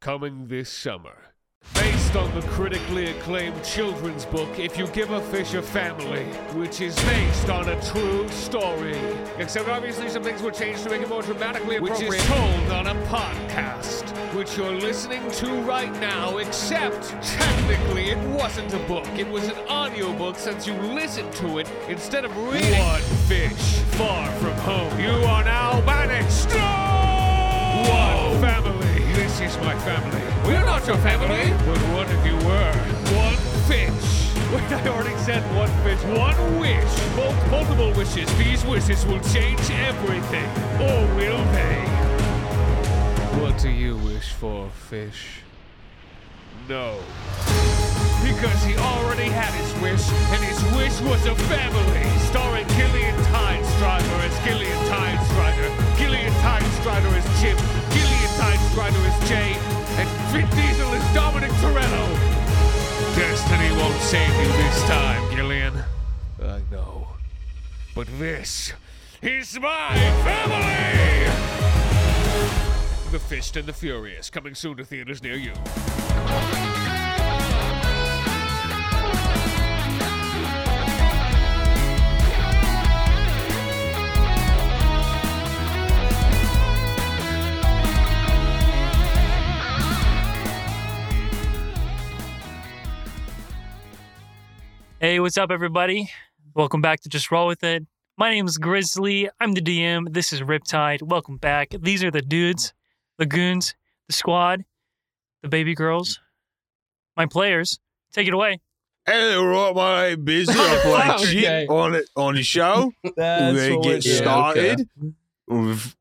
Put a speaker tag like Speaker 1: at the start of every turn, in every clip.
Speaker 1: coming this summer. Based on the critically acclaimed children's book, If You Give a Fish a Family, which is based on a true story. Except obviously some things were changed to make it more dramatically
Speaker 2: Which is
Speaker 1: appropriate. told on a podcast, which you're listening to right now, except technically it wasn't a book. It was an audiobook since you listened to it instead of reading. One fish far from home. You are now banished. One family. This is my family. We're not your family. But what if you were? One fish. Wait, I already said one fish. One wish. Both multiple wishes. These wishes will change everything. Or will they? What do you wish for, fish? No. Because he already had his wish, and his wish was a family. Starring Gillian Tynestrider as Gillian Tynestrider, Gillian Tynestrider as Chip, Gillian Tynestrider as Jay, and Vin Diesel as Dominic Toretto. Destiny won't save you this time, Gillian. I know. But this is my family! The Fist and the Furious, coming soon to theaters near you.
Speaker 3: Hey, what's up, everybody? Welcome back to Just Roll With It. My name is Grizzly. I'm the DM. This is Riptide. Welcome back. These are the dudes, the goons, the squad, the baby girls, my players. Take it away.
Speaker 4: Hey, right, my name is busy. I play
Speaker 5: Okay.
Speaker 4: shit on it on the show.
Speaker 5: That's
Speaker 4: we
Speaker 5: what
Speaker 4: get
Speaker 5: we're doing.
Speaker 4: started with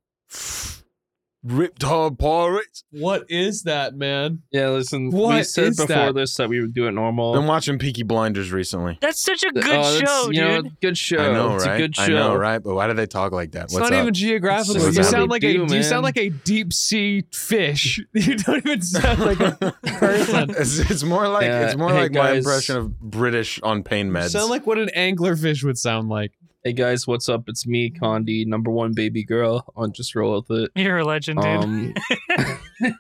Speaker 4: Riptide Pirates.
Speaker 5: What is that, man?
Speaker 2: Yeah, listen. we
Speaker 5: What
Speaker 2: said
Speaker 5: is
Speaker 2: before
Speaker 5: that?
Speaker 2: this that we would do it normal.
Speaker 4: Been watching Peaky Blinders recently.
Speaker 3: That's such a
Speaker 2: Th-
Speaker 3: good
Speaker 2: oh, that's-
Speaker 3: show,
Speaker 2: you know,
Speaker 3: dude.
Speaker 2: good show.
Speaker 4: I know,
Speaker 2: It's
Speaker 4: right?
Speaker 2: a good show.
Speaker 4: I know, right? But why do they talk like that?
Speaker 5: It's
Speaker 4: What's
Speaker 5: not
Speaker 4: up?
Speaker 5: even geographically.
Speaker 4: What's
Speaker 5: you
Speaker 4: up?
Speaker 5: sound like
Speaker 2: They do,
Speaker 5: a you
Speaker 2: man.
Speaker 5: sound like a deep sea fish. You don't even sound like a person.
Speaker 4: it's, it's more like
Speaker 2: Yeah,
Speaker 4: it's more
Speaker 2: hey,
Speaker 4: like my
Speaker 2: guys.
Speaker 4: impression of British on pain
Speaker 5: You
Speaker 4: meds.
Speaker 5: sound like what an anglerfish would sound like.
Speaker 2: Hey guys, what's up? It's me, Condi, number one baby girl on Just Roll with It.
Speaker 3: You're a legend, dude.
Speaker 2: Um,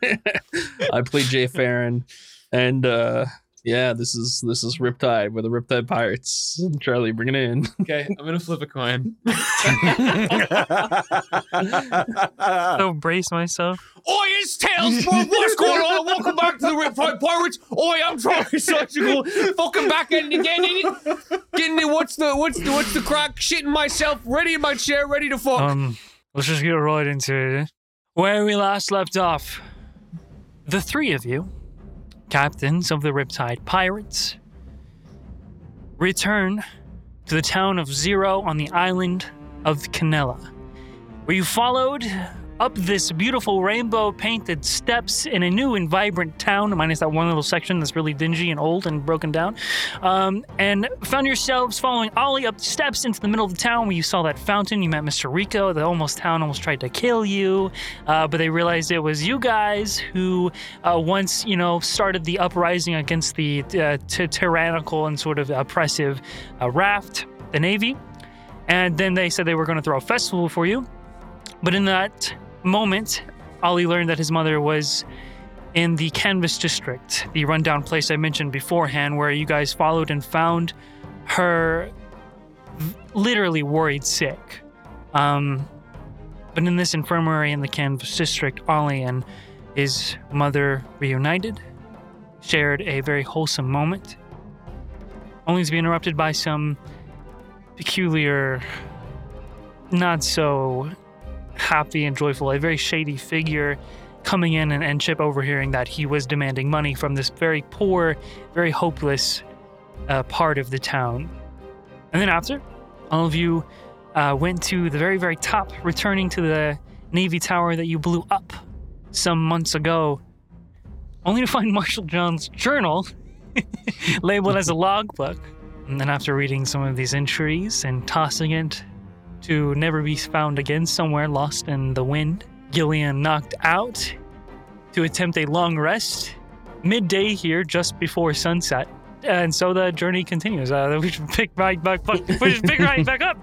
Speaker 2: I play Jay Farron, and uh, yeah, this is this is Riptide. We're the Riptide Pirates. Charlie, bring it in.
Speaker 5: Okay, I'm gonna flip a coin.
Speaker 3: so brace myself.
Speaker 1: Oi, it's Tails, bro. What's going on? Welcome back to the Riptide Pirates. Oi, I'm Charlie Surgical. Fucking back in again, innit? Getting it. What's the what's the what's the crack? Shitting myself, ready in my chair, ready to fuck.
Speaker 3: Um, let's just get right into it. eh? Where we last left off, the three of you, captains of the Riptide Pirates, return to the town of Zero on the island of Canela, where you followed up this beautiful rainbow painted steps in a new and vibrant town, minus that one little section that's really dingy and old and broken down, um, and found yourselves following Ollie up the steps into the middle of the town where you saw that fountain. You met Mr. Rico, the almost town almost tried to kill you, uh, but they realized it was you guys who uh, once, you know, started the uprising against the uh, t- tyrannical and sort of oppressive uh, raft, the Navy. And then they said they were going to throw a festival for you. But in that moment, Ollie learned that his mother was in the Canvas District, the rundown place I mentioned beforehand, where you guys followed and found her v- literally worried sick. Um, but in this infirmary in the Canvas District, Ollie and his mother reunited, shared a very wholesome moment, only to be interrupted by some peculiar, not so happy and joyful, a very shady figure coming in and, and Chip overhearing that he was demanding money from this very poor, very hopeless uh, part of the town. And then after, all of you uh, went to the very, very top, returning to the Navy Tower that you blew up some months ago, only to find Marshall John's journal labeled as a logbook. And then after reading some of these entries and tossing it to never be found again somewhere lost in the wind. Gillian knocked out to attempt a long rest midday here just before sunset. And so the journey continues. Uh, we should pick right back, we should pick right back up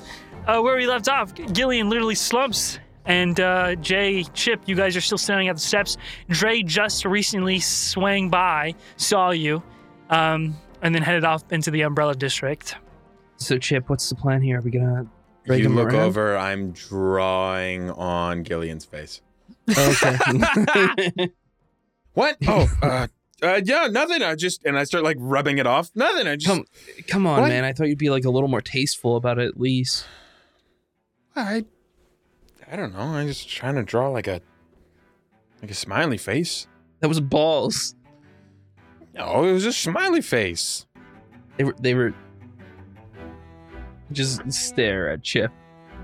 Speaker 3: uh, where we left off. Gillian literally slumps And uh, Jay, Chip, you guys are still standing at the steps. Dre just recently swang by, saw you, um, and then headed off into the Umbrella District.
Speaker 2: So, Chip, what's the plan here? Are we gonna drag
Speaker 4: You
Speaker 2: him
Speaker 4: look
Speaker 2: around?
Speaker 4: over. I'm drawing on Gillian's face.
Speaker 2: Okay.
Speaker 4: What? Oh, uh, uh, yeah, nothing. I just and I start like rubbing it off. Nothing. I just
Speaker 2: Come, come on,
Speaker 4: What?
Speaker 2: man. I thought you'd be like a little more tasteful about it, at least.
Speaker 4: I, I don't know. I'm just trying to draw like a, like a smiley face.
Speaker 2: That was balls.
Speaker 4: No, it was a smiley face.
Speaker 2: They were. They were. Just stare at Chip,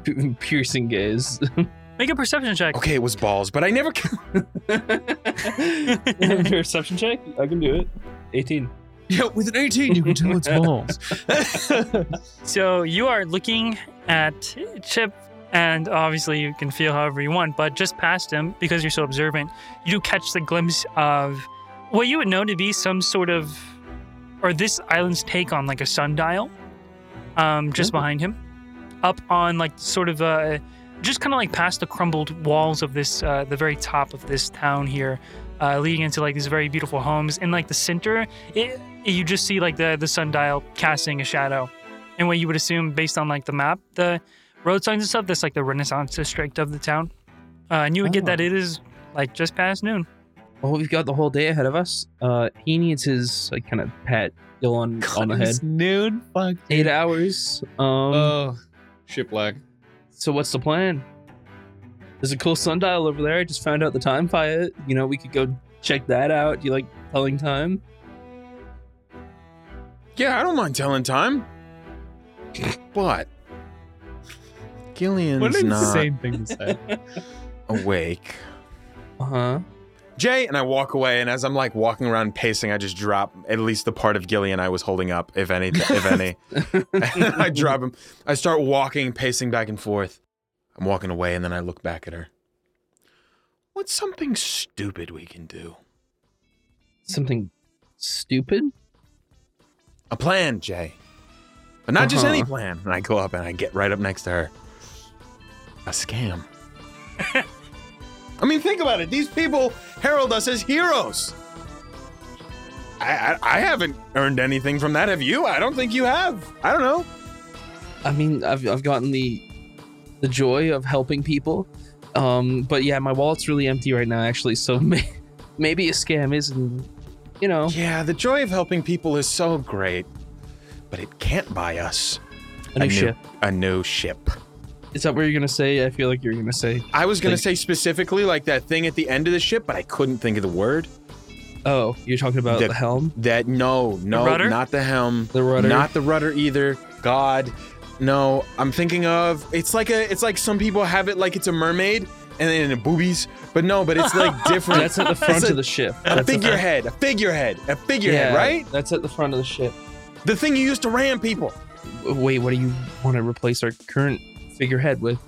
Speaker 2: P- piercing gaze.
Speaker 3: Make a perception check.
Speaker 4: Okay, it was balls, but I never.
Speaker 2: Perception check. I can do it. Eighteen.
Speaker 5: Yeah, with an 18, you can tell it's balls.
Speaker 3: So you are looking at Chip, and obviously you can feel however you want, but just past him, because you're so observant, you do catch the glimpse of what you would know to be some sort of, or this island's take on like a sundial, um, just behind him, up on like sort of uh just kind of like past the crumbled walls of this, uh, the very top of this town here, uh, leading into like these very beautiful homes. And like the center, it, you just see like the, the sundial casting a shadow and what you would assume based on like the map, the road signs and stuff. That's like the Renaissance district of the town, uh, and you would get
Speaker 2: Oh.
Speaker 3: that it is like just past noon.
Speaker 2: Well, Oh, we've got the whole day ahead of us. Uh, he needs his like kind of pat Dylan on the head.
Speaker 5: It's noon. Fuck.
Speaker 2: Eight hours. Um.
Speaker 5: Oh,
Speaker 1: Ship lag.
Speaker 2: So what's the plan? There's a cool sundial over there. I just found out the time via. You know, we could go check that out. Do you like telling time?
Speaker 4: yeah, I don't mind telling time, but
Speaker 5: what
Speaker 4: Gillian's
Speaker 5: an
Speaker 4: not
Speaker 5: insane thing to say.
Speaker 4: awake.
Speaker 2: Uh huh.
Speaker 4: Jay and I walk away, and as I'm like walking around pacing, I just drop at least the part of Gillian I was holding up, if any, if any. I drop him. I start walking, pacing back and forth. I'm walking away, and then I look back at her. What's something stupid we can do?
Speaker 2: Something stupid.
Speaker 4: A plan, Jay. But not just any
Speaker 2: Uh-huh.
Speaker 4: plan. And I go up and I get right up next to her. A scam. I mean, think about it. These people herald us as heroes. I, I, I haven't earned anything from that. Have you? I don't think you have. I don't know.
Speaker 2: I mean, I've I've gotten the the joy of helping people. Um, but yeah, my wallet's really empty right now, actually. So may, maybe a scam isn't. You know,
Speaker 4: Yeah, the joy of helping people is so great, but it can't buy us
Speaker 2: a new ship.
Speaker 4: A new ship.
Speaker 2: Is that what you're gonna say? I feel like you're gonna say.
Speaker 4: I was gonna
Speaker 2: Think-
Speaker 4: say specifically like that thing at the end of the ship, but I couldn't think of the word.
Speaker 2: Oh, you're talking about
Speaker 4: The-
Speaker 2: the helm.
Speaker 4: That no, no,
Speaker 3: rudder?
Speaker 4: not the helm,
Speaker 2: The rudder?
Speaker 4: not the rudder either. God, no. I'm thinking of it's like a it's like some people have it like it's a mermaid and then boobies, but no, but it's like different.
Speaker 2: That's at the front
Speaker 4: It's
Speaker 2: of the ship.
Speaker 4: a, a
Speaker 2: That's at the-
Speaker 4: figurehead, a figurehead, a figurehead,
Speaker 2: Yeah,
Speaker 4: right?
Speaker 2: That's at the front of the ship.
Speaker 4: The thing you used to ram people.
Speaker 2: Wait, what do you want to replace our current figurehead with?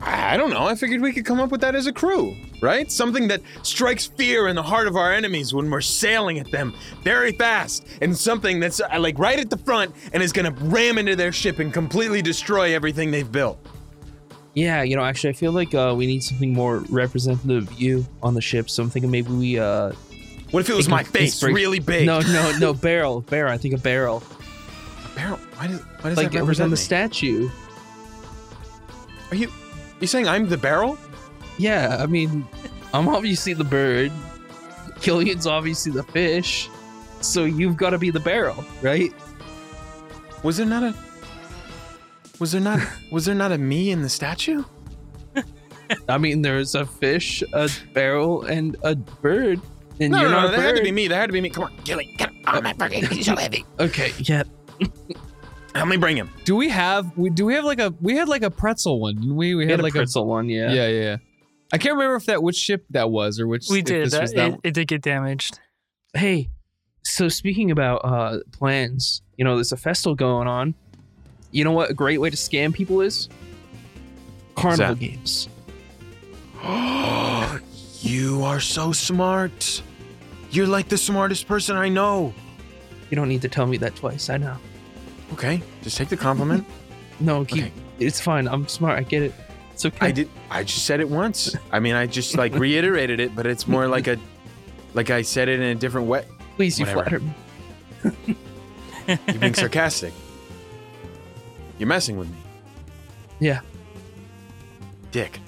Speaker 4: I I don't know. I figured we could come up with that as a crew, right? Something that strikes fear in the heart of our enemies when we're sailing at them very fast, and something that's uh, like right at the front and is gonna ram into their ship and completely destroy everything they've built.
Speaker 2: Yeah, you know, actually, I feel like uh, we need something more representative of you on the ship. So I'm thinking maybe we. Uh,
Speaker 4: What if it was
Speaker 2: Think
Speaker 4: my
Speaker 2: of
Speaker 4: face,
Speaker 2: inspiration-
Speaker 4: really big?
Speaker 2: no, no, no, barrel, barrel. I think a barrel.
Speaker 4: Barrel. Why does why does
Speaker 2: Like
Speaker 4: that
Speaker 2: it was on
Speaker 4: represent
Speaker 2: the
Speaker 4: me?
Speaker 2: statue.
Speaker 4: Are you you saying I'm the barrel?
Speaker 2: Yeah, I mean, I'm obviously the bird. Killian's obviously the fish. So you've got to be the barrel, right?
Speaker 4: Was there not a was there not was there not a me in the statue?
Speaker 2: I mean, there's a fish, a barrel, and a bird. And
Speaker 4: No,
Speaker 2: you're
Speaker 4: no, no,
Speaker 2: not a
Speaker 4: there had to
Speaker 2: bird.
Speaker 4: be me. There had to be me. Come on, Gilly, get on my fucking he's so heavy.
Speaker 2: Okay, yeah,
Speaker 4: Help me bring him.
Speaker 5: Do we have? We do we have like a? We had like a pretzel one. didn't We we
Speaker 2: we
Speaker 5: had, like
Speaker 2: a pretzel one,
Speaker 5: a. Yeah, yeah, yeah. I can't remember if that which ship that was or which.
Speaker 3: We
Speaker 5: if
Speaker 3: did
Speaker 5: This was
Speaker 3: that.
Speaker 5: that
Speaker 3: It, it did get damaged.
Speaker 2: hey so speaking about uh plans you know there's a festival going on you know what a great way to scam people is carnival
Speaker 4: that?
Speaker 2: games
Speaker 4: you are so smart. You're like the smartest person I know.
Speaker 2: you don't need to tell me that twice i know
Speaker 4: Okay, just take the compliment.
Speaker 2: no keep
Speaker 4: Okay.
Speaker 2: it's fine i'm smart i get it It's okay.
Speaker 4: I did. I just said it once. I mean, I just like reiterated it, but it's more like a, like I said it in a different way.
Speaker 2: Please, you
Speaker 4: whatever.
Speaker 2: flatter me.
Speaker 4: You're being sarcastic. You're messing with me,
Speaker 2: Yeah.
Speaker 4: dick.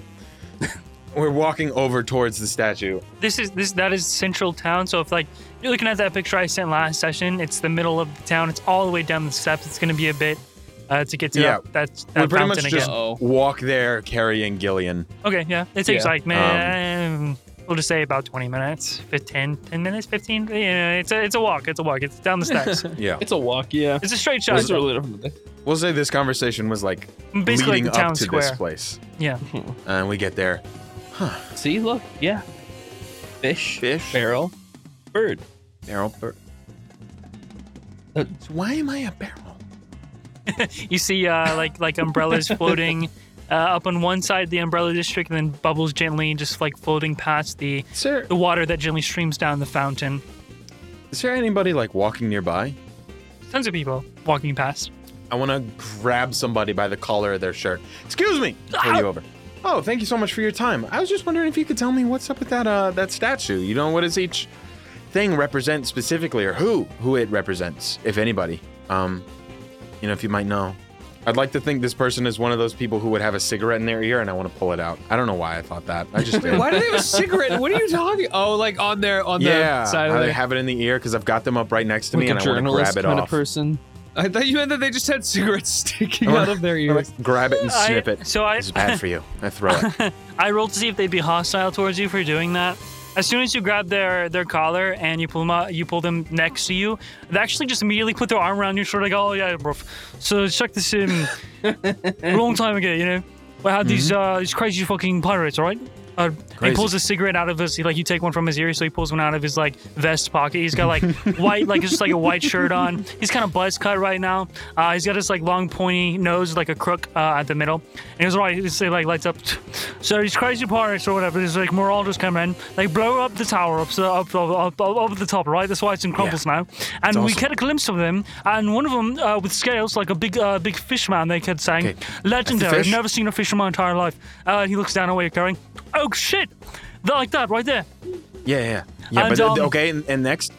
Speaker 4: We're walking over towards the statue.
Speaker 3: This is this that is central town. So if like you're looking at that picture I sent last session, it's the middle of the town. It's all the way down the steps. It's gonna be a bit uh, to get to
Speaker 4: Yeah.
Speaker 3: that, that, that
Speaker 4: we pretty
Speaker 3: fountain
Speaker 4: much just
Speaker 3: again.
Speaker 2: Uh-oh.
Speaker 4: walk there carrying Gillian.
Speaker 3: Okay, yeah. It takes
Speaker 2: Yeah.
Speaker 3: like
Speaker 4: um,
Speaker 3: man, we'll just say about 20 minutes, 15, 10 minutes, 15. Yeah, it's a it's a walk. It's a walk. It's down the steps.
Speaker 4: Yeah.
Speaker 2: It's a walk, yeah.
Speaker 3: it's a straight shot.
Speaker 2: It's really different.
Speaker 4: We'll say this conversation was like
Speaker 3: Basically, like
Speaker 4: leading
Speaker 3: the town
Speaker 4: up to
Speaker 3: square.
Speaker 4: this place.
Speaker 3: Yeah.
Speaker 4: And we get there.
Speaker 2: See, look, yeah. Fish,
Speaker 4: Fish.
Speaker 2: barrel, bird.
Speaker 4: Barrel. Bar-
Speaker 2: Uh,
Speaker 4: Why am I a barrel?
Speaker 3: You see, uh, like like umbrellas floating uh, up on one side of the umbrella district, and then bubbles gently just like floating past the
Speaker 4: Is there,
Speaker 3: the water that gently streams down the fountain.
Speaker 4: is there anybody like walking nearby?
Speaker 3: Tons of people walking past.
Speaker 4: I want to grab somebody by the collar of their shirt. Excuse me. Pull you over. Oh, thank you so much for your time. I was just wondering if you could tell me what's up with that uh, that statue. You know, what does each thing represent specifically, or who who it represents, if anybody? Um, you know, if you might know. I'd like to think this person is one of those people who would have a cigarette in their ear, and I want to pull it out. I don't know why I thought that. I just did.
Speaker 5: Why do they have a cigarette? What are you talking? Oh, like on their on
Speaker 4: Yeah,
Speaker 5: the side
Speaker 4: how
Speaker 5: of
Speaker 4: they
Speaker 5: their.
Speaker 4: have it in the ear because I've got them up right next to
Speaker 2: Like
Speaker 4: me,
Speaker 2: a
Speaker 4: and I want to
Speaker 2: journalist
Speaker 4: grab it
Speaker 2: kind
Speaker 4: off.
Speaker 2: of person.
Speaker 5: I thought you meant that they just had cigarettes sticking out of their
Speaker 4: I
Speaker 5: ears.
Speaker 4: like, grab it and
Speaker 3: I-
Speaker 4: snip it.
Speaker 3: so I-
Speaker 4: it's bad for you. I throw it.
Speaker 3: I rolled to see if they'd be hostile towards you for doing that. As soon as you grab their their collar and you pull them out, you pull them next to you, they actually just immediately put their arm around you, sort of like, oh yeah, bro. So check this in. Long time ago, you know, we had these uh, these crazy fucking pirates, all right? Uh, he
Speaker 4: Mm-hmm. Crazy.
Speaker 3: pulls a cigarette out of his he, like you take one from his ear, so he pulls one out of his like vest pocket. He's got like white, like just like a white shirt on. He's kind of buzz cut right now. Uh, he's got his like long pointy nose, like a crook uh, at the middle, and he's right. He's like lights up. So these crazy pirates or whatever, he's like we're all just come in, they blow up the tower up so up up up, up, up the top, right? That's why it's in crumbles now. And we
Speaker 4: awesome.
Speaker 3: get a glimpse of them, and one of them uh, with scales, like a big uh, big fish man, they kept saying,
Speaker 4: Okay.
Speaker 3: legendary.
Speaker 4: fish.
Speaker 3: Never never seen a fish in my entire life. Uh, he looks down at where you're going. Oh shit! They're like that right there.
Speaker 4: Yeah, yeah, yeah.
Speaker 3: And,
Speaker 4: but uh,
Speaker 3: um,
Speaker 4: okay, and, and next,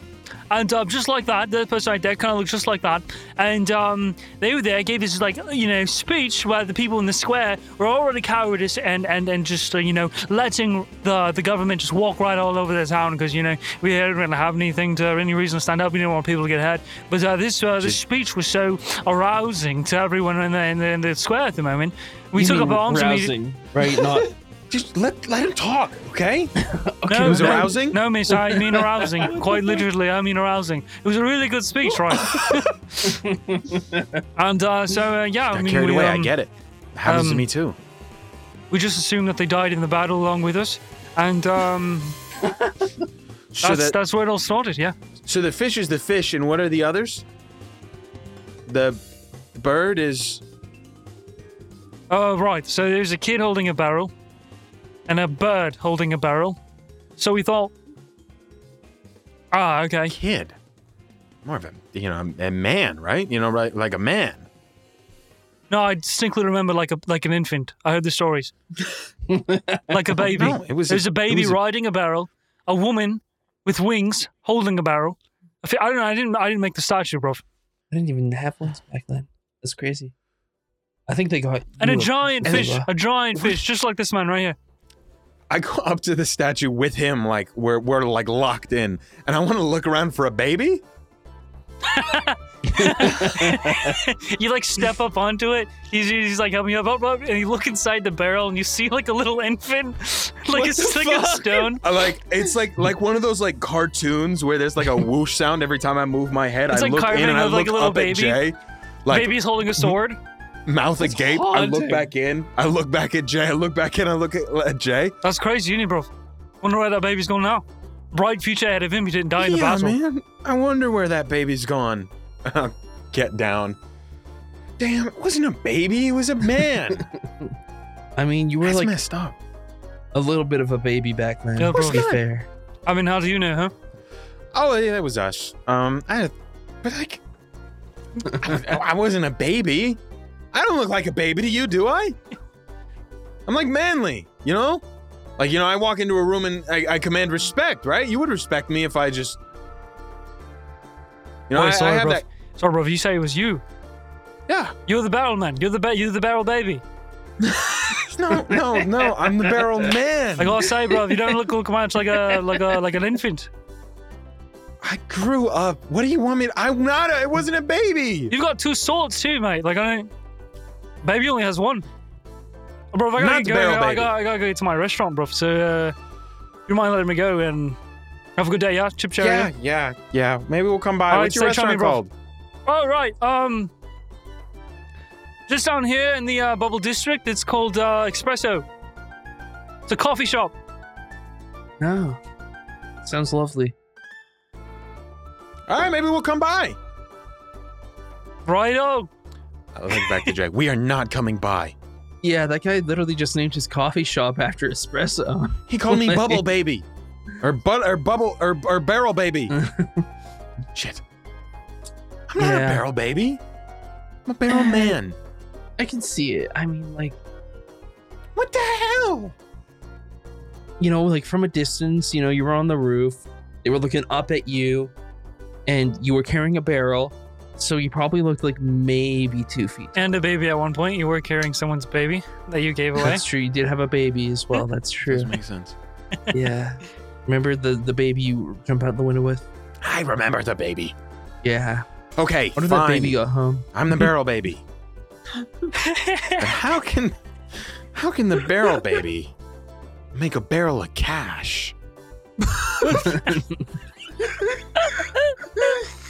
Speaker 3: And um, just like that, the person right there kind of looks just like that. And um, they were there, gave this like you know speech where the people in the square were already cowardice and and and just uh, you know letting the the government just walk right all over the town because you know we didn't have anything to any reason to stand up. We didn't want people to get hurt. But uh, this uh, this speech was so arousing to everyone in the in the, in the square at the moment. We took up arms. and we-
Speaker 2: rousing, right? Not
Speaker 4: just let let him talk, okay?
Speaker 3: no,
Speaker 4: It was
Speaker 3: no,
Speaker 4: arousing?
Speaker 3: No, miss, I mean arousing. Quite literally, I mean arousing. It was a really good speech, right? and uh, so, uh, yeah, I
Speaker 4: Got
Speaker 3: mean,
Speaker 4: carried
Speaker 3: we,
Speaker 4: away. I
Speaker 3: um,
Speaker 4: get it. Happens to
Speaker 3: um,
Speaker 4: me too.
Speaker 3: we just assumed that they died in the battle along with us. And um,
Speaker 4: So
Speaker 3: that's,
Speaker 4: the
Speaker 3: that's where it all started, yeah.
Speaker 4: so the fish is the fish, and what are the others? The bird is
Speaker 3: Uh, right, so there's a kid holding a barrel and a bird holding a barrel. So we thought, ah, okay.
Speaker 4: kid, more of a you know a man, right? You know, right, like a man.
Speaker 3: No, I distinctly remember like a like an infant. I heard the stories. like a baby.
Speaker 4: No, it was a-
Speaker 3: There's a,
Speaker 4: it
Speaker 3: baby
Speaker 4: was a-
Speaker 3: riding a barrel, a woman with wings holding a barrel. I fe- I don't know. I didn't. I didn't make the statue, bro.
Speaker 2: I didn't even have ones back then. That's crazy. I think they got
Speaker 3: And a
Speaker 2: you
Speaker 3: giant
Speaker 2: and they
Speaker 3: fish,
Speaker 2: were-
Speaker 3: a giant fish, just like this man right here.
Speaker 4: I go up to the statue with him, like we're we're like locked in, and I want to look around for a baby.
Speaker 3: You like step up onto it. He's, he's like helping you up, up, up, and you look inside the barrel, and you see like a little infant, like a
Speaker 4: the
Speaker 3: stick of
Speaker 4: fuck?
Speaker 3: stone.
Speaker 4: I like it's like like one of those like cartoons where there's like a whoosh sound every time I move my head.
Speaker 3: It's
Speaker 4: I
Speaker 3: like
Speaker 4: look in
Speaker 3: carving
Speaker 4: and I
Speaker 3: of, like,
Speaker 4: look
Speaker 3: a little
Speaker 4: up
Speaker 3: baby.
Speaker 4: at Jay, like
Speaker 3: Baby's holding a sword.
Speaker 4: mouth agape. I look
Speaker 5: haunting.
Speaker 4: back in. I look back at Jay. I look back in. I look at, at Jay.
Speaker 3: That's crazy, isn't it, bro? Wonder where that baby's going now. Bright future ahead of him. He didn't die in the battle.
Speaker 4: man. I wonder where that baby's gone. Get down. Damn, it wasn't a baby. It was a man.
Speaker 2: I mean, you were
Speaker 4: That's
Speaker 2: like
Speaker 4: messed up.
Speaker 2: a little bit of a baby back then.
Speaker 3: Yeah,
Speaker 2: to
Speaker 3: bro.
Speaker 2: be fair,
Speaker 3: I mean, how do you know, huh?
Speaker 4: Oh yeah, that was us. Um, I, had- but like, I, I wasn't a baby. I don't look like a baby to you, do I? I'm like manly, you know? Like, you know, I walk into a room and I, I command respect, right? You would respect me if I just. You know,
Speaker 3: Boy,
Speaker 4: I, I
Speaker 3: sorry,
Speaker 4: have
Speaker 3: bro.
Speaker 4: that.
Speaker 3: Sorry, bro. You say it was you.
Speaker 4: Yeah.
Speaker 3: You're the barrel man. You're the ba- you're the barrel baby.
Speaker 4: No, no, no. I'm the barrel man.
Speaker 3: I gotta say, bro, you don't look, look much like a like a like an infant.
Speaker 4: I grew up. What do you want me to? I'm not. A, I wasn't a baby.
Speaker 3: You've got two swords too, mate. Like I don't. Baby only has one. Bro, I gotta
Speaker 4: Not the
Speaker 3: go.
Speaker 4: barrel
Speaker 3: I,
Speaker 4: baby.
Speaker 3: gotta, I gotta go to my restaurant, bro. So uh, you mind letting me go and have a good day, yeah? Chip cherry.
Speaker 4: Yeah, yeah, yeah. Maybe we'll come by.
Speaker 3: All right,
Speaker 4: What's your
Speaker 3: stay chummy,
Speaker 4: restaurant
Speaker 3: bro.
Speaker 4: called?
Speaker 3: Oh right. Um, just down here in the uh, Bubble District, it's called uh, Espresso. It's a coffee shop.
Speaker 2: No. Sounds lovely.
Speaker 4: All right, maybe we'll come by.
Speaker 3: Righto.
Speaker 4: I look back to Drake. We are not coming by.
Speaker 2: Yeah, that guy literally just named his coffee shop after espresso.
Speaker 4: He called me Bubble Baby, or but or Bubble or or Barrel Baby. Shit, I'm not a
Speaker 2: Yeah.
Speaker 4: barrel baby. I'm a barrel man.
Speaker 2: I can see it. I mean, like,
Speaker 4: What the hell?
Speaker 2: you know, like from a distance, you know, you were on the roof, they were looking up at you, and you were carrying a barrel, so you probably looked like maybe two feet.
Speaker 3: And a baby at one point. You were carrying someone's baby that you gave away.
Speaker 2: That's true. You did have a baby as well. That's true.
Speaker 4: Doesn't make sense.
Speaker 2: Yeah. Remember the the baby you jump out the window with?
Speaker 4: I remember the baby.
Speaker 2: Yeah.
Speaker 4: Okay,
Speaker 2: What if that
Speaker 4: fine.
Speaker 2: baby got home?
Speaker 4: I'm the barrel baby. But how can how can the barrel baby make a barrel of cash?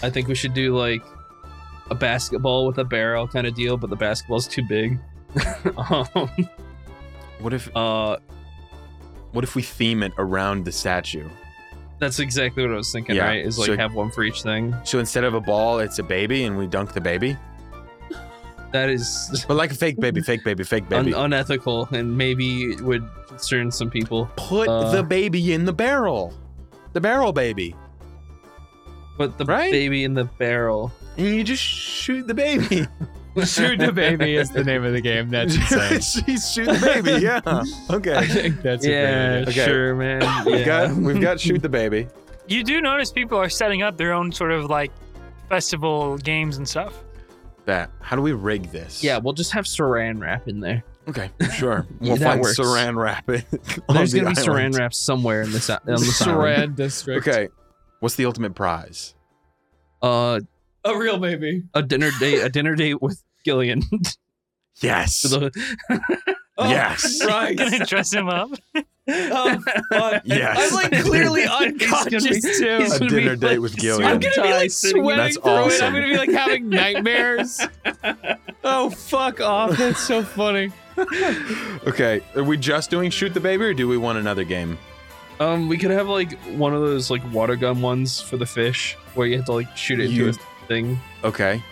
Speaker 2: I think we should do like a basketball with a barrel kind of deal, but the basketball's too big. um,
Speaker 4: What if
Speaker 2: uh,
Speaker 4: what if we theme it around the statue?
Speaker 2: that's exactly what I was thinking.
Speaker 4: Yeah,
Speaker 2: Right? Is like
Speaker 4: so-
Speaker 2: have one for each thing.
Speaker 4: So instead of a ball, it's a baby, and we dunk the baby.
Speaker 2: That is
Speaker 4: But like a fake baby, fake baby, fake
Speaker 2: un-
Speaker 4: baby.
Speaker 2: unethical and maybe would concern some people.
Speaker 4: Put
Speaker 2: uh,
Speaker 4: the baby in the barrel, the barrel baby,
Speaker 2: But the
Speaker 4: Right?
Speaker 2: baby in the barrel.
Speaker 4: and you just shoot the baby.
Speaker 5: Shoot the baby is the name of the game. That's insane.
Speaker 4: She's shoot the baby. Yeah.
Speaker 5: I
Speaker 4: Okay.
Speaker 5: think that's a great
Speaker 2: yeah,
Speaker 5: idea.
Speaker 4: Okay.
Speaker 2: sure, man.
Speaker 4: We've got
Speaker 2: Yeah.
Speaker 4: we've got shoot the baby.
Speaker 3: you do notice people are setting up their own sort of like festival games and stuff.
Speaker 4: That. How do we rig this?
Speaker 2: Yeah, we'll just have saran wrap in there.
Speaker 4: Okay. Sure. We'll
Speaker 2: That
Speaker 4: find
Speaker 2: works.
Speaker 4: saran wrap it. on
Speaker 2: There's
Speaker 4: the
Speaker 2: gonna be
Speaker 4: island.
Speaker 2: saran wrap somewhere in this on this island.
Speaker 5: Saran district.
Speaker 4: Okay. What's the ultimate prize?
Speaker 2: Uh,
Speaker 5: A real baby.
Speaker 2: a dinner date, a dinner date with Gillian.
Speaker 4: Yes.
Speaker 2: The-
Speaker 5: Oh,
Speaker 4: Yes.
Speaker 5: Right.
Speaker 3: Gonna dress him up.
Speaker 5: Oh, fuck.
Speaker 4: Yes.
Speaker 5: I'm like clearly
Speaker 2: He's gonna be-
Speaker 5: unconscious too.
Speaker 2: he's
Speaker 4: A
Speaker 2: gonna be,
Speaker 4: dinner date
Speaker 2: like,
Speaker 4: with
Speaker 2: suit
Speaker 4: Gillian.
Speaker 5: I'm gonna be like
Speaker 2: tie sitting
Speaker 5: sweating
Speaker 4: That's
Speaker 5: through it.
Speaker 4: awesome.
Speaker 5: I'm gonna be like having nightmares. oh fuck off! That's so funny.
Speaker 4: Okay. Are we just doing shoot the baby, or do we want another game?
Speaker 2: Um, we could have like one of those like water gun ones for the fish, where you have to like shoot it
Speaker 4: You-
Speaker 2: into a thing.
Speaker 4: Okay.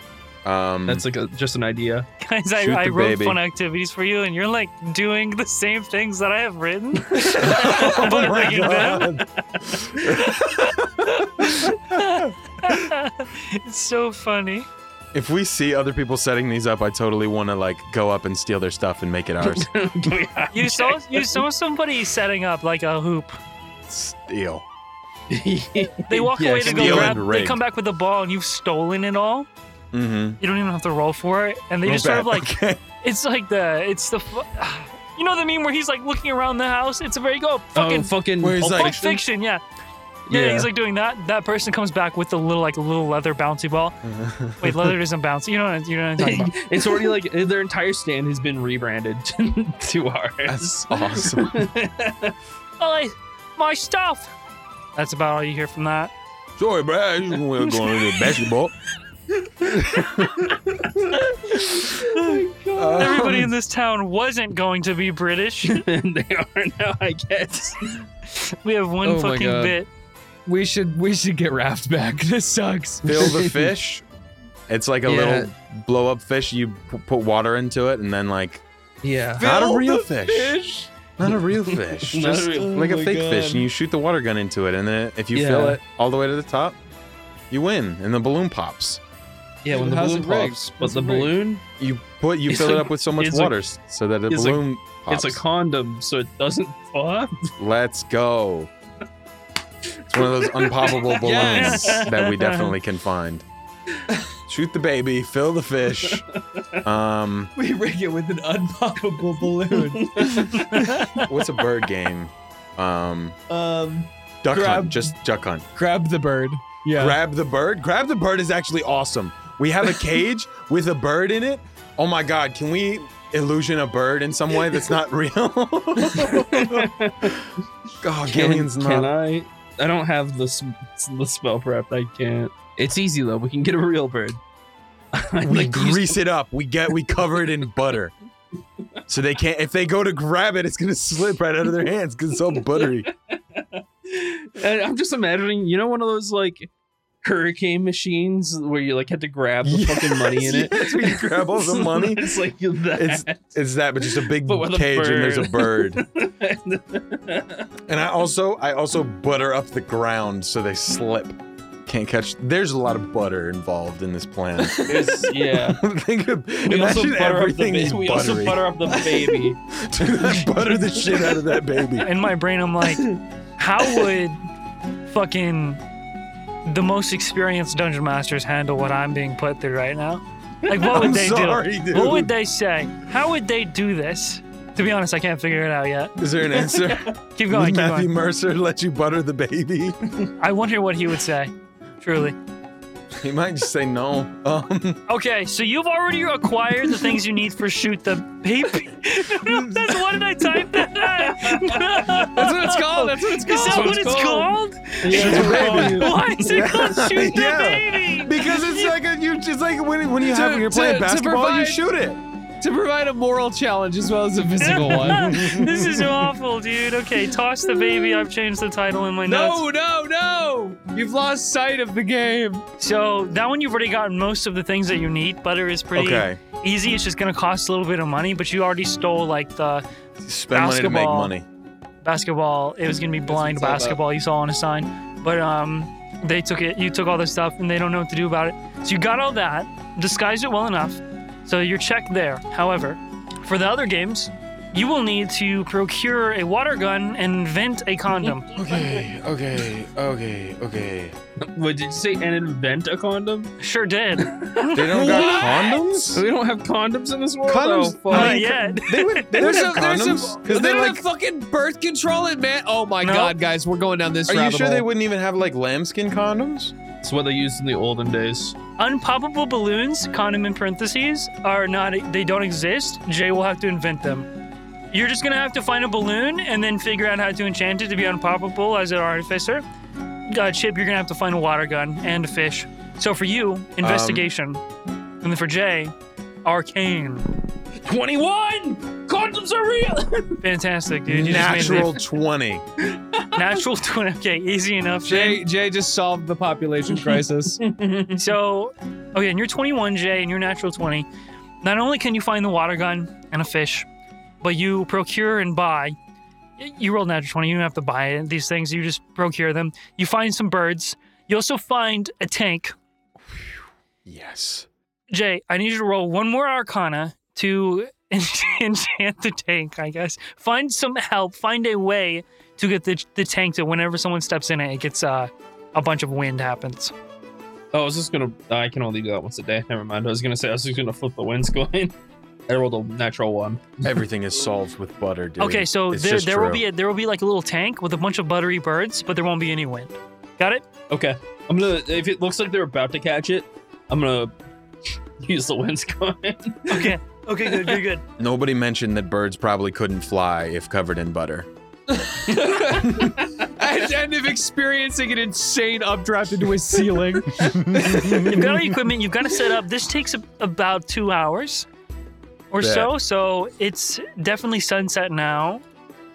Speaker 4: Um,
Speaker 2: That's like a, just an idea.
Speaker 3: Guys, I,
Speaker 4: Shoot
Speaker 3: I
Speaker 4: the
Speaker 3: wrote
Speaker 4: baby.
Speaker 3: fun activities for you, and you're like doing the same things that I have written.
Speaker 4: Oh
Speaker 3: but
Speaker 4: my
Speaker 3: rigging them.
Speaker 4: God.
Speaker 3: it's so funny.
Speaker 4: If we see other people setting these up, I totally want to like go up and steal their stuff and make it ours.
Speaker 3: You saw you saw somebody setting up like a hoop.
Speaker 4: steal.
Speaker 3: They walk away to go
Speaker 4: steal
Speaker 3: grab.
Speaker 4: and
Speaker 3: They
Speaker 4: rig.
Speaker 3: come back with the ball, and you've stolen it all.
Speaker 4: Mm-hmm.
Speaker 3: You don't even have to roll for it, and they just sort of like it's like the it's the fu- you know the meme where he's like looking around the house. It's a very go
Speaker 2: fucking
Speaker 3: fucking
Speaker 2: oh, fucking
Speaker 4: Where he's
Speaker 2: Pulp
Speaker 4: like-
Speaker 3: Pulp
Speaker 2: Fiction?
Speaker 3: Fiction, yeah. yeah.
Speaker 2: Yeah.
Speaker 3: he's like doing that. That person comes back with a little like a little leather bouncy ball. Wait, leather doesn't bounce. You know, what- you know what I'm talking about.
Speaker 2: it's already like their entire stand has been rebranded to ours.
Speaker 4: That's awesome.
Speaker 3: Oh, my stuff. That's about all you hear from that.
Speaker 4: Sorry, Brad. We're going to basketball.
Speaker 3: Everybody in this town wasn't going to be British.
Speaker 2: and they are now, I guess.
Speaker 3: We have one
Speaker 5: Oh my
Speaker 3: fucking
Speaker 5: God.
Speaker 3: bit.
Speaker 5: We should we should get Raft back. This sucks.
Speaker 4: Fill the fish. It's like a
Speaker 2: Yeah.
Speaker 4: little blow up fish. You p- put water into it and then like
Speaker 2: Yeah.
Speaker 4: not
Speaker 5: Fill
Speaker 4: a real
Speaker 5: the
Speaker 4: fish. Not a real fish.
Speaker 2: Not
Speaker 4: Just
Speaker 2: real-
Speaker 4: like
Speaker 5: Oh
Speaker 4: a
Speaker 5: my
Speaker 4: fake
Speaker 5: God.
Speaker 4: fish, and you shoot the water gun into it, and then if you fill
Speaker 2: Yeah.
Speaker 4: it all the way to the top, you win, and the balloon pops. uh,
Speaker 2: Yeah, when the
Speaker 5: How's
Speaker 2: balloon
Speaker 5: it rigged?
Speaker 2: pops. But
Speaker 5: How's
Speaker 2: the
Speaker 5: it rigged?
Speaker 2: balloon,
Speaker 4: You put you
Speaker 2: It's
Speaker 4: fill it
Speaker 2: like-
Speaker 4: up with so much
Speaker 2: it's like-
Speaker 4: water s- so that the
Speaker 2: it's like-
Speaker 4: balloon pops.
Speaker 2: It's a condom, so it doesn't pop.
Speaker 4: Let's go. It's one of those unpoppable balloons
Speaker 5: Yes.
Speaker 4: that we definitely can find. Shoot the baby, fill the fish. Um,
Speaker 5: We rig it with an unpoppable balloon.
Speaker 4: what's a bird game? Um,
Speaker 5: um,
Speaker 4: duck hunt,
Speaker 5: Grab-
Speaker 4: just duck hunt.
Speaker 5: grab the bird. Yeah.
Speaker 4: Grab the bird. Grab the bird is actually awesome. We have a cage with a bird in it. Oh my god, can we illusion a bird in some way that's not real? oh, Gillian's
Speaker 2: can,
Speaker 4: not.
Speaker 2: Can I? I don't have the s- the spell prepped. I can't. It's easy though. We can get a real bird. I
Speaker 4: we
Speaker 2: like these-
Speaker 4: grease it up. We get we cover it in butter. So they can't if they go to grab it, it's gonna slip right out of their hands because it's all buttery.
Speaker 2: I- I'm just imagining. You know, one of those like hurricane machines where you like had to grab the fucking money in it.
Speaker 4: Yes, where you grab all the money.
Speaker 2: it's like that.
Speaker 4: It's it's that, but just a big
Speaker 2: But with a
Speaker 4: cage and there's a bird.
Speaker 2: bird.
Speaker 4: And I also I also butter up the ground so they slip. Can't catch. There's a lot of butter involved in this plan.
Speaker 2: It's- yeah.
Speaker 4: Think of
Speaker 2: We also,
Speaker 4: imagine
Speaker 2: butter up the
Speaker 4: everything
Speaker 2: ba-
Speaker 4: is
Speaker 2: we also
Speaker 4: buttery.
Speaker 2: butter up the baby.
Speaker 4: Dude, I butter the shit out of that baby.
Speaker 3: In my brain, I'm like, how would fucking the most experienced dungeon masters handle what I'm being put through right now? Like, what would
Speaker 4: I'm
Speaker 3: they
Speaker 4: sorry,
Speaker 3: do?
Speaker 4: dude.
Speaker 3: What would they say? How would they do this? To be honest, I can't figure it out yet.
Speaker 4: Is there an answer?
Speaker 3: Keep going,
Speaker 4: Would
Speaker 3: keep
Speaker 4: Matthew
Speaker 3: going.
Speaker 4: Mercer let you butter the baby?
Speaker 3: I wonder what he would say. Truly.
Speaker 4: He might just say no. Um,
Speaker 3: Okay, so you've already acquired the things you need for shoot the baby. No, no, that's why did I type that? No.
Speaker 5: That's what it's called. That's what it's called.
Speaker 3: Is that what it's called? Why is it called shoot the
Speaker 4: Yeah.
Speaker 3: baby?
Speaker 4: because it's like a, you, it's like when, when you
Speaker 5: To-
Speaker 4: have when you're playing
Speaker 5: to- to
Speaker 4: basketball, you
Speaker 5: provide-
Speaker 4: shoot it.
Speaker 5: To provide a moral challenge as well as a physical one.
Speaker 3: this is awful, dude. Okay, toss the baby. I've changed the title in my notes.
Speaker 5: No, no, no! You've lost sight of the game.
Speaker 3: So that one you've already gotten most of the things that you need. Butter is pretty
Speaker 4: Okay.
Speaker 3: easy. It's just gonna cost a little bit of money, but you already stole like the
Speaker 4: Spend
Speaker 3: Basketball.
Speaker 4: money to make money.
Speaker 3: basketball. It was gonna be blind
Speaker 2: it's all about.
Speaker 3: basketball you saw on a sign, but um, they took it. You took all this stuff, and they don't know what to do about it. So you got all that, disguised it well enough, so you're checked there. However, for the other games, you will need to procure a water gun and invent a condom.
Speaker 4: Okay, okay, okay, okay.
Speaker 2: Wait, did you say and invent a condom?
Speaker 3: Sure did.
Speaker 4: They don't got condoms.
Speaker 2: We don't have condoms in this world.
Speaker 4: Condoms-
Speaker 2: Oh, fuck.
Speaker 4: I
Speaker 3: Not
Speaker 4: mean,
Speaker 3: yet.
Speaker 4: They would. They would
Speaker 5: There's a,
Speaker 4: have
Speaker 5: there's
Speaker 4: condoms
Speaker 5: a,
Speaker 4: because they
Speaker 5: they're
Speaker 4: like.
Speaker 5: like fucking birth control and man. Oh my
Speaker 3: No.
Speaker 5: god, guys, we're going down this
Speaker 4: Are you
Speaker 5: rabbit
Speaker 4: sure
Speaker 5: hole.
Speaker 4: they wouldn't even have like lambskin condoms?
Speaker 2: It's what they used in the olden days.
Speaker 3: Unpoppable balloons, condom in parentheses, are not, they don't exist. Jay will have to invent them. You're just gonna have to find a balloon and then figure out how to enchant it to be unpoppable as an artificer. Uh, Chip, you're gonna have to find a water gun and a fish. So for you, investigation.
Speaker 2: Um,
Speaker 3: and then for Jay, arcane.
Speaker 2: 21! Condoms are real!
Speaker 3: Fantastic, dude. You just made
Speaker 4: Natural
Speaker 3: it.
Speaker 4: twenty.
Speaker 3: Natural 20. Okay, easy enough.
Speaker 5: Jay, Jay just solved the population crisis.
Speaker 3: So, okay, and you're 21, Jay, and you're natural 20. Not only can you find the water gun and a fish, but you procure and buy. You roll natural 20, you don't have to buy it, these things, you just procure them. You find some birds. You also find a tank.
Speaker 4: Yes.
Speaker 3: Jay, I need you to roll one more arcana to enchant the tank, I guess. Find some help, find a way to get the, the tank that whenever someone steps in it, it gets uh, a bunch of wind happens.
Speaker 2: Oh, I was just gonna. I can only do that once a day. Never mind. I was gonna say I was just gonna flip the wind's coin. I rolled a natural one.
Speaker 4: Everything is solved with butter, dude.
Speaker 3: Okay, so
Speaker 4: It's
Speaker 3: there,
Speaker 4: just
Speaker 3: there will
Speaker 4: true.
Speaker 3: be a, there will be like a little tank with a bunch of buttery birds, but there won't be any wind. Got it?
Speaker 2: Okay. I'm gonna. If it looks like they're about to catch it, I'm gonna use the wind's coin.
Speaker 3: Okay. Okay, good, good, good.
Speaker 4: Nobody mentioned that birds probably couldn't fly if covered in butter.
Speaker 5: and, and of experiencing an insane updraft into a ceiling.
Speaker 3: You've got all the equipment, you've got to set up. This takes a, about two hours or
Speaker 4: Bet.
Speaker 3: so, so it's definitely sunset now.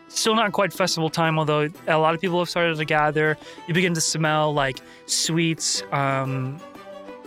Speaker 3: Still not quite festival time, although a lot of people have started to gather. You begin to smell like sweets, um,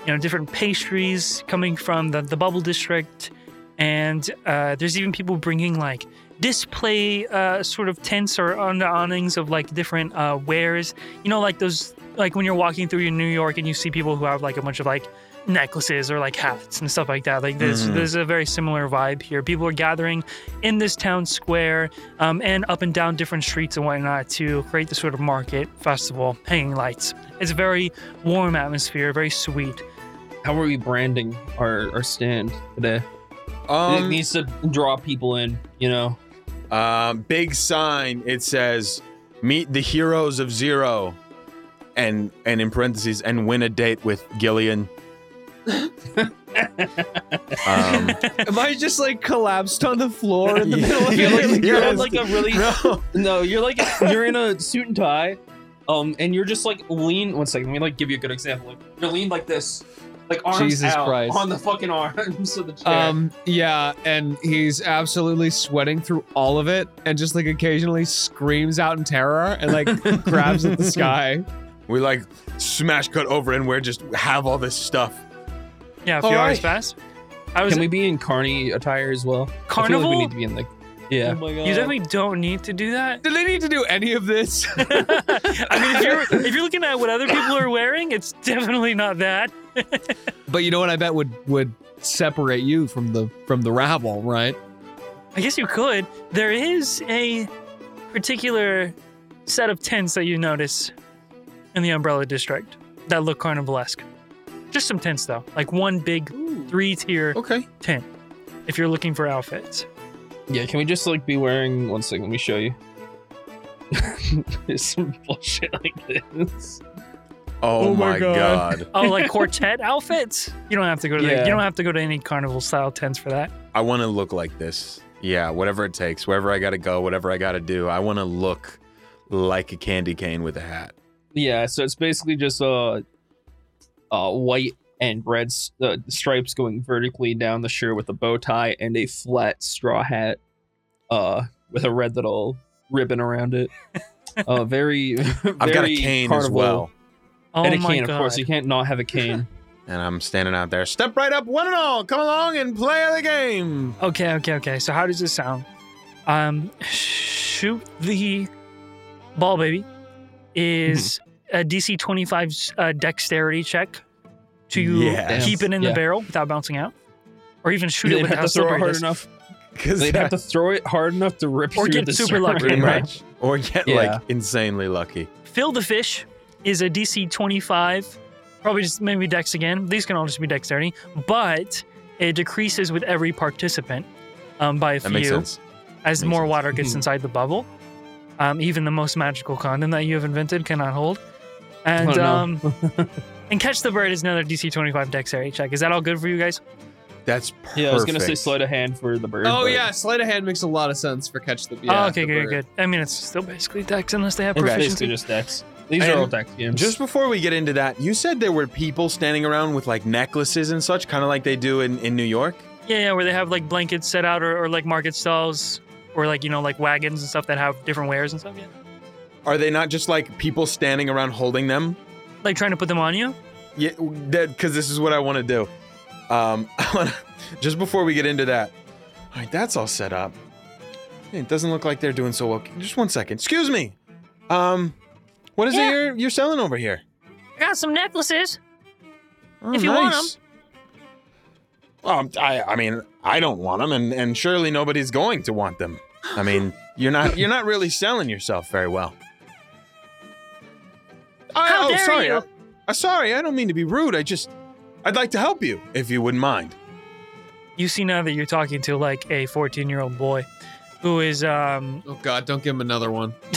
Speaker 3: you know, different pastries coming from the, the bubble district. And uh, there's even people bringing like display uh, sort of tents or on the awnings of like different uh, wares. You know, like those, like when you're walking through in New York and you see people who have like a bunch of like necklaces or like hats and stuff like that. Like this, there's a very similar vibe here. People are gathering in this town square um, and up and down different streets and whatnot to create this sort of market festival, hanging lights. It's a very warm atmosphere, very sweet.
Speaker 2: How are we branding our, our stand today? it
Speaker 4: Um,
Speaker 2: needs to draw people in, you know.
Speaker 4: uh, big sign. It says, "Meet the heroes of Zero," and and in parentheses, and win a date with Gillian. um,
Speaker 5: Am I just like collapsed on the floor in the middle of
Speaker 4: Yeah,
Speaker 2: You're like, you're
Speaker 4: Yes.
Speaker 2: like a really
Speaker 4: no.
Speaker 2: no. You're like you're in a suit and tie, um, and you're just like lean. One second, let me like give you a good example. Like, you're lean like this, like arms
Speaker 5: Jesus
Speaker 2: out
Speaker 5: Christ.
Speaker 2: on the fucking arms of the chair.
Speaker 5: Um, yeah, and he's absolutely sweating through all of it and just like occasionally screams out in terror and like grabs at the sky.
Speaker 4: We like smash cut over, and we're just have all this stuff.
Speaker 3: Yeah, a few
Speaker 4: All
Speaker 3: hours
Speaker 4: right.
Speaker 3: pass. I was
Speaker 2: Can we be in carny attire as well? I feel like
Speaker 3: Carnival?
Speaker 2: we need to be in like, yeah.
Speaker 3: You definitely don't need to do that.
Speaker 5: Did they need to do any of this?
Speaker 3: I mean, if you're if you're looking at what other people are wearing, it's definitely not that.
Speaker 5: but you know what I bet would would separate you from the from the rabble, right?
Speaker 3: I guess you could. There is a particular set of tents that you notice in the Umbrella District that look carnivalesque. Just some tents, though, like one big three-tier
Speaker 4: Okay.
Speaker 3: tent. If you're looking for outfits,
Speaker 2: Yeah, can we just like be wearing one second, let me show you. There's some bullshit like this.
Speaker 4: Oh,
Speaker 5: Oh my
Speaker 4: my,
Speaker 5: God.
Speaker 4: god.
Speaker 3: oh, like quartet outfits. You don't have to go to the-
Speaker 2: Yeah.
Speaker 3: you don't have to go to any carnival-style tents for that.
Speaker 4: I want to look like this. Yeah, whatever it takes, wherever I got to go, whatever I got to do. I want to look like a candy cane with a hat.
Speaker 2: Yeah, so it's basically just uh, uh white and red s- uh, stripes going vertically down the shirt with a bow tie and a flat straw hat uh with a red little ribbon around it. Uh very
Speaker 4: I've got a cane as well.
Speaker 3: Oh
Speaker 2: and a
Speaker 3: my
Speaker 2: cane,
Speaker 3: god!
Speaker 2: of course. You can't not have a cane.
Speaker 4: And I'm standing out there. Step right up, one and all. Come along and play the game.
Speaker 3: Okay, okay, okay. So how does this sound? Um, shoot the ball, baby, is
Speaker 2: Mm-hmm.
Speaker 3: a DC 25 uh, dexterity check to
Speaker 4: Yes.
Speaker 3: keep it in
Speaker 2: Yeah.
Speaker 3: the barrel without bouncing out, or even shoot it
Speaker 2: They'd
Speaker 3: with
Speaker 2: have
Speaker 3: how
Speaker 2: to throw
Speaker 3: slippery
Speaker 2: it
Speaker 3: it
Speaker 2: hard
Speaker 3: is.
Speaker 2: enough.
Speaker 4: Because
Speaker 2: They'd have to throw it hard enough to rip
Speaker 3: Or
Speaker 2: through
Speaker 3: get
Speaker 2: the
Speaker 3: super lucky,
Speaker 2: surrounding-
Speaker 3: right?
Speaker 4: Or get
Speaker 2: Yeah.
Speaker 4: like insanely lucky.
Speaker 3: Phil the fish is a DC 25, probably just maybe dex again. These can all just be dexterity, but it decreases with every participant um, by a
Speaker 4: That
Speaker 3: few.
Speaker 4: makes sense.
Speaker 3: as
Speaker 4: Makes
Speaker 3: more
Speaker 4: sense. Hmm.
Speaker 3: water gets
Speaker 2: Mhm.
Speaker 3: inside the bubble. Um, even the most magical condom that you have invented cannot hold. And
Speaker 2: Oh, no.
Speaker 3: um, and catch the bird is another DC 25 dexterity check. Is that all good for you guys?
Speaker 4: That's perfect.
Speaker 2: Yeah, I was gonna say sleight of hand for the bird.
Speaker 5: Oh
Speaker 2: but-
Speaker 5: yeah, sleight of hand makes a lot of sense for catch the.
Speaker 3: oh,
Speaker 5: Yeah,
Speaker 3: okay,
Speaker 5: the
Speaker 3: good,
Speaker 5: bird.
Speaker 3: good. I mean, it's still basically dex unless they have
Speaker 2: It's
Speaker 3: proficiency.
Speaker 2: basically just decks. These
Speaker 4: And
Speaker 2: are all deck games.
Speaker 4: Just before we get into that, you said there were people standing around with like necklaces and such, kind of like they do in, in New York.
Speaker 3: yeah, yeah, where they have like blankets set out or, or like market stalls or like, you know, like wagons and stuff that have different wares and stuff. Yeah.
Speaker 4: Are they not just like people standing around holding them?
Speaker 3: Like trying to put them on you.
Speaker 4: Yeah, because this is what I want to do. Um, I wanna, just before we get into that, all right, that's all set up. It doesn't look like they're doing so well. Just one second. Excuse me. Um, what is
Speaker 3: Yeah.
Speaker 4: it you're you're selling over here?
Speaker 3: I got some necklaces.
Speaker 4: Oh,
Speaker 3: If you want 'em.
Speaker 4: Um, I I mean I don't want them, and and surely nobody's going to want them. I mean you're not you're not really selling yourself very well. I,
Speaker 3: How
Speaker 4: oh,
Speaker 3: dare
Speaker 4: sorry.
Speaker 3: you.
Speaker 4: I, I- sorry, I don't mean to be rude. I just I'd like to help you if you wouldn't mind.
Speaker 3: You see now that you're talking to like a 14 year old boy who is um,
Speaker 5: Oh god, don't give him another one.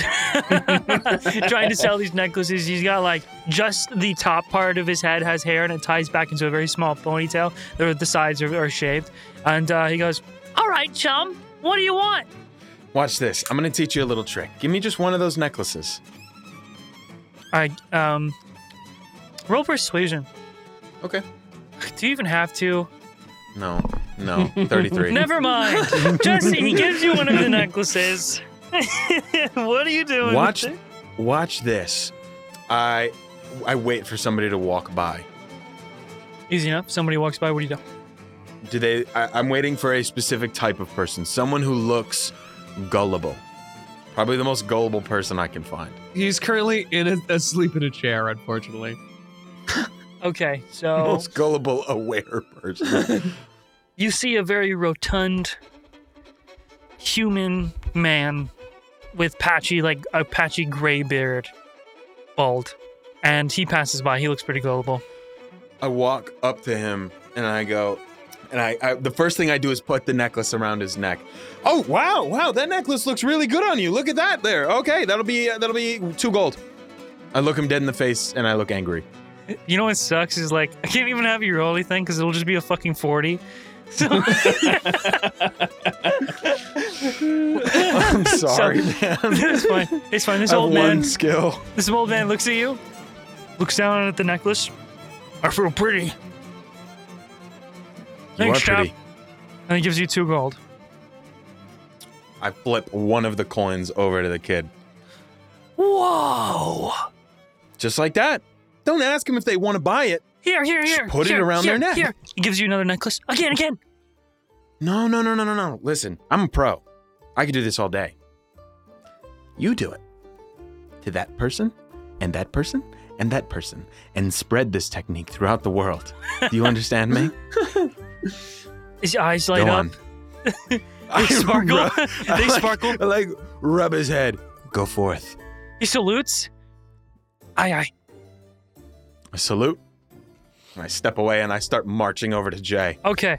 Speaker 3: trying to sell these necklaces. He's got like just the top part of his head has hair and it ties back into a very small ponytail. The, the sides are, are shaved. And uh, he goes, All right, chum, what do you want?
Speaker 4: Watch this. I'm gonna teach you a little trick. Give me just one of those necklaces.
Speaker 3: I um, roll persuasion.
Speaker 4: Okay.
Speaker 3: Do you even have to?
Speaker 4: No, no, 33.
Speaker 3: Never mind. Jesse, he gives you one of the necklaces. what are you doing?
Speaker 4: Watch, watch this. I, I wait for somebody to walk by.
Speaker 3: Easy enough. Somebody walks by. What do you do?
Speaker 4: Do they? I, I'm waiting for a specific type of person. Someone who looks gullible. Probably the most gullible person I can find.
Speaker 5: He's currently in a, asleep in a chair, unfortunately.
Speaker 3: Okay, so
Speaker 4: Most gullible, aware person.
Speaker 3: you see a very rotund human man with patchy, like a patchy gray beard, bald, and he passes by. He looks pretty gullible.
Speaker 4: I walk up to him and I go, and I, I the first thing I do is put the necklace around his neck. Oh wow, wow, that necklace looks really good on you. Look at that there. Okay, that'll be uh, that'll be two gold. I look him dead in the face and I look angry.
Speaker 3: You know what sucks is like I can't even have your holy thing because it'll just be a fucking forty. So
Speaker 4: I'm sorry, man.
Speaker 3: it's fine. It's fine. This
Speaker 4: I have
Speaker 3: old
Speaker 4: one
Speaker 3: man.
Speaker 4: skill.
Speaker 3: This old man looks at you, looks down at the necklace. I feel pretty. Thanks,
Speaker 4: you are
Speaker 3: chap.
Speaker 4: pretty.
Speaker 3: And he gives you two gold.
Speaker 4: I flip one of the coins over to the kid.
Speaker 3: Whoa!
Speaker 4: Just like that. Don't ask him if they want to buy it.
Speaker 3: Here, here,
Speaker 4: Just
Speaker 3: here.
Speaker 4: put it
Speaker 3: here,
Speaker 4: around
Speaker 3: here,
Speaker 4: their neck.
Speaker 3: Here. He gives you another necklace. Again, again.
Speaker 4: No, no, no, no, no, no. Listen, I'm a pro. I could do this all day. You do it to that person, and that person, and that person, and spread this technique throughout the world. Do you understand me?
Speaker 3: His eyes light
Speaker 4: go
Speaker 3: up.
Speaker 4: on. I
Speaker 3: sparkle.
Speaker 4: rub-
Speaker 3: They
Speaker 4: I like-
Speaker 3: sparkle.
Speaker 4: I like rub his head. Go forth.
Speaker 3: He salutes. Aye, aye.
Speaker 4: I salute. I step away and I start marching over to Jay.
Speaker 3: Okay.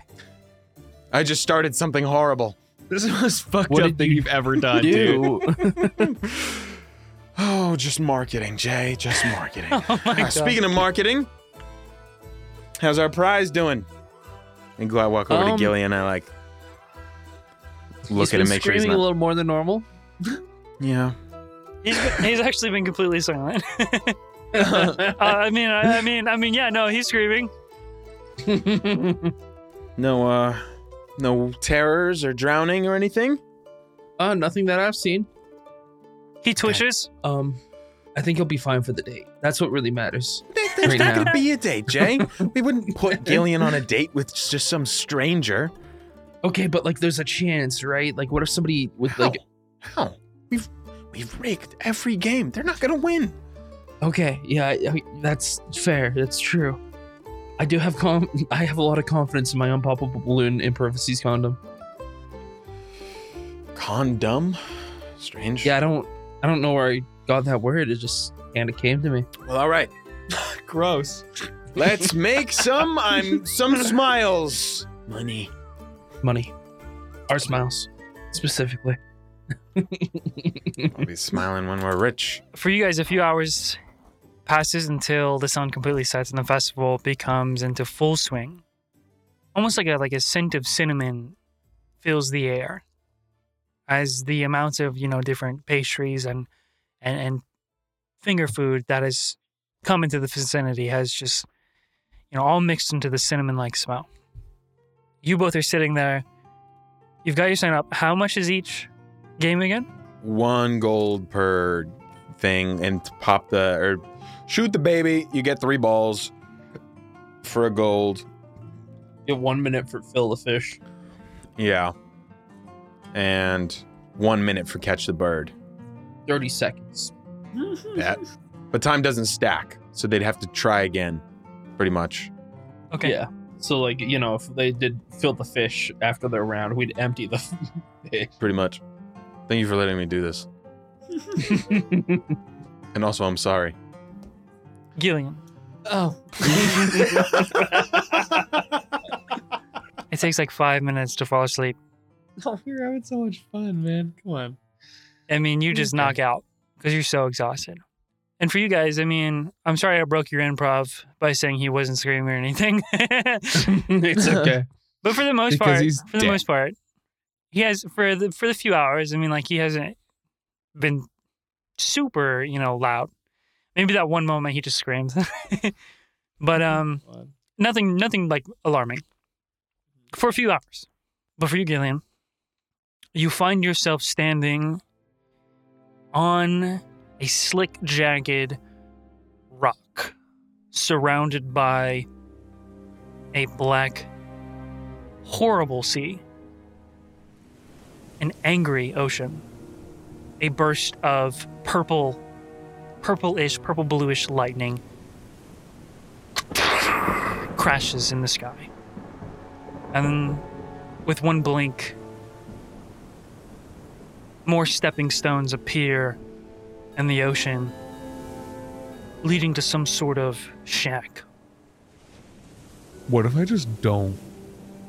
Speaker 4: I just started something horrible.
Speaker 5: This is the most fucked
Speaker 2: What
Speaker 5: up
Speaker 2: did
Speaker 5: thing
Speaker 2: you
Speaker 5: you've ever done, dude.
Speaker 2: do.
Speaker 4: Oh, just marketing, Jay. Just marketing.
Speaker 3: Oh my
Speaker 4: Ah,
Speaker 3: god.
Speaker 4: speaking of marketing, how's our prize doing? And I walk over
Speaker 2: Um,
Speaker 4: to Gillian. I like look
Speaker 2: He's
Speaker 4: at
Speaker 2: been
Speaker 4: him, make sure he's not.
Speaker 2: screaming a little more than normal.
Speaker 4: yeah.
Speaker 3: He's, he's actually been completely silent. uh, I mean, I, I mean, I mean, yeah, no, he's screaming.
Speaker 4: No, uh, no terrors or drowning or anything.
Speaker 2: Uh, nothing that I've seen.
Speaker 3: He twitches.
Speaker 2: Um, I think he'll be fine for the date. That's what really matters.
Speaker 4: That,
Speaker 2: Right
Speaker 4: not
Speaker 2: now.
Speaker 4: gonna be a date, Jay. we wouldn't put Gillian on a date with just some stranger.
Speaker 2: Okay, but like, there's a chance, right? Like, what if somebody with
Speaker 4: How?
Speaker 2: like?
Speaker 4: How? We've we've rigged every game. They're not gonna win.
Speaker 2: Okay, yeah, I, I, that's fair. That's true. I do have com. I have a lot of confidence in my unpoppable balloon impervices condom.
Speaker 4: Condom. Strange.
Speaker 2: Yeah, I don't. I don't know where I got that word. It just kind of came to me.
Speaker 4: Well, all right.
Speaker 5: Gross.
Speaker 4: Let's make some. I'm some smiles. Money.
Speaker 2: Money, our smiles, specifically.
Speaker 4: I'll be smiling when we're rich.
Speaker 3: For you guys, a few hours passes until the sun completely sets and the festival becomes into full swing. Almost like a like a scent of cinnamon fills the air as the amount of, you know, different pastries and and, and finger food that has come into the vicinity has just you know all mixed into the cinnamon like smell. You both are sitting there. You've got your sign up. How much is each game again?
Speaker 4: One gold per thing and to pop the or shoot the baby, you get three balls for a gold.
Speaker 2: Get one minute for Phil the fish.
Speaker 4: Yeah. And one minute for catch the bird.
Speaker 2: Thirty seconds.
Speaker 4: That. But time doesn't stack, so they'd have to try again, pretty much.
Speaker 3: Okay.
Speaker 2: Yeah. So like you know, if they did fill the fish after their round, we'd empty the fish.
Speaker 4: Pretty much. Thank you for letting me do this. And also I'm sorry.
Speaker 3: Gillian.
Speaker 5: Oh.
Speaker 3: It takes like five minutes to fall asleep.
Speaker 5: oh, we were having so much fun, man. Come on.
Speaker 3: I mean, you just knock out because you're so exhausted. And for you guys, I mean, I'm sorry I broke your improv by saying he wasn't screaming or anything.
Speaker 2: it's okay.
Speaker 3: but for the most
Speaker 5: Because
Speaker 3: part,
Speaker 5: he's
Speaker 3: for the
Speaker 5: dead.
Speaker 3: most part, he has for the for the few hours. I mean, like he hasn't been super, you know, loud. Maybe that one moment he just screamed. but um,
Speaker 5: Come on.
Speaker 3: nothing nothing like alarming for a few hours but for you gillian you find yourself standing on a slick jagged rock surrounded by a black horrible sea an angry ocean a burst of purple purplish purple bluish lightning crashes in the sky. And then, with one blink, more stepping stones appear in the ocean, leading to some sort of shack.
Speaker 5: What if I just don't?
Speaker 3: Do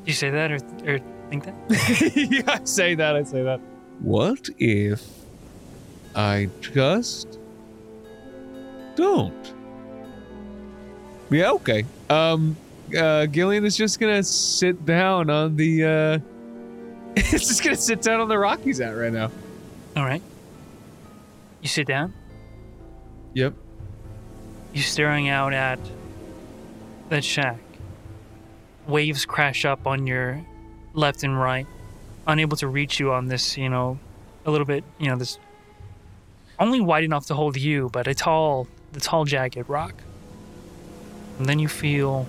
Speaker 3: you say that or, or think that?
Speaker 5: yeah, I say that. I say that. What if I just don't? Yeah, okay. Um, uh, Gillian is just gonna sit down on the. uh It's just gonna sit down on the rock he's at right now.
Speaker 3: All right. You sit down.
Speaker 5: Yep.
Speaker 3: You're staring out at that shack. Waves crash up on your left and right, unable to reach you on this, you know, a little bit, you know, this only wide enough to hold you, but a tall, the tall jagged rock. And then you feel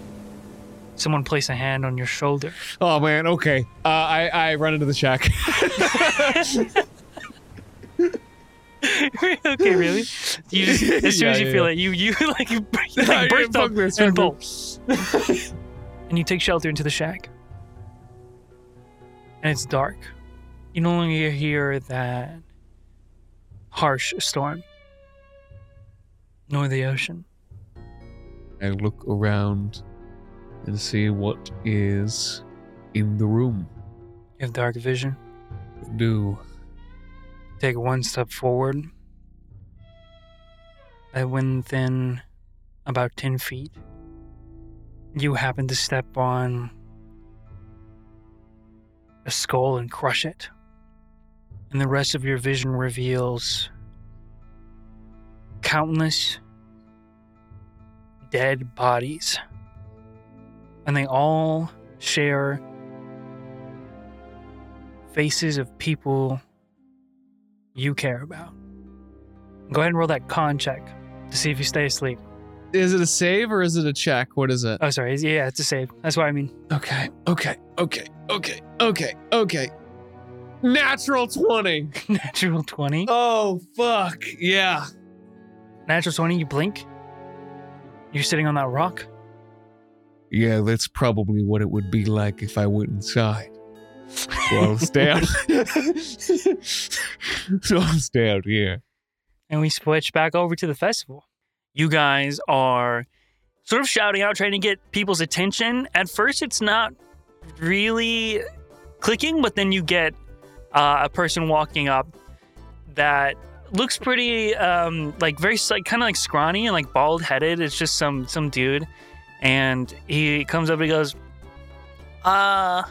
Speaker 3: someone place a hand on your shoulder.
Speaker 5: Oh man. Okay. Uh, I I run into the shack.
Speaker 3: okay, really? You just, as soon
Speaker 5: Yeah,
Speaker 3: as you
Speaker 5: yeah,
Speaker 3: feel
Speaker 5: yeah.
Speaker 3: it, you you like you, bur- you,
Speaker 5: Yeah,
Speaker 3: like burst
Speaker 5: fuck
Speaker 3: up
Speaker 5: this,
Speaker 3: and
Speaker 5: fuck this.
Speaker 3: bolt. and you take shelter into the shack. And it's dark. You no longer hear that harsh storm, nor the ocean.
Speaker 5: I look around and see what is in the room.
Speaker 3: You have dark vision.
Speaker 5: Do
Speaker 3: Take one step forward. I went within about 10 feet. You happen to step on a skull and crush it. And the rest of your vision reveals countless dead bodies. And they all share faces of people you care about. Go ahead and roll that con check to see if you stay asleep.
Speaker 5: is it a save or is it a check? What is it?
Speaker 3: Oh, sorry. Yeah, it's a save. That's what I mean.
Speaker 5: Okay, okay, okay, okay, okay, okay. Natural 20.
Speaker 3: Natural 20.
Speaker 5: Oh, fuck. Yeah.
Speaker 3: Natural 20, you blink. You're sitting on that rock.
Speaker 5: Yeah, that's probably what it would be like if I went inside. So I'll stay out. so I'll stay out here.
Speaker 3: and we switch back over to the festival. You guys are sort of shouting out, trying to get people's attention. At first, it's not really clicking, but then you get uh, a person walking up that looks pretty, um, like very, like kind of like scrawny and like bald headed. It's just some some dude, and he comes up and he goes, "Uh,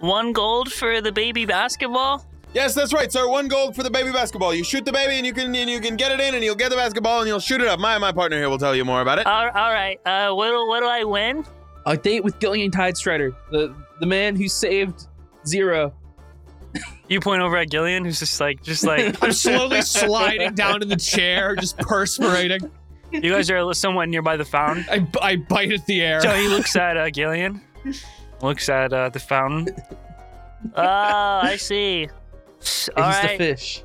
Speaker 3: one gold for the baby basketball."
Speaker 4: Yes, that's right, sir. One gold for the baby basketball. You shoot the baby, and you can and you can get it in, and you'll get the basketball, and you'll shoot it up. My my partner here will tell you more about it.
Speaker 3: All, all right. Uh, what do, what do I win?
Speaker 2: A date with Gillian Tidestrider, the the man who saved Zero.
Speaker 3: You point over at Gillian, who's just like, just like,
Speaker 5: I'm slowly sliding down in the chair, just perspirating.
Speaker 3: you guys are somewhat nearby the fountain.
Speaker 5: I, I bite at the air.
Speaker 3: So he looks at uh, Gillian, looks at uh, the fountain. Oh, I see.
Speaker 2: And
Speaker 3: All
Speaker 2: he's
Speaker 3: right.
Speaker 2: the fish.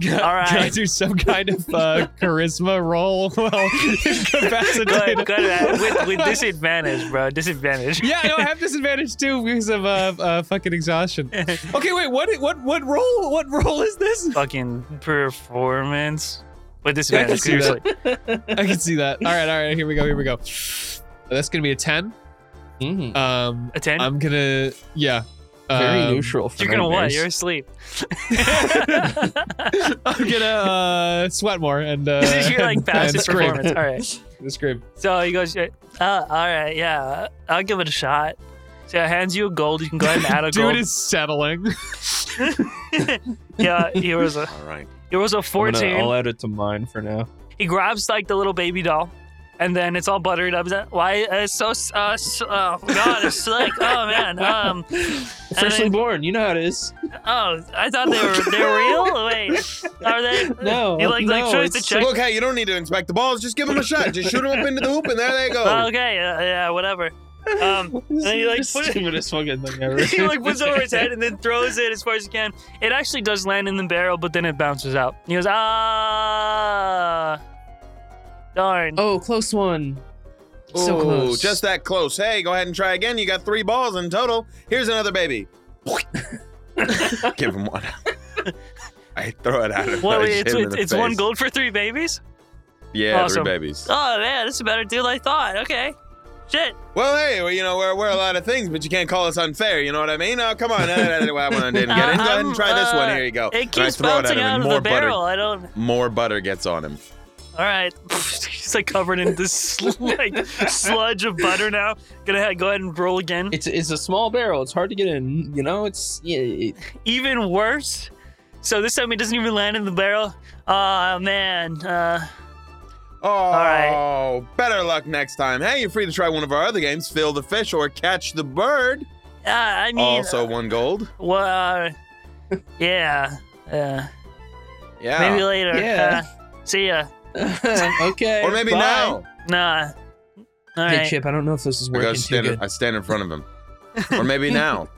Speaker 5: Can,
Speaker 3: All
Speaker 5: can I
Speaker 3: right.
Speaker 5: do some kind of uh, charisma roll? Well, incapacitated.
Speaker 3: Good, good. uh, With, with disadvantage, bro. Disadvantage.
Speaker 5: yeah, no, I have disadvantage too because of uh, uh fucking exhaustion. Okay, wait, what what what roll what roll is this?
Speaker 3: Fucking performance. With disadvantage,
Speaker 5: see that.
Speaker 3: seriously.
Speaker 5: I can see that. All right, all right, here we go, here we go. That's gonna be a ten.
Speaker 2: Mhm.
Speaker 5: Um,
Speaker 3: A 10?
Speaker 5: I'm gonna yeah.
Speaker 2: Very
Speaker 5: um,
Speaker 2: neutral. For
Speaker 3: You're gonna what?
Speaker 2: nightmares.
Speaker 3: You're asleep.
Speaker 5: I'm gonna uh, sweat more and uh,
Speaker 3: this is your like
Speaker 5: and- and
Speaker 3: fastest
Speaker 5: scream.
Speaker 3: performance. All right.
Speaker 5: And scream.
Speaker 3: So he goes, uh, all right, yeah, I'll give it a shot. So I hands you a gold. You can go ahead and add a
Speaker 5: Dude
Speaker 3: gold.
Speaker 5: is settling.
Speaker 3: yeah, he was a
Speaker 4: All right.
Speaker 3: he was a
Speaker 2: I'm
Speaker 3: 14
Speaker 2: gonna- I'll add it to mine for now.
Speaker 3: He grabs like the little baby doll, and then it's all buttered up. He's like, Why uh, it's so uh, so, oh god, it's like oh man, um,
Speaker 2: Freshly
Speaker 3: then-
Speaker 2: born, you know how it is.
Speaker 3: oh I thought they were they're real. Wait, are they?
Speaker 2: No,
Speaker 3: he like like
Speaker 2: no,
Speaker 3: tries to
Speaker 2: it's-
Speaker 3: check.
Speaker 4: Look, hey, you don't need to inspect the balls. Just give them a shot. Just shoot them up into the hoop, and there they go.
Speaker 3: Oh, okay, uh, yeah, whatever. Um, and then he like
Speaker 2: This
Speaker 3: put
Speaker 2: is
Speaker 3: it.
Speaker 2: the stupidest fucking thing ever.
Speaker 3: he like puts it over his head and then throws it as far as he can. It actually does land in the barrel, but then it bounces out. He goes, ah, darn.
Speaker 4: Oh,
Speaker 2: Oh, close one.
Speaker 3: So
Speaker 4: Ooh,
Speaker 3: close.
Speaker 4: Just that close. Hey, go ahead and try again. You got three balls in total. Here's another baby. Give him one. I throw it at him.
Speaker 3: Well,
Speaker 4: I
Speaker 3: it's,
Speaker 4: hit him in
Speaker 3: it's,
Speaker 4: the
Speaker 3: it's one
Speaker 4: face.
Speaker 3: gold for three babies?
Speaker 4: Yeah,
Speaker 3: Awesome.
Speaker 4: three babies.
Speaker 3: Oh, man, this is a better deal than I thought. Okay. Shit.
Speaker 4: Well, hey, well, you know, we're, we're a lot of things, but you can't call us unfair. You know what I mean? Oh, come on. That one didn't get in. Go ahead and try this one. Here you go.
Speaker 3: Uh-huh. Uh, It
Speaker 4: And Oh, I
Speaker 3: keeps
Speaker 4: throw it at
Speaker 3: bouncing
Speaker 4: him, and
Speaker 3: out of
Speaker 4: more
Speaker 3: the
Speaker 4: butter-
Speaker 3: barrel. I don't.
Speaker 4: More butter gets on him.
Speaker 3: All right. He's like covered in this sl- like sludge of butter now. Gonna ha- go ahead and roll again.
Speaker 2: It's it's a small barrel. It's hard to get in. You know, it's yeah, it-
Speaker 3: Even worse. So this time it doesn't even land in the barrel. Oh, man. Uh,
Speaker 4: Oh,
Speaker 3: right.
Speaker 4: better luck next time. Hey, you're free to try one of our other games, Fill the Fish or Catch the Bird.
Speaker 3: uh, I
Speaker 4: Oh,
Speaker 3: mean.
Speaker 4: Also one gold.
Speaker 3: Well, uh, yeah. Uh,
Speaker 4: Yeah.
Speaker 3: Maybe later.
Speaker 2: Yeah.
Speaker 3: Uh, see ya.
Speaker 2: okay.
Speaker 4: or maybe
Speaker 2: bye.
Speaker 4: now.
Speaker 3: Nah. All
Speaker 2: Hey
Speaker 3: right.
Speaker 2: Chip, I don't know if this is
Speaker 4: I,
Speaker 2: working
Speaker 4: go
Speaker 2: too
Speaker 4: stand
Speaker 2: good.
Speaker 4: I stand in front of him. or maybe now.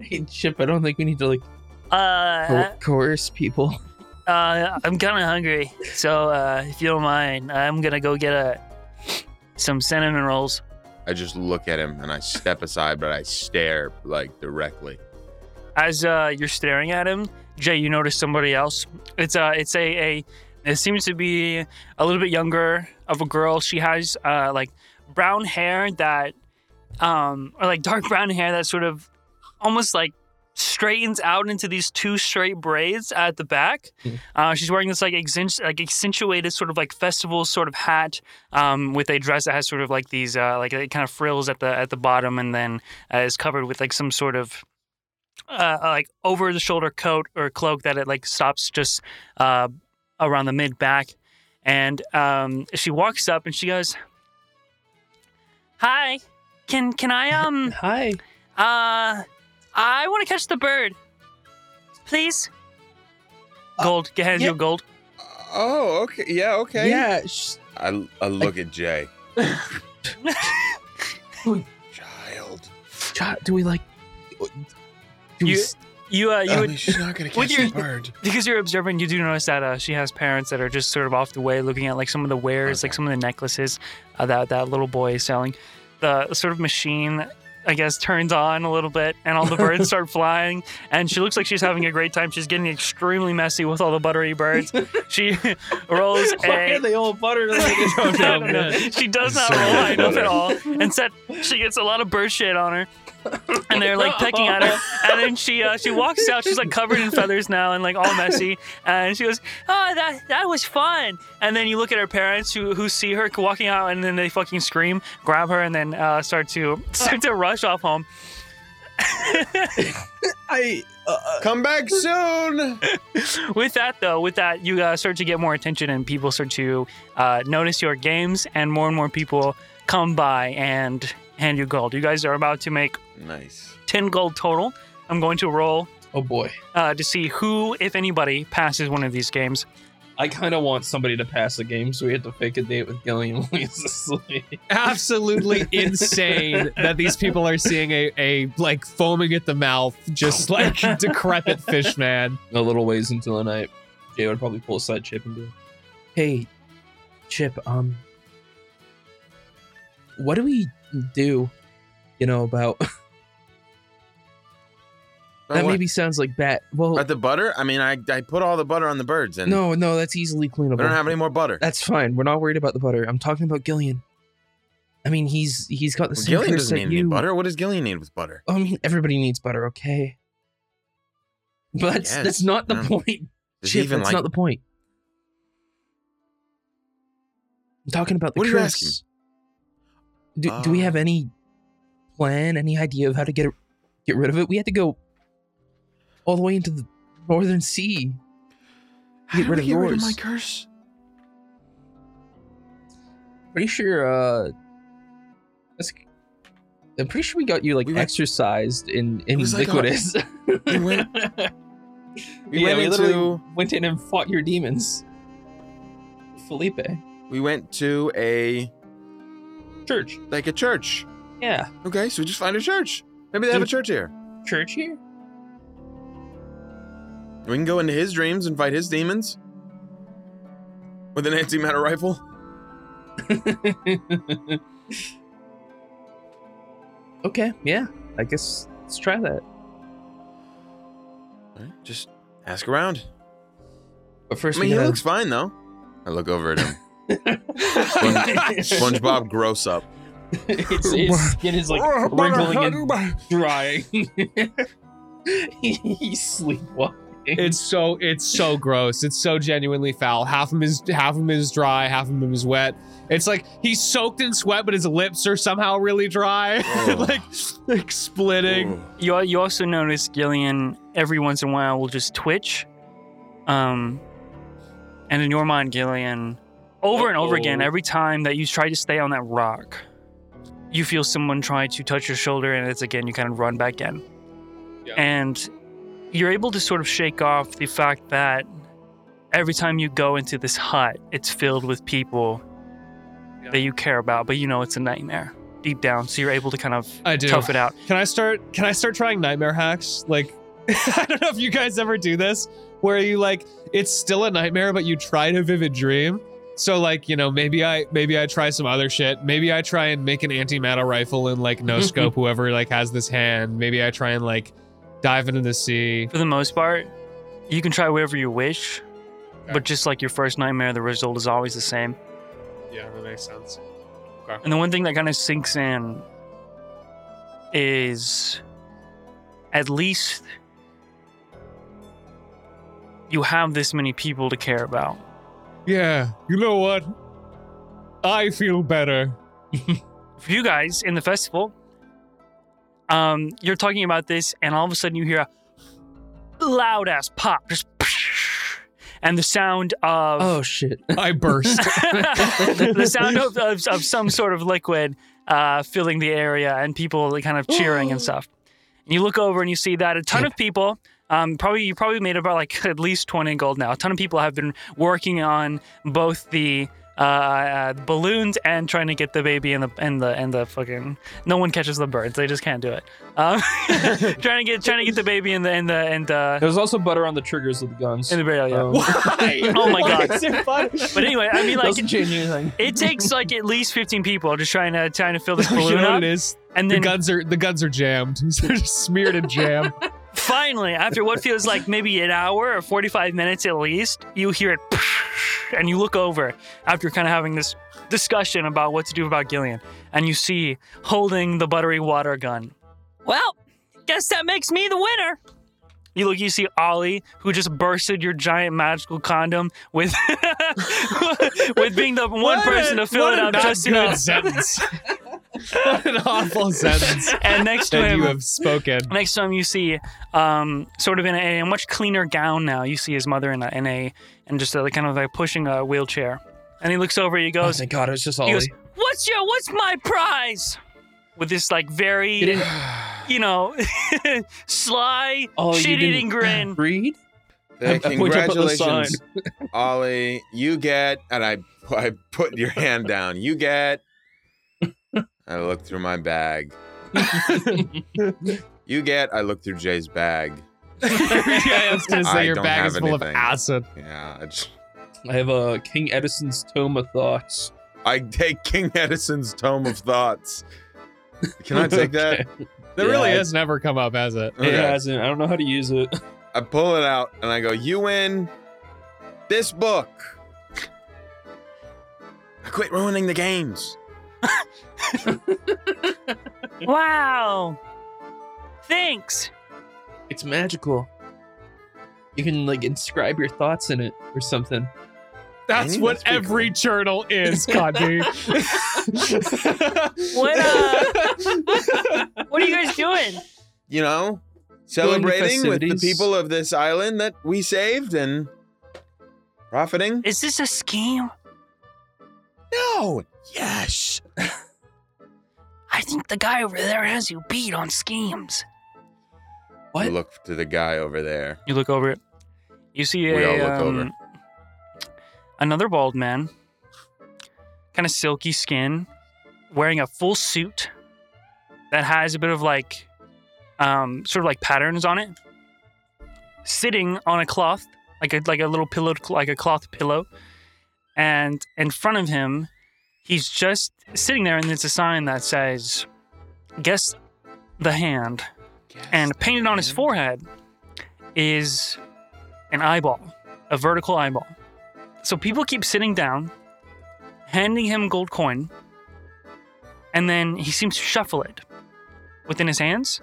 Speaker 2: Hey Chip, I don't think we need to like
Speaker 3: uh,
Speaker 2: co- coerce people.
Speaker 3: uh, I'm kind of hungry, so uh, if you don't mind, I'm gonna go get a some cinnamon rolls.
Speaker 4: I just look at him and I step aside, but I stare like directly.
Speaker 3: As uh, you're staring at him, Jay, you notice somebody else. It's uh, it's a, a it seems to be a little bit younger of a girl. She has uh, like brown hair that, um, or like dark brown hair that sort of almost like straightens out into these two straight braids at the back.
Speaker 2: Hmm.
Speaker 3: Uh, she's wearing this like, accent- like accentuated sort of like festival sort of hat um, with a dress that has sort of like these uh, like it kind of frills at the at the bottom and then uh, is covered with like some sort of uh, like over the shoulder coat or cloak that it like stops just uh, around the mid back. And um, she walks up and she goes, "Hi, can can I um?"
Speaker 2: Hi.
Speaker 3: Uh, I want to catch the bird. Please. Gold. Get hands
Speaker 2: yeah.
Speaker 3: your gold.
Speaker 4: Oh, okay. Yeah, okay.
Speaker 2: Yeah. Sh-
Speaker 4: I, I look at Jay. Child.
Speaker 2: God, do we like? Do we
Speaker 3: You-
Speaker 2: s-
Speaker 3: You, uh, you would,
Speaker 4: she's not going to
Speaker 3: would you-
Speaker 4: bird.
Speaker 3: because you're observant, you do notice that uh, she has parents that are just sort of off the way looking at like some of the wares, like
Speaker 4: Okay.
Speaker 3: some of the necklaces uh, that that little boy is selling. The sort of machine, I guess, turns on a little bit and all the birds start flying. And she looks like she's having a great time. She's getting extremely messy with all the buttery birds. She rolls
Speaker 2: why
Speaker 3: a.
Speaker 2: are they all buttered?
Speaker 3: I
Speaker 2: Like,
Speaker 3: don't know. She does not
Speaker 4: So
Speaker 3: roll
Speaker 4: much
Speaker 3: high enough
Speaker 4: butter.
Speaker 3: at all. Instead, she gets a lot of bird shit on her. And they're like pecking at her. And then she uh, she walks out. She's like covered in feathers now and like all messy. And she goes, "Oh, that that was fun." And then you look at her parents who who see her walking out, and then they fucking scream, grab her, and then uh, start to start to rush off home.
Speaker 2: I. Uh,
Speaker 4: Come back soon.
Speaker 3: With that, though, with that, you uh, start to get more attention, and people start to uh, notice your games, and more and more people come by and hand you gold. You guys are about to make
Speaker 4: nice.
Speaker 3: 10 gold total. I'm going to roll
Speaker 2: oh boy.
Speaker 3: uh, to see who, if anybody, passes one of these games.
Speaker 2: I kind of want somebody to pass the game, so we had to fake a date with Gillian when he's asleep.
Speaker 5: Absolutely insane that these people are seeing a, a like foaming at the mouth, just like decrepit fish man.
Speaker 2: A little ways until the night, Jay would probably pull aside Chip and be like, "Hey, Chip, um, what do we do? You know about that?
Speaker 4: About what?
Speaker 2: Maybe sounds like bad. Well,
Speaker 4: About the butter? I mean, I, I put all the butter on the birds and
Speaker 2: no, no, that's easily cleanable.
Speaker 4: we don't have any more butter.
Speaker 2: That's fine. We're not worried about the butter. I'm talking about Gillian. I mean, he's he's got the same
Speaker 4: Gillian
Speaker 2: curse
Speaker 4: doesn't
Speaker 2: that
Speaker 4: need
Speaker 2: you.
Speaker 4: any butter. What does Gillian need with butter?
Speaker 2: I mean, everybody needs butter, okay? But that's,
Speaker 4: Yes,
Speaker 2: that's not the
Speaker 4: yeah.
Speaker 2: point.
Speaker 4: Does
Speaker 2: Chip,
Speaker 4: he even
Speaker 2: that's
Speaker 4: like
Speaker 2: not the point. I'm talking about the
Speaker 4: What are you
Speaker 2: curse.
Speaker 4: asking?
Speaker 2: Do, do we
Speaker 4: Ah.
Speaker 2: have any plan, any idea of how to get it, get rid of it? We had to go all the way into the northern sea.
Speaker 4: How
Speaker 2: Get
Speaker 4: do
Speaker 2: rid
Speaker 4: we
Speaker 2: of
Speaker 4: get rid of
Speaker 2: yours.
Speaker 4: my curse?
Speaker 2: Pretty sure. uh that's, I'm pretty sure we got you like
Speaker 4: We went-
Speaker 2: exercised in in
Speaker 4: was like a-
Speaker 2: liquidus.
Speaker 4: we went- We
Speaker 2: yeah,
Speaker 4: went
Speaker 2: we
Speaker 4: into
Speaker 2: literally went in and fought your demons. Felipe.
Speaker 4: we went to a
Speaker 2: Church.
Speaker 4: like a church.
Speaker 2: Yeah.
Speaker 4: Okay, so we just find a church. Maybe they have a
Speaker 2: Mm.
Speaker 4: church here.
Speaker 2: Church here?
Speaker 4: We can go into his dreams and fight his demons. with an antimatter rifle?
Speaker 2: okay, yeah. I guess let's try that.
Speaker 4: Alright, Just ask around.
Speaker 2: But
Speaker 4: I
Speaker 2: first,
Speaker 4: mean,
Speaker 2: we
Speaker 4: he
Speaker 2: gotta-
Speaker 4: looks fine though. I look over at him. Sponge- SpongeBob gross up.
Speaker 2: It's, his skin is like wrinkling and drying. He's sleepwalking.
Speaker 5: It's so it's so gross. It's so genuinely foul. Half of him is half of him is dry, half of him is wet. It's like he's soaked in sweat, but his lips are somehow really dry,
Speaker 4: Oh.
Speaker 5: like like splitting.
Speaker 4: Ooh.
Speaker 3: You you also notice Gillian every once in a while will just twitch, um, and in your mind, Gillian, over and over again,
Speaker 2: Uh-oh.
Speaker 3: every time that you try to stay on that rock, you feel someone try to touch your shoulder, and it's again you kind of run back in,
Speaker 2: Yeah.
Speaker 3: and you're able to sort of shake off the fact that every time you go into this hut, it's filled with people
Speaker 2: Yeah.
Speaker 3: that you care about, but you know it's a nightmare deep down, so you're able to kind of
Speaker 5: I do.
Speaker 3: tough it out.
Speaker 5: Can I start? Can I start trying nightmare hacks? Like, I don't know if you guys ever do this, where you like it's still a nightmare, but you tried a vivid dream. So like you know maybe I maybe I try some other shit. Maybe I try and make an antimatter rifle and like no scope whoever like has this hand. Maybe I try and like dive into the sea.
Speaker 3: For the most part, you can try whatever you wish,
Speaker 5: Okay.
Speaker 3: but just like your first nightmare, the result is always the same.
Speaker 5: Yeah, that makes sense.
Speaker 3: And the one thing that kind of sinks in is at least you have this many people to care about.
Speaker 5: Yeah, you know what? I feel better.
Speaker 3: For you guys in the festival, um, you're talking about this, and all of a sudden you hear a loud ass pop, just and the sound of
Speaker 2: Oh shit!
Speaker 5: I burst.
Speaker 3: the, the sound of, of, of some sort of liquid uh, filling the area and people like, kind of cheering and stuff. And you look over and you see that a ton of people, um, probably you probably made about like at least 20 gold now. A ton of people have been working on both the uh, uh, balloons and trying to get the baby and the and the and the fucking no one catches the birds they just can't do it um, trying to get trying to get the baby and the and the and the
Speaker 2: There's also butter on the triggers of the guns.
Speaker 3: and the barrel yeah.
Speaker 2: Um,
Speaker 3: oh my god
Speaker 2: but
Speaker 3: but anyway I mean like
Speaker 2: doesn't change anything.
Speaker 3: it takes like at least 15 people just trying to trying to fill this
Speaker 5: you
Speaker 3: balloon
Speaker 5: know what
Speaker 3: up
Speaker 5: it is?
Speaker 3: and
Speaker 5: The
Speaker 3: then
Speaker 5: guns are the guns are jammed. They're just smeared in jam.
Speaker 3: finally after what feels like maybe an hour or 45 minutes at least you hear it and you look over after kind of having this discussion about what to do about Gillian and you see holding the buttery water gun well guess that makes me the winner you look, you see Ollie, who just bursted your giant magical condom with with being the one
Speaker 5: What
Speaker 3: person to
Speaker 5: a-
Speaker 3: fill
Speaker 5: what
Speaker 3: it
Speaker 5: a
Speaker 3: up
Speaker 5: not
Speaker 3: just
Speaker 5: good
Speaker 3: enough.
Speaker 5: sentence. what an awful sentence
Speaker 3: And next to
Speaker 5: that
Speaker 3: him,
Speaker 5: you have spoken.
Speaker 3: Next time you see, um, sort of in a, a much cleaner gown now, you see his mother in a, in a and just uh, kind of like pushing a wheelchair, and he looks over. He
Speaker 2: Oh
Speaker 3: goes,
Speaker 2: thank God! It's just
Speaker 3: he
Speaker 2: Ollie.
Speaker 3: goes, "What's your, what's my prize?" With this like
Speaker 2: You
Speaker 3: very,
Speaker 2: didn't.
Speaker 3: you know, sly,
Speaker 2: Oh, you
Speaker 3: shit-eating
Speaker 2: didn't
Speaker 3: grin.
Speaker 2: read.
Speaker 4: Hey,
Speaker 2: I point up at the sign.
Speaker 4: congratulations, Ollie. You get, and I, I put your hand down. You get. I look through my bag. you get. I look through Jay's bag.
Speaker 5: yeah, I was gonna say
Speaker 4: I
Speaker 5: your
Speaker 4: don't
Speaker 5: bag
Speaker 4: have
Speaker 5: is full of
Speaker 4: anything.
Speaker 5: acid.
Speaker 4: Yeah, I, just-
Speaker 2: I have a uh, King Edison's Tome of Thoughts.
Speaker 4: I take King Edison's Tome of Thoughts. Can I take that?
Speaker 5: That really
Speaker 2: Yeah.
Speaker 5: has never come up, has it?
Speaker 2: It
Speaker 4: Okay.
Speaker 2: hasn't. I don't know how to use it.
Speaker 4: I pull it out and I go, "You win this book." I quit ruining the games.
Speaker 3: Wow, thanks.
Speaker 2: It's magical. You can like inscribe your thoughts in it or something.
Speaker 5: That's
Speaker 4: Mm,
Speaker 5: what
Speaker 4: that's pretty
Speaker 5: every journal is, Condi.
Speaker 3: What uh, what are you guys doing?
Speaker 4: you know,
Speaker 2: Going to
Speaker 4: celebrating with the
Speaker 2: festivities.
Speaker 4: people of this island that we saved and profiting.
Speaker 3: Is this a scheme?
Speaker 4: No. Yes.
Speaker 3: I think the guy over there has you beat on schemes.
Speaker 4: I
Speaker 2: What?
Speaker 4: look to the guy over there.
Speaker 3: You look over it. You see a
Speaker 4: We all look
Speaker 3: um,
Speaker 4: over.
Speaker 3: another bald man, kind of silky skin, wearing a full suit that has a bit of like, um, sort of like patterns on it, sitting on a cloth like a like a little pillow like a cloth pillow, and in front of him, he's just sitting there, and there's a sign that says, "Guess the hand," and painted on his forehead is an eyeball, a vertical eyeball. So people keep sitting down, handing him gold coin, and then he seems to shuffle it within his hands,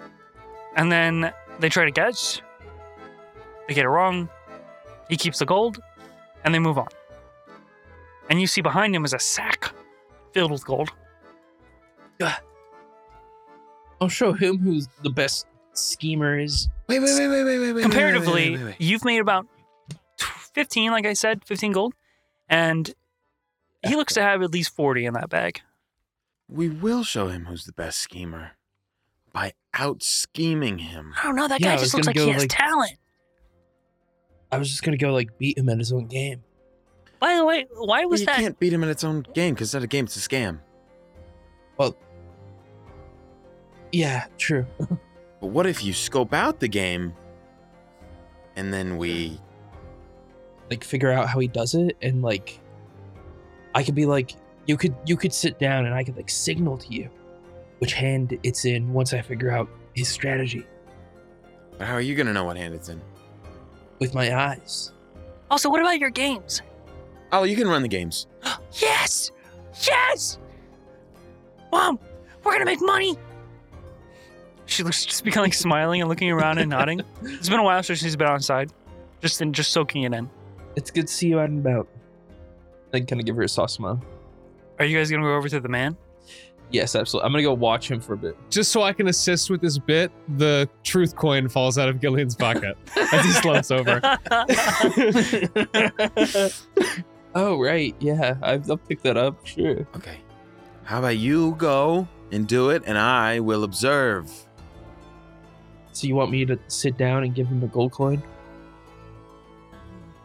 Speaker 3: and then they try to guess. They get it wrong. He keeps the gold, and they move on. And you see behind him is a sack filled with gold.
Speaker 2: I'll show him who the best schemer is.
Speaker 4: Wait, wait, wait, wait, wait, wait, wait.
Speaker 3: Comparatively,
Speaker 4: wait, wait, wait, wait.
Speaker 3: you've made about tw- 15, like I said, 15 gold. And he looks to have at least 40 in that bag.
Speaker 4: we will show him who's the best schemer by out scheming him.
Speaker 3: I don't know. Oh, That
Speaker 2: Yeah, I
Speaker 3: guy
Speaker 2: was
Speaker 3: just looks
Speaker 2: gonna
Speaker 3: like he
Speaker 2: go,
Speaker 3: has
Speaker 2: like-
Speaker 3: talent.
Speaker 2: I was just gonna go like beat him at his own game.
Speaker 3: By the way, why
Speaker 4: Well,
Speaker 3: was
Speaker 4: you
Speaker 3: that?
Speaker 4: can't beat him in its own game because it's not a game; it's a scam.
Speaker 2: Yeah, true.
Speaker 4: But what if you scope out the game, and then we?
Speaker 2: Like figure out how he does it, and like, I could be like, you could you could sit down, and I could like signal to you which hand it's in once I figure out his strategy
Speaker 4: But how are you gonna know what hand it's in?
Speaker 2: with my eyes.
Speaker 3: Also, what about your games?
Speaker 4: Oh, you can run the games.
Speaker 3: Yes! Yes! Mom, we're gonna make money! She looks just becoming like, smiling and looking around and nodding. It's been a while since she's been outside. Just in, just soaking it in.
Speaker 2: It's good to see you out and about. Then kind of give her a soft smile.
Speaker 3: Are you guys gonna go over to the man?
Speaker 2: Yes, absolutely. I'm gonna go watch him for a bit.
Speaker 5: Just so I can assist with this bit, the truth coin falls out of Gillian's pocket as he slumps over.
Speaker 2: oh right, yeah, I've, I'll pick that up. Sure.
Speaker 4: Okay. How about you go and do it, and I will observe.
Speaker 2: So you want me to sit down and give him the gold coin,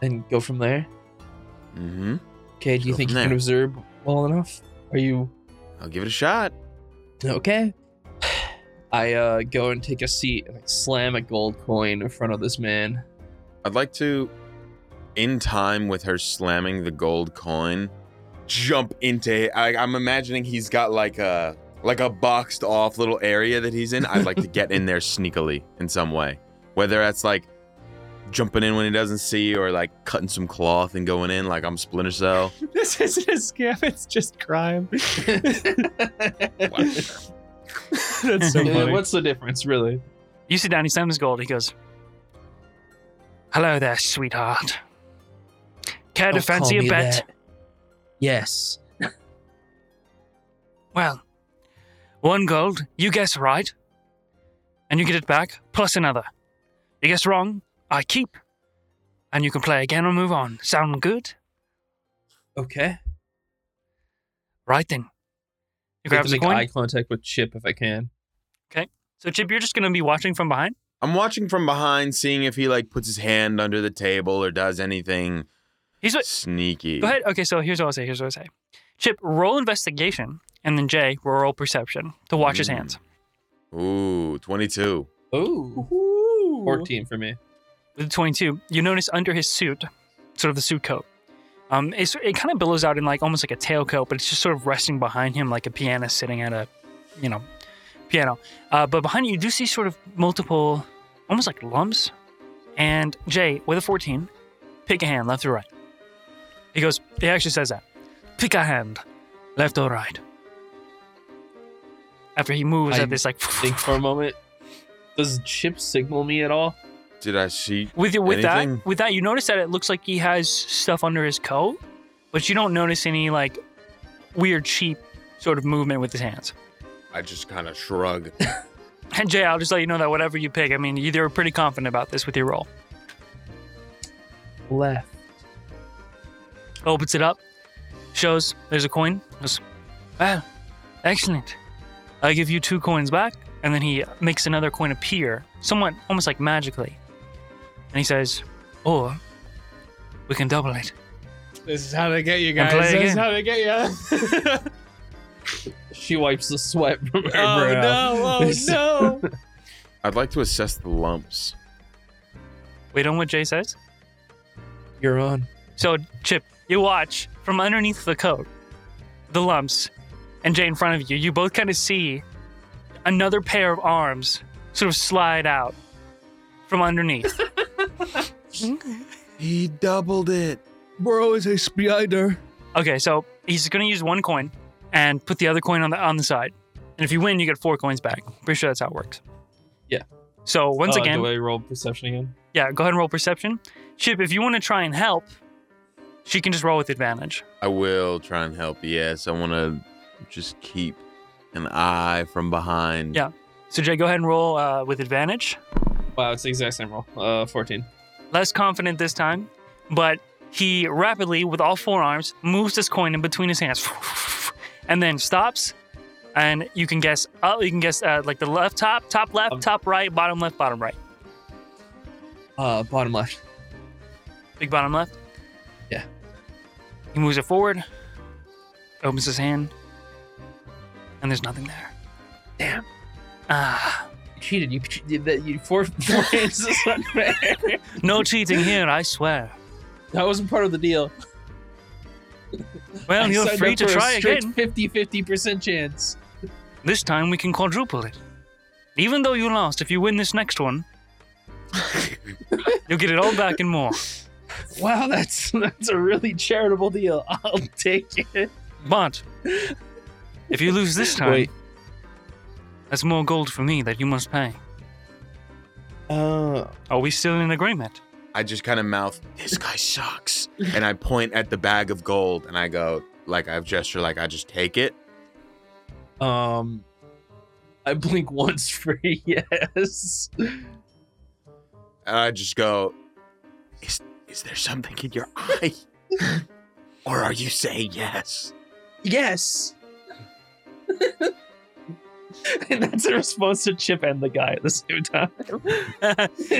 Speaker 2: and go from there?
Speaker 4: Mm-hmm.
Speaker 2: Okay. Do you
Speaker 4: Go
Speaker 2: think
Speaker 4: from
Speaker 2: you can
Speaker 4: there.
Speaker 2: observe well enough? Are you
Speaker 4: I'll give it a shot.
Speaker 2: okay? I uh, go and take a seat and I slam a gold coin in front of this man.
Speaker 4: I'd like to, in time with her slamming the gold coin, jump into. I, I'm imagining he's got like a like a boxed off little area that he's in. I'd like to get in there sneakily in some way, whether that's like jumping in when he doesn't see, or like cutting some cloth and going in like I'm Splinter Cell.
Speaker 5: this isn't a scam, it's just crime. That's so
Speaker 2: Yeah,
Speaker 5: funny.
Speaker 2: what's the difference, really?
Speaker 3: You sit down, he slams his gold, he goes, Hello there, sweetheart. Care to
Speaker 2: Don't call
Speaker 3: fancy a
Speaker 2: me
Speaker 3: bet?
Speaker 2: that. Yes.
Speaker 3: Well, one gold, you guess right, and you get it back, plus another. You guess wrong, I keep, and you can play again or move on. Sound good?
Speaker 2: Okay.
Speaker 3: Right then. You
Speaker 2: I have
Speaker 3: grab
Speaker 2: to
Speaker 3: the
Speaker 2: make
Speaker 3: coin.
Speaker 2: eye contact with Chip if I can.
Speaker 3: So, Chip, you're just going to be watching from behind?
Speaker 4: I'm watching from behind, seeing if he like puts his hand under the table or does anything
Speaker 3: He's what?
Speaker 4: sneaky.
Speaker 3: Go ahead. Okay, so here's what I'll say. Here's what I'll say. Chip, roll investigation, and then Jay, roll perception to watch his
Speaker 2: Hmm.
Speaker 4: Mm.
Speaker 3: hands.
Speaker 4: Ooh, 22.
Speaker 2: Oh, 14 for me.
Speaker 3: the 22, you notice under his suit, sort of the suit coat, um, it's, it kind of billows out in like almost like a tailcoat, but it's just sort of resting behind him like a pianist sitting at a, you know, piano. Uh, but behind you, you do see sort of multiple, almost like lumps. And Jay, with a 14, pick a hand, left or right. He goes, he actually says that. Pick a hand, left or right. After he moves
Speaker 2: I
Speaker 3: at this like
Speaker 2: Think for a moment. Does Chip signal me at all?
Speaker 4: Did I see?
Speaker 3: With your, with
Speaker 4: Anything?
Speaker 3: that with that, you notice that it looks like he has stuff under his coat, but you don't notice any like weird, cheap sort of movement with his hands.
Speaker 4: I just kind of shrug.
Speaker 3: And Jay, I'll just let you know that whatever you pick, I mean, you, they were pretty confident about this with your roll.
Speaker 2: Left.
Speaker 3: Opens it up, shows there's a coin. Goes, well, excellent. I give you two coins back, and then he makes another coin appear, somewhat almost like magically, and he says, or we can double it.
Speaker 5: This is how they get you
Speaker 3: And
Speaker 5: guys.
Speaker 3: play
Speaker 5: This is
Speaker 3: again.
Speaker 5: how they get you.
Speaker 2: She wipes the sweat from her
Speaker 5: oh
Speaker 2: brow.
Speaker 5: no! Oh
Speaker 2: This-
Speaker 5: no!
Speaker 4: I'd like to assess the lumps.
Speaker 3: Wait on what Jay says.
Speaker 2: You're on.
Speaker 3: So, Chip, You watch from underneath the coat, the lumps, and Jay in front of you. You both kind of see another pair of arms sort of slide out from underneath.
Speaker 4: He doubled it.
Speaker 2: Bro is a spider.
Speaker 3: Okay, so he's going to use one coin and put the other coin on the on the side. And if you win, you get four coins back. Pretty sure that's how it works.
Speaker 2: Yeah.
Speaker 3: So once
Speaker 2: Uh,
Speaker 3: again,
Speaker 2: do I roll perception again?
Speaker 3: yeah, go ahead and roll perception. Chip, if you want to try and help, she can just roll with advantage.
Speaker 4: I will try and help. Yes, I want to just keep an eye from behind.
Speaker 3: Yeah. So Jay, go ahead and roll uh, with advantage.
Speaker 2: Wow, it's the exact same roll. Uh, fourteen.
Speaker 3: Less confident this time, but he rapidly, with all four arms, moves this coin in between his hands, and then stops. And you can guess. Oh, you can guess uh, like the left top, top left,
Speaker 2: Um,
Speaker 3: top right, bottom left, bottom right,
Speaker 2: Uh, bottom left.
Speaker 3: big bottom left.
Speaker 2: Yeah.
Speaker 3: He moves it forward, opens his hand, and there's nothing there.
Speaker 2: Damn.
Speaker 3: Ah.
Speaker 2: You cheated. You you, that- you four four hands is unfair.
Speaker 3: No cheating here, I swear.
Speaker 2: That wasn't part of the deal.
Speaker 3: Well,
Speaker 2: I
Speaker 3: you're
Speaker 2: signed
Speaker 3: free
Speaker 2: up
Speaker 3: to
Speaker 2: for
Speaker 3: try
Speaker 2: a strict
Speaker 3: again.
Speaker 2: 50 percent chance.
Speaker 3: This time we can quadruple it. Even though you lost, if you win this next one, you'll get it all back and more.
Speaker 2: Wow, that's that's a really charitable deal. I'll take it.
Speaker 3: But if you lose this time, that's more gold for me that you must pay.
Speaker 2: Uh,
Speaker 3: Are we still in agreement?
Speaker 4: I just kind of mouth, "This guy sucks," and I point at the bag of gold, and I go, like I've gestured, like I just take it.
Speaker 2: um, I blink once for yes.
Speaker 4: And I just go, "Is is there something in your eye, or are you saying yes?"
Speaker 2: Yes. and that's a response to Chip and the guy at the same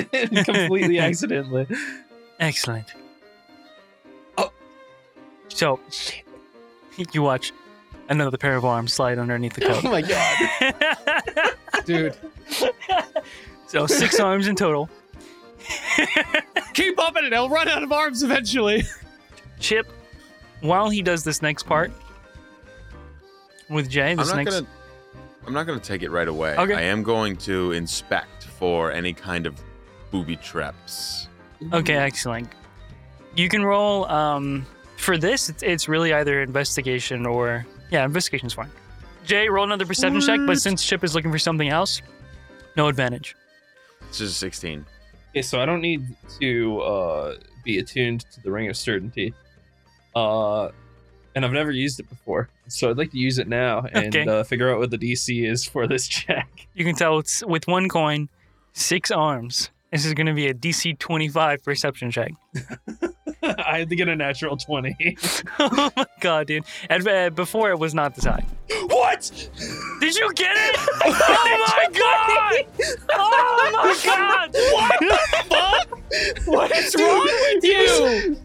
Speaker 2: time. Completely accidentally.
Speaker 3: Excellent.
Speaker 2: Oh.
Speaker 3: So, you watch another pair of arms slide underneath the coat.
Speaker 2: Oh my god.
Speaker 5: dude.
Speaker 3: so, six arms in total.
Speaker 5: Keep up at it. I'll run out of arms eventually.
Speaker 3: Chip, while he does this next part with Jay, this
Speaker 4: I'm not
Speaker 3: next
Speaker 4: gonna. I'm not gonna take it right away.
Speaker 3: Okay.
Speaker 4: I am going to inspect for any kind of booby traps.
Speaker 3: Okay, excellent. You can roll um for this it's, it's really either investigation or yeah, investigation's fine. Jay, roll another perception check, but since Chip is looking for something else, no advantage.
Speaker 4: This is 16.
Speaker 2: Okay, so I don't need to uh, be attuned to the Ring of Certainty. Uh, and I've never used it before. So I'd like to use it now and
Speaker 3: Okay.
Speaker 2: uh, figure out what the DC is for this check.
Speaker 3: You can tell it's with one coin, six arms. This is going to be a DC 25 perception check.
Speaker 2: I had to get a natural 20.
Speaker 3: oh my god, dude. And, uh, before it was not the time.
Speaker 2: what?
Speaker 3: Did you get it? oh my god! Oh my god! What
Speaker 2: What is wrong with you?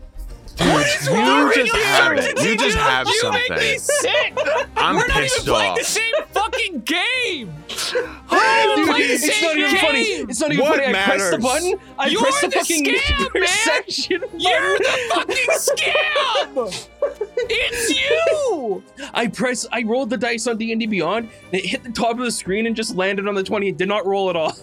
Speaker 4: you just have it. You just have
Speaker 5: You
Speaker 4: something.
Speaker 5: make me sick.
Speaker 4: I'm
Speaker 5: We're not even
Speaker 4: pissed
Speaker 5: playing
Speaker 4: off.
Speaker 5: the same fucking game.
Speaker 2: Dude,
Speaker 5: Play the
Speaker 2: it's
Speaker 5: same
Speaker 2: not even
Speaker 5: game.
Speaker 2: funny. It's not even
Speaker 4: What
Speaker 2: funny. I pressed the
Speaker 4: matters?
Speaker 2: button. I
Speaker 5: You're
Speaker 2: pressed the,
Speaker 5: the
Speaker 2: fucking
Speaker 5: scam, man.
Speaker 2: perception
Speaker 5: You're
Speaker 2: button.
Speaker 5: the fucking scam. It's you.
Speaker 2: I press. I rolled the dice on D and D Beyond. And it hit the top of the screen and just landed on the twenty. It did not roll at all.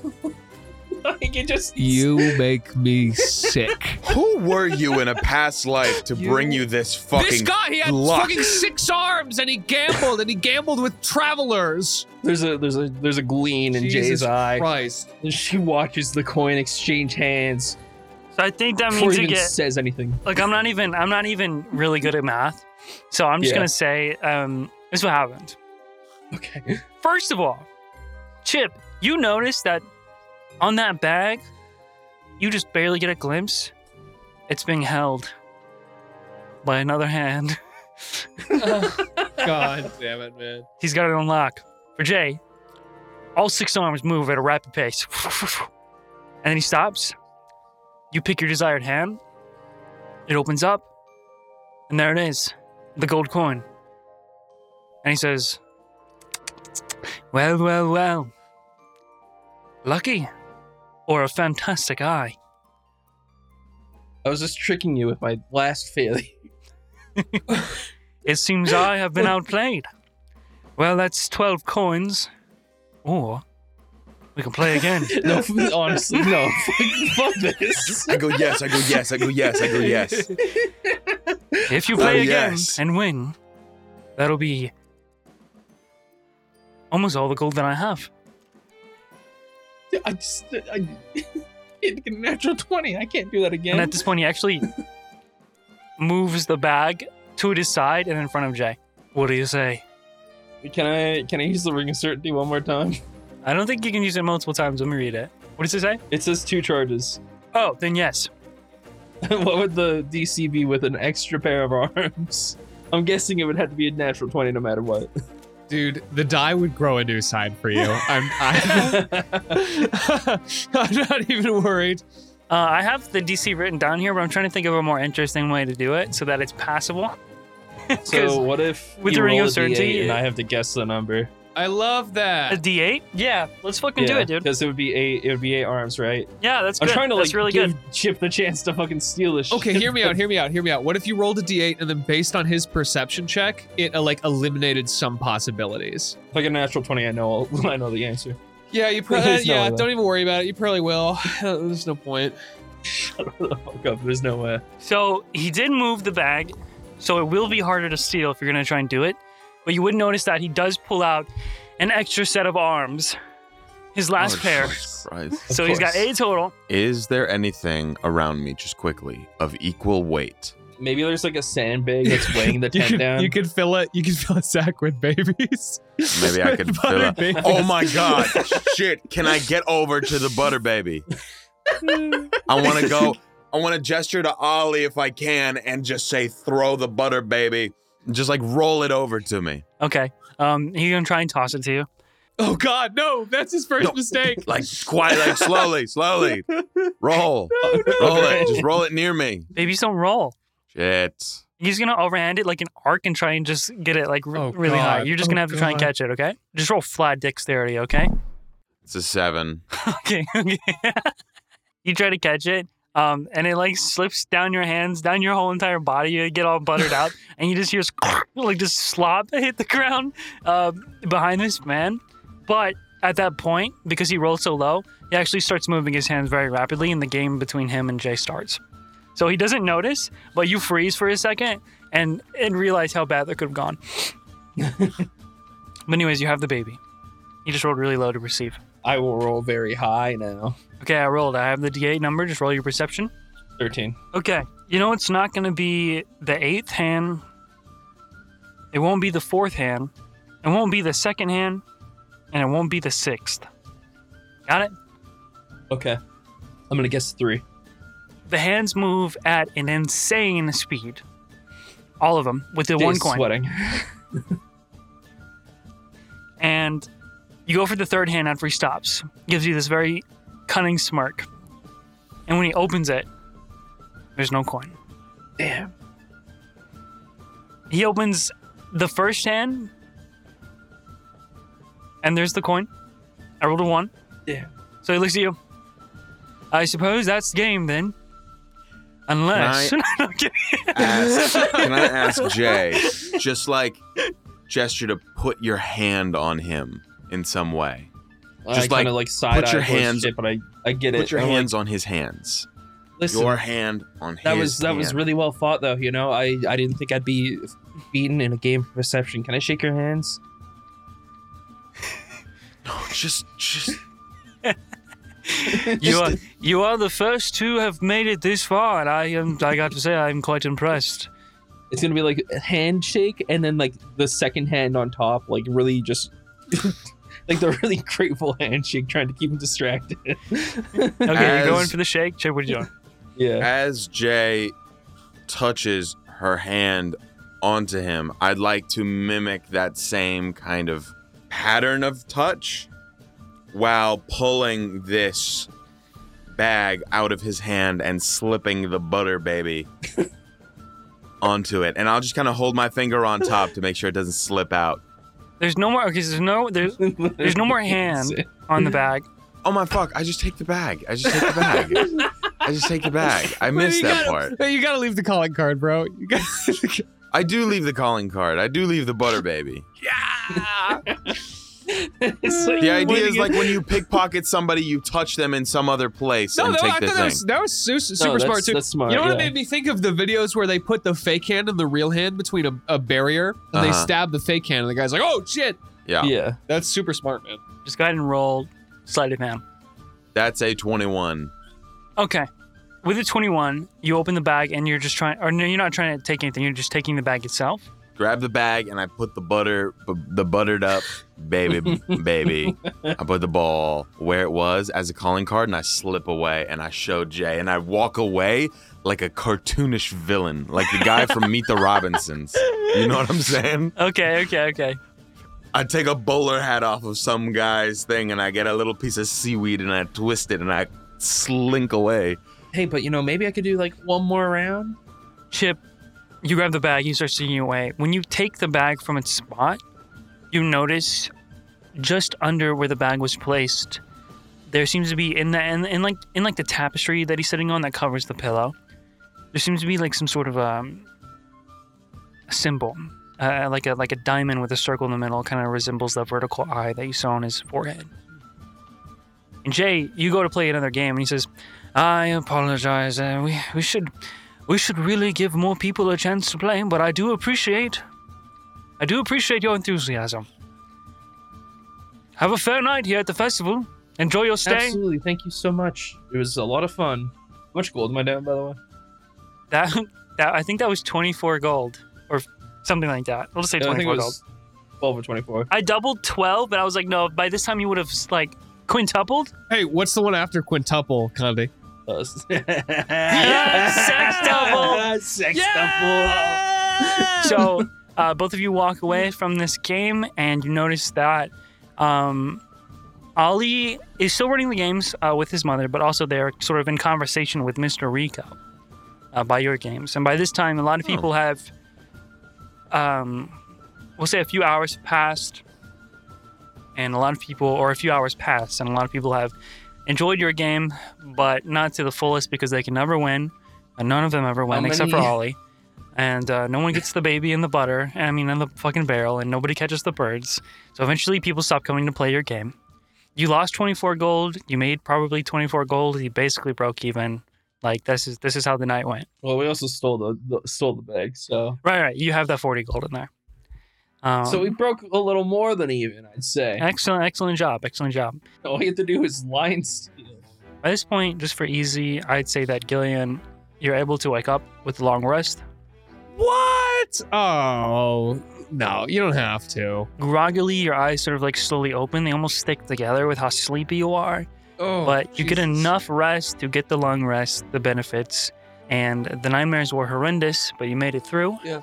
Speaker 2: like it just.
Speaker 5: make me sick.
Speaker 4: Who were you in a past life to bring you this fucking
Speaker 5: This guy, he had
Speaker 4: luck?
Speaker 5: fucking six arms, and he gambled, and he gambled with travelers.
Speaker 2: There's a there's a there's a gleam in Jay's
Speaker 5: Jesus
Speaker 2: eye.
Speaker 5: Christ.
Speaker 2: And she watches the coin exchange hands
Speaker 3: So I think that
Speaker 2: before
Speaker 3: means
Speaker 2: he
Speaker 3: you
Speaker 2: even
Speaker 3: get
Speaker 2: says anything.
Speaker 3: like I'm not even I'm not even really good at math, so I'm just
Speaker 2: Yeah.
Speaker 3: gonna say um, this is what happened.
Speaker 2: Okay.
Speaker 3: First of all, Chip, you notice that on that bag, you just barely get a glimpse. It's being held by another hand.
Speaker 5: God damn it, man.
Speaker 3: He's got it on lock. For Jay, all six arms move at a rapid pace, and then he stops. You pick your desired hand. It opens up, and there it is, the gold coin. And he says, "Well, well, well. Lucky, or a fantastic eye."
Speaker 2: I was just tricking you with my last failure.
Speaker 3: It seems I have been outplayed. Well, that's 12 coins. Or we can play again.
Speaker 2: No, honestly, no. Fuck this.
Speaker 4: I go yes. I go yes. I go yes. I go yes.
Speaker 3: If you
Speaker 4: Oh,
Speaker 3: play again
Speaker 4: yes.
Speaker 3: and win, that'll be almost all the gold that I have.
Speaker 2: I just, I, it a natural twenty. I can't do that again.
Speaker 3: And at this point, he actually moves the bag to his side and in front of Jay. What do you say?
Speaker 2: can I, can I use the ring of certainty one more time?
Speaker 3: I don't think you can use it multiple times. Let me read it. What does it say?
Speaker 2: It says two charges.
Speaker 3: Oh, then yes.
Speaker 2: what would the DC be with an extra pair of arms? I'm guessing it would have to be a natural twenty, no matter what.
Speaker 5: Dude, the die would grow a new side for you. I'm, I'm, I'm not even worried.
Speaker 3: Uh, I have the DC written down here, but I'm trying to think of a more interesting way to do it so that it's passable. 'Cause
Speaker 2: So what if
Speaker 3: with
Speaker 2: you
Speaker 3: the ring
Speaker 2: roll
Speaker 3: of
Speaker 2: a
Speaker 3: certainty-
Speaker 2: D8 and I have to guess the number?
Speaker 5: I love
Speaker 3: a
Speaker 5: that.
Speaker 3: D8? Yeah, let's fucking do it, dude.
Speaker 2: Because it would be eight. It would be eight arms, right?
Speaker 3: Yeah, that's
Speaker 2: I'm
Speaker 3: good.
Speaker 2: trying to
Speaker 3: that's
Speaker 2: like
Speaker 3: really
Speaker 2: give
Speaker 3: good.
Speaker 2: Chip the chance to fucking steal this.
Speaker 5: Okay,
Speaker 2: shit.
Speaker 5: hear me out. Hear me out. Hear me out. What if you rolled a d8 and then based on his perception check, it uh, like eliminated some possibilities?
Speaker 2: Like a natural twenty, I know. I know the answer.
Speaker 5: Yeah, you probably.
Speaker 2: There's no
Speaker 5: yeah,
Speaker 2: way.
Speaker 5: don't even worry about it. You probably will. There's no point.
Speaker 2: Fuck up. Oh, There's no way.
Speaker 3: So he did move the bag, so it will be harder to steal if you're going to try and do it. But you would notice that he does pull out an extra set of arms, his last
Speaker 4: Oh,
Speaker 3: pair.
Speaker 4: Jesus Christ.
Speaker 3: So he's got
Speaker 2: course.
Speaker 3: eight total.
Speaker 4: Is there anything around me, just quickly, of equal weight?
Speaker 2: Maybe there's like a sandbag that's weighing the
Speaker 5: You
Speaker 2: tent
Speaker 5: could,
Speaker 2: down.
Speaker 5: you could fill it. You could fill a sack with babies.
Speaker 4: Maybe I could fill
Speaker 5: Butter
Speaker 4: it.
Speaker 5: babies.
Speaker 4: Oh my god! Shit! Can I get over to the butter baby? I want to go. I want to gesture to Ollie if I can, and just say, "Throw the butter baby." Just like roll it over to me.
Speaker 3: Okay. Um, he's going to try and toss it to you.
Speaker 5: Oh god, no! That's his first
Speaker 4: No.
Speaker 5: mistake.
Speaker 4: Like quiet, like slowly, slowly. Roll, roll it. Just roll it near me.
Speaker 3: Babies don't roll.
Speaker 4: Shit.
Speaker 3: He's going to overhand it like an arc and try and just get it like r-
Speaker 5: Oh,
Speaker 3: really high.
Speaker 5: God.
Speaker 3: You're just going to
Speaker 5: Oh,
Speaker 3: have to try and
Speaker 5: God.
Speaker 3: catch it, okay? Just roll flat dexterity, okay?
Speaker 4: It's a seven.
Speaker 3: Okay. okay. you try to catch it, um, and it like slips down your hands, down your whole entire body. You get all buttered out, and you just hear like just slop hit the ground uh, behind this man. But at that point, because he rolled so low, he actually starts moving his hands very rapidly, and the game between him and Jay starts. So he doesn't notice, but you freeze for a second and and realize how bad that could have gone. but anyways, you have the baby. You just rolled really low to receive.
Speaker 2: I will roll very high now.
Speaker 3: Okay, I rolled. I have the D8 number. Just roll your perception.
Speaker 2: Thirteen.
Speaker 3: Okay. You know, it's not going to be the eighth hand. It won't be the fourth hand. It won't be the second hand. And it won't be the sixth. Got it?
Speaker 2: Okay. I'm gonna guess three.
Speaker 3: The hands move at an insane speed. All of them with the one
Speaker 2: Jay's
Speaker 3: coin.
Speaker 2: Sweating.
Speaker 3: And you go for the third hand after he stops. Gives you this very cunning smirk. And when he opens it, there's no coin.
Speaker 2: Damn.
Speaker 3: He opens the first hand, and there's the coin. I rolled a one.
Speaker 2: Yeah.
Speaker 3: So he looks at you. I suppose that's the game then. Unless. No, I'm kidding.
Speaker 4: ask, can I ask Jay, just like gesture to put your hand on him in some way?
Speaker 2: I
Speaker 4: Just,
Speaker 2: kind
Speaker 4: like,
Speaker 2: of like side
Speaker 4: your
Speaker 2: eye
Speaker 4: hands-
Speaker 2: shit, but I I get it.
Speaker 4: Put your
Speaker 2: I'm like,
Speaker 4: hands on his hands.
Speaker 2: Listen,
Speaker 4: your hand on his.
Speaker 2: that was that was
Speaker 4: hand.
Speaker 2: really well thought though. You know, I I didn't think I'd be beaten in a game of perception. Can I shake your hands?
Speaker 4: just just
Speaker 3: you are you are the first to have made it this far, and I am I got to say I'm quite impressed.
Speaker 2: It's gonna be like a handshake and then like the second hand on top, like really just. Like the really grateful handshake, trying to keep him distracted.
Speaker 3: Okay,
Speaker 4: As-
Speaker 3: you're going for the shake. Check what you're doing.
Speaker 2: yeah.
Speaker 4: as Jay touches her hand onto him, I'd like to mimic that same kind of pattern of touch while pulling this bag out of his hand and slipping the butter baby onto it. And I'll just kind of hold my finger on top to make sure it doesn't slip out.
Speaker 3: There's no more. Okay, so there's no there's there's no more hand on the bag.
Speaker 4: Oh my fuck, I just take the bag. I just take the bag. I just take the bag. I
Speaker 5: Well,
Speaker 4: missed
Speaker 5: you
Speaker 4: that
Speaker 5: gotta,
Speaker 4: part.
Speaker 5: You gotta leave the calling card, bro. You gotta,
Speaker 4: I I do leave the calling card. I do leave the butter baby.
Speaker 2: It's like
Speaker 4: The idea
Speaker 2: winning
Speaker 4: is
Speaker 2: it-
Speaker 4: like when you pickpocket somebody, you touch them in some other place
Speaker 5: No,
Speaker 4: and
Speaker 5: no,
Speaker 4: take
Speaker 5: I
Speaker 4: the
Speaker 5: thought
Speaker 4: thing.
Speaker 5: that was, that was su- super
Speaker 2: that's-
Speaker 5: smart too.
Speaker 2: that's smart,
Speaker 5: you know what it
Speaker 2: yeah.
Speaker 5: made me think of the videos where they put the fake hand and the real hand between a, a barrier and they
Speaker 4: Uh-huh.
Speaker 5: stab the fake hand and the guy's like, "Oh shit!"
Speaker 4: yeah.
Speaker 2: yeah.
Speaker 5: That's super smart, man.
Speaker 3: Just go ahead and roll sleight of hand.
Speaker 4: that's a twenty-one.
Speaker 3: Okay. With a 21, you open the bag and you're just trying, or no, you're not trying to take anything. You're just taking the bag itself.
Speaker 4: Grab the bag and I put the butter, b- the buttered up baby, baby. I put the ball where it was as a calling card, and I slip away and I show Jay, and I walk away like a cartoonish villain, like the guy from Meet the Robinsons. You know what I'm saying?
Speaker 3: Okay, okay, okay.
Speaker 4: I take a bowler hat off of some guy's thing and I get a little piece of seaweed and I twist it and I slink away.
Speaker 2: Hey, but you know, maybe I could do like one more round.
Speaker 3: Chip, you grab the bag, you start sneaking away. When you take the bag from its spot, you notice just under where the bag was placed, there seems to be in the in, in like in like the tapestry that he's sitting on that covers the pillow. There seems to be like some sort of um, symbol, uh, like a like a diamond with a circle in the middle, kind of resembles the vertical eye that you saw on his forehead. And Jay, you go to play another game, and he says, "I apologize. Uh, we we should we should really give more people a chance to play, but I do appreciate. I do appreciate your enthusiasm. Have a fair night here at the festival. Enjoy your stay.
Speaker 2: Absolutely. Thank you so much. It was a lot of fun. How much gold am I down, by the way?
Speaker 3: That, that I think that was 24 gold or something like that. Let's say
Speaker 2: No, I think
Speaker 3: 24
Speaker 2: it
Speaker 3: gold.
Speaker 2: was 12 or 24.
Speaker 3: I doubled 12, but I was like, no. By this time, you would have like quintupled.
Speaker 5: Hey, what's the one after quintuple, Condi?
Speaker 2: Uh,
Speaker 3: Sex double!
Speaker 2: Sex
Speaker 3: so uh, both of you walk away from this game and you notice that um, ali is still running the games uh, with his mother but also they're sort of in conversation with mr rico uh, by your games and by this time a lot of
Speaker 4: Hmm.
Speaker 3: people have um, we'll say a few hours have passed and a lot of people or a few hours passed and a lot of people have enjoyed your game but not to the fullest because they can never win and none of them ever win except for
Speaker 2: many-
Speaker 3: ollie and uh, no one gets the baby in the butter. I mean, in the fucking barrel, and nobody catches the birds. So eventually, people stop coming to play your game. You lost 24 gold. You made probably 24 gold. You basically broke even. Like this is this is how the night went.
Speaker 2: Well, we also stole the, the stole the bag, so
Speaker 3: Right, right. You have that 40 gold in there. Um,
Speaker 2: so we broke a little more than even, I'd say.
Speaker 3: excellent, excellent job, excellent job.
Speaker 2: All you have to do is line steal.
Speaker 3: By this point, just for easy, I'd say that Gillian, you're able to wake up with a long rest.
Speaker 5: What? Oh no, you don't have to.
Speaker 3: Groggily, your eyes sort of like slowly open. They almost stick together with how sleepy you are.
Speaker 5: Oh,
Speaker 3: but you get
Speaker 5: Jesus.
Speaker 3: enough rest to get the long rest, the benefits, and the nightmares were horrendous, but you made it through.
Speaker 2: Yeah.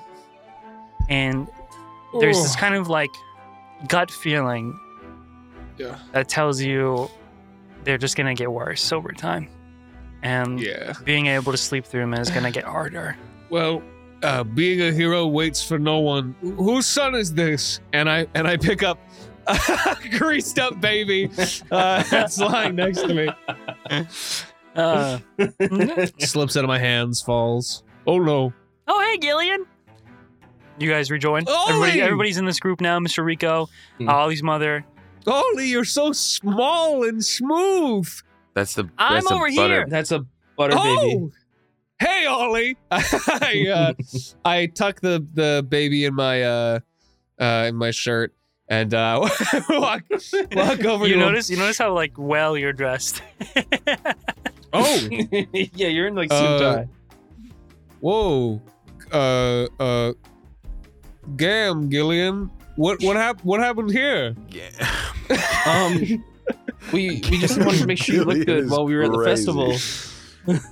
Speaker 3: And there's this
Speaker 5: Ugh.
Speaker 3: kind of like gut feeling
Speaker 5: Yeah.
Speaker 3: that tells you they're just gonna get worse over time, and
Speaker 5: Yeah.
Speaker 3: being able to sleep through them is gonna get harder.
Speaker 5: Well, uh, being a hero waits for no one. Wh- Whose son is this? And I and I pick up a greased up baby uh, that's lying next to me.
Speaker 3: Uh,
Speaker 5: Slips out of my hands, falls. Oh no.
Speaker 3: oh hey, Gillian. You guys rejoin.
Speaker 5: Ollie!
Speaker 3: Everybody, everybody's in this group now. Mr. Rico,
Speaker 2: Hmm.
Speaker 3: Ollie's mother,
Speaker 5: Ollie, you're so small and smooth.
Speaker 4: That's the.
Speaker 3: I'm
Speaker 4: that's the
Speaker 3: over
Speaker 4: butter-
Speaker 3: here.
Speaker 2: That's a butter baby.
Speaker 5: Oh, hey Ollie. I uh, I tuck the the baby in my uh, uh in my shirt and uh walk walk over
Speaker 3: you
Speaker 5: to him.
Speaker 3: notice you notice how like well you're dressed.
Speaker 5: Oh.
Speaker 2: yeah, you're in like suit
Speaker 5: Uh,
Speaker 2: tie.
Speaker 5: Whoa, uh, uh, Gam Gillian, what what hap- What happened here?
Speaker 4: Yeah.
Speaker 2: Um, we we just wanted to make sure you
Speaker 4: Gillian
Speaker 2: looked good
Speaker 4: is
Speaker 2: while we were at the
Speaker 4: crazy.
Speaker 2: festival.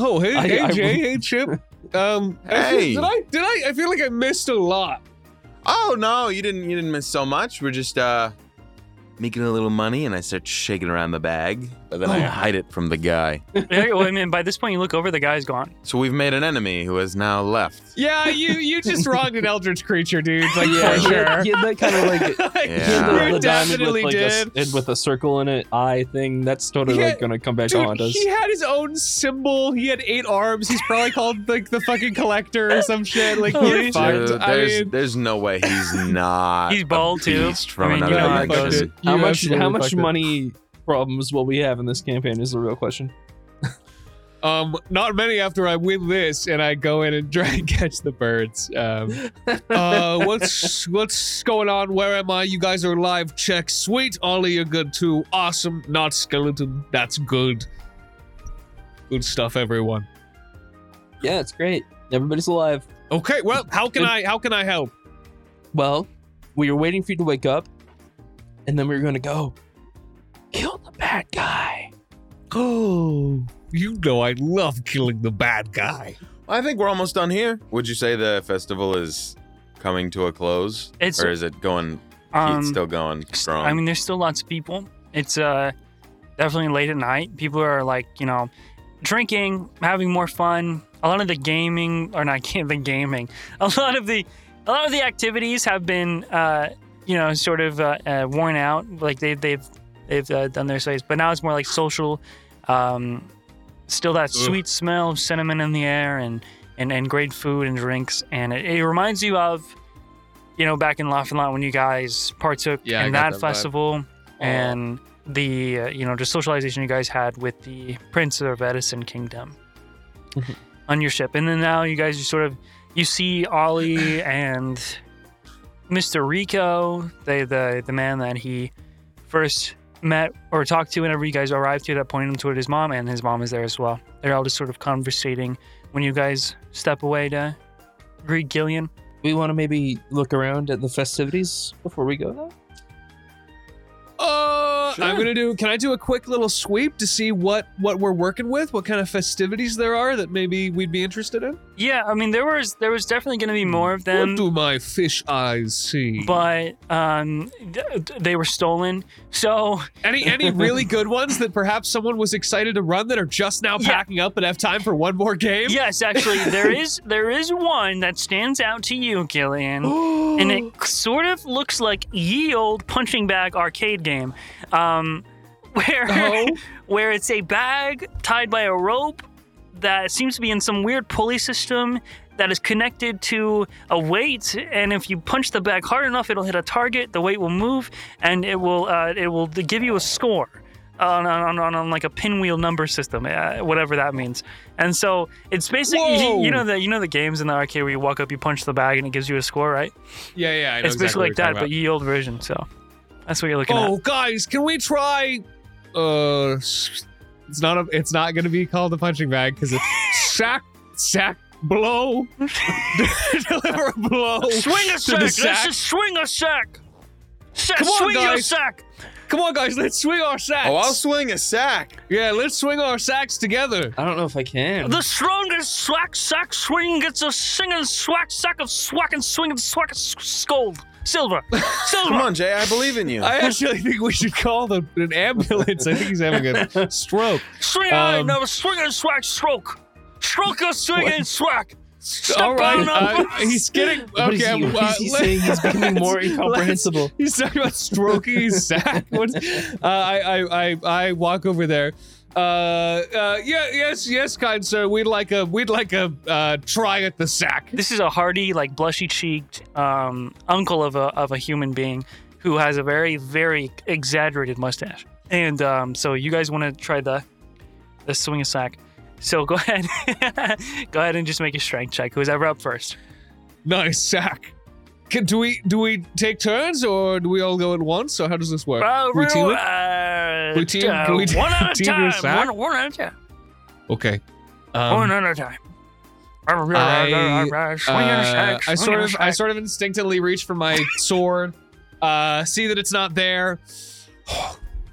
Speaker 5: Oh, hey,
Speaker 2: I-
Speaker 5: hey,
Speaker 2: I-
Speaker 5: Jay, hey, Chip. Um, I feel-
Speaker 4: Hey.
Speaker 5: did I did I? I feel like I missed a lot.
Speaker 4: Oh no, you didn't. You didn't miss so much. We're just uh, making a little money, and I start shaking around the bag, but then I
Speaker 3: Oh.
Speaker 4: hide it from the guy.
Speaker 3: Yeah, well, I mean, by this point, you look over, the guy's gone.
Speaker 4: So we've made an enemy who has now left.
Speaker 5: Yeah, you you just wronged an eldritch creature, dude. Like for
Speaker 2: he had-
Speaker 5: sure.
Speaker 2: He had that kind of like, he
Speaker 5: Like,
Speaker 4: Yeah.
Speaker 2: had the-
Speaker 5: You
Speaker 2: the diamond
Speaker 5: definitely
Speaker 2: with like a, s-
Speaker 5: did.
Speaker 2: and with a circle in it, eye thing. That's totally
Speaker 5: Yeah,
Speaker 2: like gonna come back to
Speaker 5: Dude,
Speaker 2: haunt us.
Speaker 5: he had his own symbol. He had eight arms. He's probably called like the fucking collector or some shit. Like
Speaker 3: Holy
Speaker 5: you're
Speaker 3: shit.
Speaker 5: fucked.
Speaker 4: Dude,
Speaker 5: I
Speaker 4: there's,
Speaker 5: mean,
Speaker 4: there's no way he's not.
Speaker 3: He's bald,
Speaker 4: a
Speaker 3: too.
Speaker 4: beast From
Speaker 3: I mean, you
Speaker 4: another
Speaker 3: know, he
Speaker 5: yeah, you fucked
Speaker 4: dimension.
Speaker 5: it.
Speaker 2: how
Speaker 5: You
Speaker 2: much? How
Speaker 5: absolutely
Speaker 2: much
Speaker 5: fucked it.
Speaker 2: money problems will we have in this campaign? Is the real question.
Speaker 5: Um, not many after I win this and I go in and try and catch the birds. Um, uh, what's what's going on? Where am I? You guys are live. Check. Sweet, Ollie, you're good too. Awesome. Not skeleton. That's good. Good stuff, everyone.
Speaker 2: Yeah, it's great. Everybody's alive.
Speaker 5: Okay. Well, how can
Speaker 2: Good.
Speaker 5: I how can I help?
Speaker 2: Well, we were waiting for you to wake up, and then we were gonna go kill the bad guy.
Speaker 5: Oh, you know I love killing the bad guy.
Speaker 4: I think we're almost done here. Would you say the festival is coming to a close,
Speaker 3: It's
Speaker 4: or is it going?
Speaker 3: um,
Speaker 4: it's still going strong.
Speaker 3: I mean, there's still lots of people. It's uh, definitely late at night. People are like, you know, drinking, having more fun. A lot of the gaming, or not ga- the gaming, a lot of the, a lot of the activities have been, uh, you know, sort of uh, uh, worn out. Like they, they've, they've uh, done their studies, but now it's more like social. Um, still that sweet smell of cinnamon in the air and and, and great food and drinks, and it, it reminds you of, you know, back in Laughlin when you guys partook
Speaker 5: Yeah, I
Speaker 3: in
Speaker 5: got
Speaker 3: that,
Speaker 5: that vibe.
Speaker 3: festival and the uh, you know just socialization you guys had with the Prince of Edison Kingdom
Speaker 5: Mm-hmm.
Speaker 2: Mhm.
Speaker 3: on your ship, and then now you guys you sort of you see Ollie and Mr. Rico, the the the man that he first met or talked to whenever you guys arrived here that pointed him toward his mom and his mom is there as well they're all just sort of conversating when you guys step away to greet gillian
Speaker 2: We want to maybe look around at the festivities before we go. Though?
Speaker 5: Uh,
Speaker 2: Sure.
Speaker 5: I'm gonna do. Can I do a quick little sweep to see what what we're working with? What kind of festivities there are that maybe we'd be interested in?
Speaker 3: yeah i mean there was there was definitely going to be more of them
Speaker 5: what do my fish eyes see?
Speaker 3: but um, th- they were stolen. So
Speaker 5: any any really good ones that perhaps someone was excited to run that are just now
Speaker 3: Yeah.
Speaker 5: packing up and have time for one more game?
Speaker 3: yes, actually, there is there is one that stands out to you, Gillian, and it sort of looks like ye old punching bag arcade game, um, where
Speaker 5: Oh,
Speaker 3: where it's a bag tied by a rope that seems to be in some weird pulley system that is connected to a weight and if you punch the bag hard enough it'll hit a target the weight will move and it will uh, it will give you a score on, on, on, on like a pinwheel number system uh, whatever that means and so it's basically you,
Speaker 5: Whoa.
Speaker 3: you know the you know the games in the arcade where you walk up you punch the bag and it gives you a score right
Speaker 5: yeah, yeah. I know
Speaker 3: it's basically
Speaker 5: exactly
Speaker 3: like
Speaker 5: what
Speaker 3: that but
Speaker 5: you're talking
Speaker 3: ye old version so that's what you're looking
Speaker 5: about.
Speaker 3: at
Speaker 5: oh, guys, can we try? Uh, s- it's not a. It's not gonna be called a punching bag because it's sack sack blow deliver a blow.
Speaker 3: Swing a
Speaker 5: to the
Speaker 3: sack. This
Speaker 5: sack.
Speaker 3: is swing a sack. Sa-
Speaker 5: Come on,
Speaker 3: swing your
Speaker 5: guys.
Speaker 3: sack.
Speaker 5: Come on, guys, let's swing our sacks.
Speaker 4: oh, I'll swing a sack.
Speaker 5: yeah, let's swing our sacks together.
Speaker 2: I don't know if I can.
Speaker 3: The strongest swack sack swing gets a singing swack sack of swack and swing and swack and s- scold. Silver. Silver.
Speaker 4: Come on, Jay, I believe in you.
Speaker 5: I actually think we should call the, an ambulance. I think he's having a stroke.
Speaker 3: Swing I
Speaker 5: Um,
Speaker 3: never swing and swack stroke. Stroke a swing and swack. Step
Speaker 5: All right,
Speaker 3: on up.
Speaker 5: uh, he's getting okay.
Speaker 2: What is he-
Speaker 5: I'm-
Speaker 2: what
Speaker 5: uh,
Speaker 2: is he
Speaker 5: let-
Speaker 2: saying? He's becoming more
Speaker 5: let's-
Speaker 2: incomprehensible.
Speaker 5: He's talking about stroking his sack. What's- uh, I, I, I, I walk over there. Uh, uh, yeah, yes, yes, kind sir. We'd like a, we'd like a uh, try at the sack.
Speaker 3: This is a hardy, like blushy cheeked um, uncle of a, of a human being who has a very, very exaggerated mustache. And um, so you guys want to try the the swing a sack. So go ahead, go ahead and just make a strength check. Who's ever up first?
Speaker 5: Nice sack. Can, do we, do we take turns or do we all go at once? Or how does this work?
Speaker 3: Uh,
Speaker 5: we team it?
Speaker 3: uh,
Speaker 5: We team-
Speaker 3: uh,
Speaker 5: can we
Speaker 3: one at a
Speaker 5: team your
Speaker 3: time.
Speaker 5: sack?
Speaker 3: One, one at a time.
Speaker 5: Okay. Um,
Speaker 3: one at a time.
Speaker 5: I,
Speaker 3: swing a
Speaker 5: Uh,
Speaker 3: sack,
Speaker 5: I
Speaker 3: swing
Speaker 5: sort
Speaker 3: a
Speaker 5: of I
Speaker 3: sack.
Speaker 5: sort of instinctively reach for my sword, uh, see that it's not there.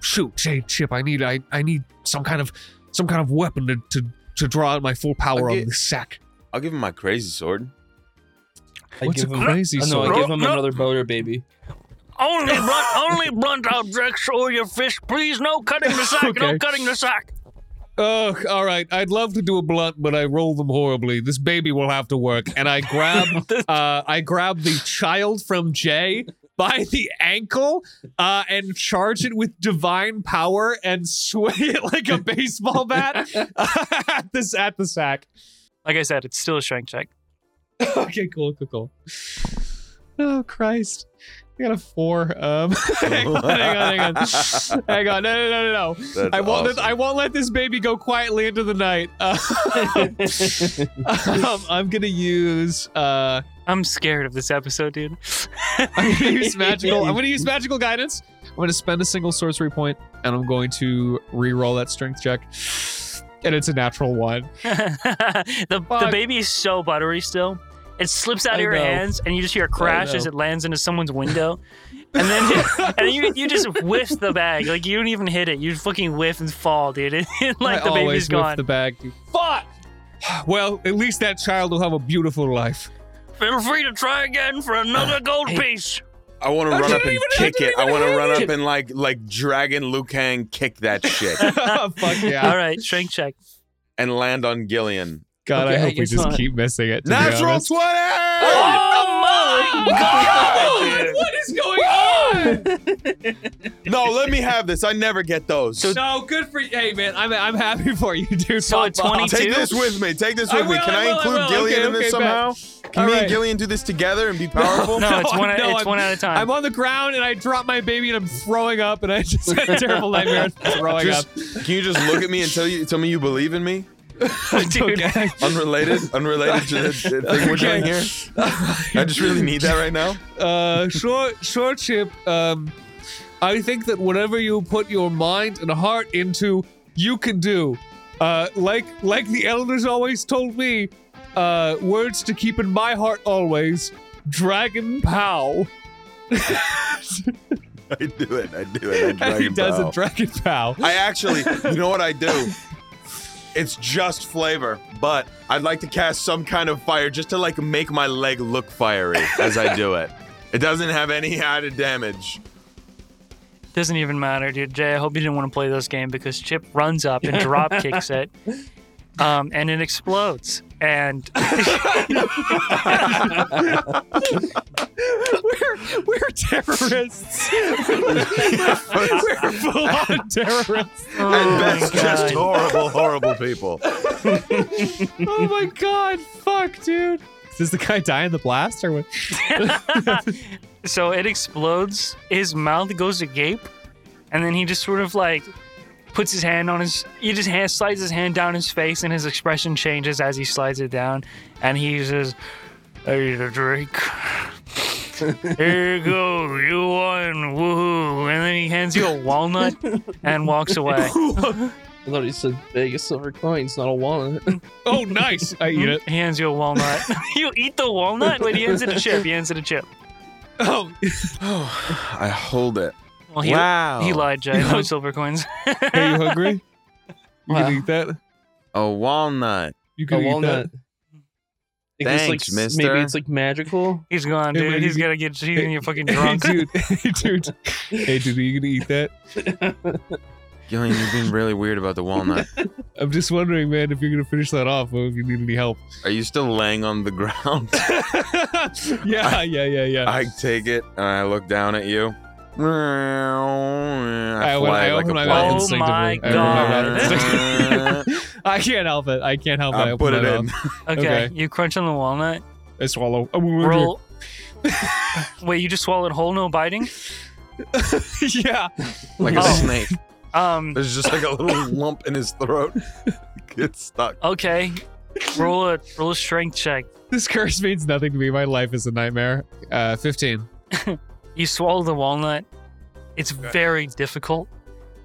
Speaker 5: Shoot, Jay Chip, I need I, I need some kind of some kind of weapon to to, to draw out my full power
Speaker 4: Okay.
Speaker 5: on this sack.
Speaker 4: I'll give him my crazy sword.
Speaker 2: I
Speaker 5: What's a
Speaker 2: give him.
Speaker 5: crazy
Speaker 2: Oh, no, I
Speaker 5: sword?
Speaker 2: give him another boater baby.
Speaker 3: Only blunt, only blunt objects or your fish. Please, no cutting the sack. No
Speaker 5: Okay.
Speaker 3: cutting the sack.
Speaker 5: Ugh, all right. I'd love to do a blunt, but I roll them horribly. This baby will have to work. And I grab uh I grab the child from Jay by the ankle uh and charge it with divine power and sway it like a baseball bat at this at the sack.
Speaker 3: Like I said, it's still a strength check.
Speaker 5: Okay, cool, cool, cool. Oh Christ. I got a four. Um hang on, hang on, hang on. Hang on. No, no, no, no, no.
Speaker 4: That's
Speaker 5: I won't.
Speaker 4: awesome.
Speaker 5: Let, I won't let this baby go quietly into the night. Uh, um, I'm gonna use. Uh,
Speaker 3: I'm scared of this episode, dude.
Speaker 5: I'm gonna use magical. I'm gonna use magical guidance. I'm gonna spend a single sorcery point, and I'm going to re-roll that strength check, and it's a natural one.
Speaker 3: the, the
Speaker 5: Fuck.
Speaker 3: baby is so buttery still. It slips out of
Speaker 5: I
Speaker 3: your
Speaker 5: know.
Speaker 3: hands, and you just hear a crash as
Speaker 5: know.
Speaker 3: it lands into someone's window. And then, and you, you just whiff the bag. Like you don't even hit it. You just fucking whiff and fall, dude. like
Speaker 5: I
Speaker 3: the baby's
Speaker 5: always whiff
Speaker 3: gone.
Speaker 5: The bag. dude. Fuck. Well, at least that child will have a beautiful life.
Speaker 3: Feel free to try again for another gold piece.
Speaker 4: I want to run
Speaker 5: didn't
Speaker 4: up and
Speaker 5: even- I
Speaker 4: kick
Speaker 5: didn't
Speaker 4: it. I
Speaker 5: even
Speaker 4: want to
Speaker 5: hit
Speaker 4: run
Speaker 5: it.
Speaker 4: up and like like dragon Liu Kang kick that shit
Speaker 5: Fuck yeah.
Speaker 3: All right, strength check.
Speaker 4: and land on Gillian.
Speaker 5: God,
Speaker 2: Okay,
Speaker 5: I hope we
Speaker 2: it's
Speaker 5: just
Speaker 2: not-
Speaker 5: keep missing it. to be
Speaker 4: Natural
Speaker 5: honest.
Speaker 4: twenty.
Speaker 3: Oh my god! dude.
Speaker 5: What is going on?
Speaker 4: No, let me have this. I never get those.
Speaker 5: no, good for you. Hey, man, I'm, I'm happy for you, dude.
Speaker 3: So a
Speaker 5: Fuck off.
Speaker 3: 22
Speaker 4: Take this with me. Take this
Speaker 5: I
Speaker 4: with me.
Speaker 5: will,
Speaker 4: Can
Speaker 5: I
Speaker 4: I,
Speaker 5: will, I
Speaker 4: include
Speaker 5: will.
Speaker 4: Gillian
Speaker 5: Okay,
Speaker 4: in this
Speaker 5: okay,
Speaker 4: somehow? Can
Speaker 5: All
Speaker 4: me and
Speaker 5: right. Oh
Speaker 4: Gillian do this together and be powerful?
Speaker 3: No, it's
Speaker 5: No,
Speaker 3: one. At,
Speaker 5: no,
Speaker 3: it's
Speaker 5: I'm-
Speaker 3: one at a time.
Speaker 5: I'm on the ground and I drop my baby and I'm throwing up and I just had a terrible nightmare of throwing
Speaker 4: Just-
Speaker 5: up.
Speaker 4: can you just look at me and tell you tell me you believe in me?
Speaker 3: dude.
Speaker 5: Okay.
Speaker 4: Unrelated, unrelated to the the thing we're doing here. I just really need that right now.
Speaker 5: Uh, short, short chip. Um, I think that whatever you put your mind and heart into, you can do. Uh, like, like the elders always told me, uh, words to keep in my heart always. Dragon pow.
Speaker 4: I do it. I do it. I
Speaker 5: And he
Speaker 4: dragon
Speaker 5: does
Speaker 4: bow.
Speaker 5: a dragon pow.
Speaker 4: I actually, you know what I do? It's just flavor, but I'd like to cast some kind of fire just to like make my leg look fiery as I do it. It doesn't have any added damage.
Speaker 3: Doesn't even matter, dude. Jay, I hope you didn't want to play this game because Chip runs up and drop kicks it, um, and it explodes. And Oh
Speaker 5: we're, we're terrorists. we're full on terrorists.
Speaker 4: At
Speaker 3: Oh my
Speaker 4: best, just
Speaker 3: God.
Speaker 4: horrible, horrible people.
Speaker 5: Oh my god, fuck, dude. Does the guy die in the blast or what?
Speaker 3: so it explodes. His mouth goes agape, and then he just sort of like puts his hand on his. He just hand slides his hand down his face, and his expression changes as he slides it down, and he says, "I need a drink." Here you go, you won, woohoo! And then he hands you a walnut and walks away.
Speaker 2: I thought he said Vegas silver coins, not a walnut.
Speaker 5: Oh, nice. I eat it.
Speaker 3: He hands you a walnut. Hmm? you eat the walnut? Wait, he hands it a chip. He hands it a chip.
Speaker 5: Oh,
Speaker 4: I hold it.
Speaker 3: Well, he,
Speaker 4: wow.
Speaker 3: he lied, Jay. No silver coins.
Speaker 5: are you hungry? You
Speaker 2: Wow.
Speaker 5: can eat that.
Speaker 4: A walnut.
Speaker 5: You can
Speaker 2: a
Speaker 5: eat
Speaker 2: walnut.
Speaker 5: that.
Speaker 2: Think it's
Speaker 4: Thanks,
Speaker 2: like, s-
Speaker 4: mister.
Speaker 2: Maybe it's like magical.
Speaker 3: He's gone,
Speaker 5: Hey,
Speaker 3: dude.
Speaker 5: but
Speaker 3: He's
Speaker 5: you-
Speaker 3: gonna get you and you're fucking
Speaker 5: Hey,
Speaker 3: drunk.
Speaker 5: dude. Hey, dude. Hey, dude, are you gonna eat that?
Speaker 4: Gillian, you've been really weird about the walnut.
Speaker 5: I'm just wondering, man, if you're gonna finish that off or if you need any help.
Speaker 4: Are you still laying on the ground?
Speaker 5: yeah, yeah, yeah, yeah.
Speaker 4: I take it and I look down at you. I fly
Speaker 5: when I
Speaker 4: like
Speaker 5: open
Speaker 4: a
Speaker 5: my
Speaker 4: plane.
Speaker 5: mouth
Speaker 3: Oh
Speaker 5: instinctively.
Speaker 3: my
Speaker 5: I open my mouth
Speaker 3: God.
Speaker 5: instinctively. I can't help it. I can't help it. I
Speaker 4: I
Speaker 5: open
Speaker 4: put
Speaker 5: my
Speaker 4: it
Speaker 5: mouth.
Speaker 4: in.
Speaker 3: okay,
Speaker 5: Okay.
Speaker 3: you crunch on the walnut.
Speaker 5: I swallow.
Speaker 3: Roll. Wait, you just swallowed whole, no biting.
Speaker 5: yeah.
Speaker 4: like a
Speaker 3: Oh.
Speaker 4: snake.
Speaker 3: Um.
Speaker 4: There's just like a little lump in his throat. Gets stuck.
Speaker 3: Okay. Roll a roll a strength check.
Speaker 5: This curse means nothing to me. My life is a nightmare. Uh, 15.
Speaker 3: You swallow the walnut. It's very difficult,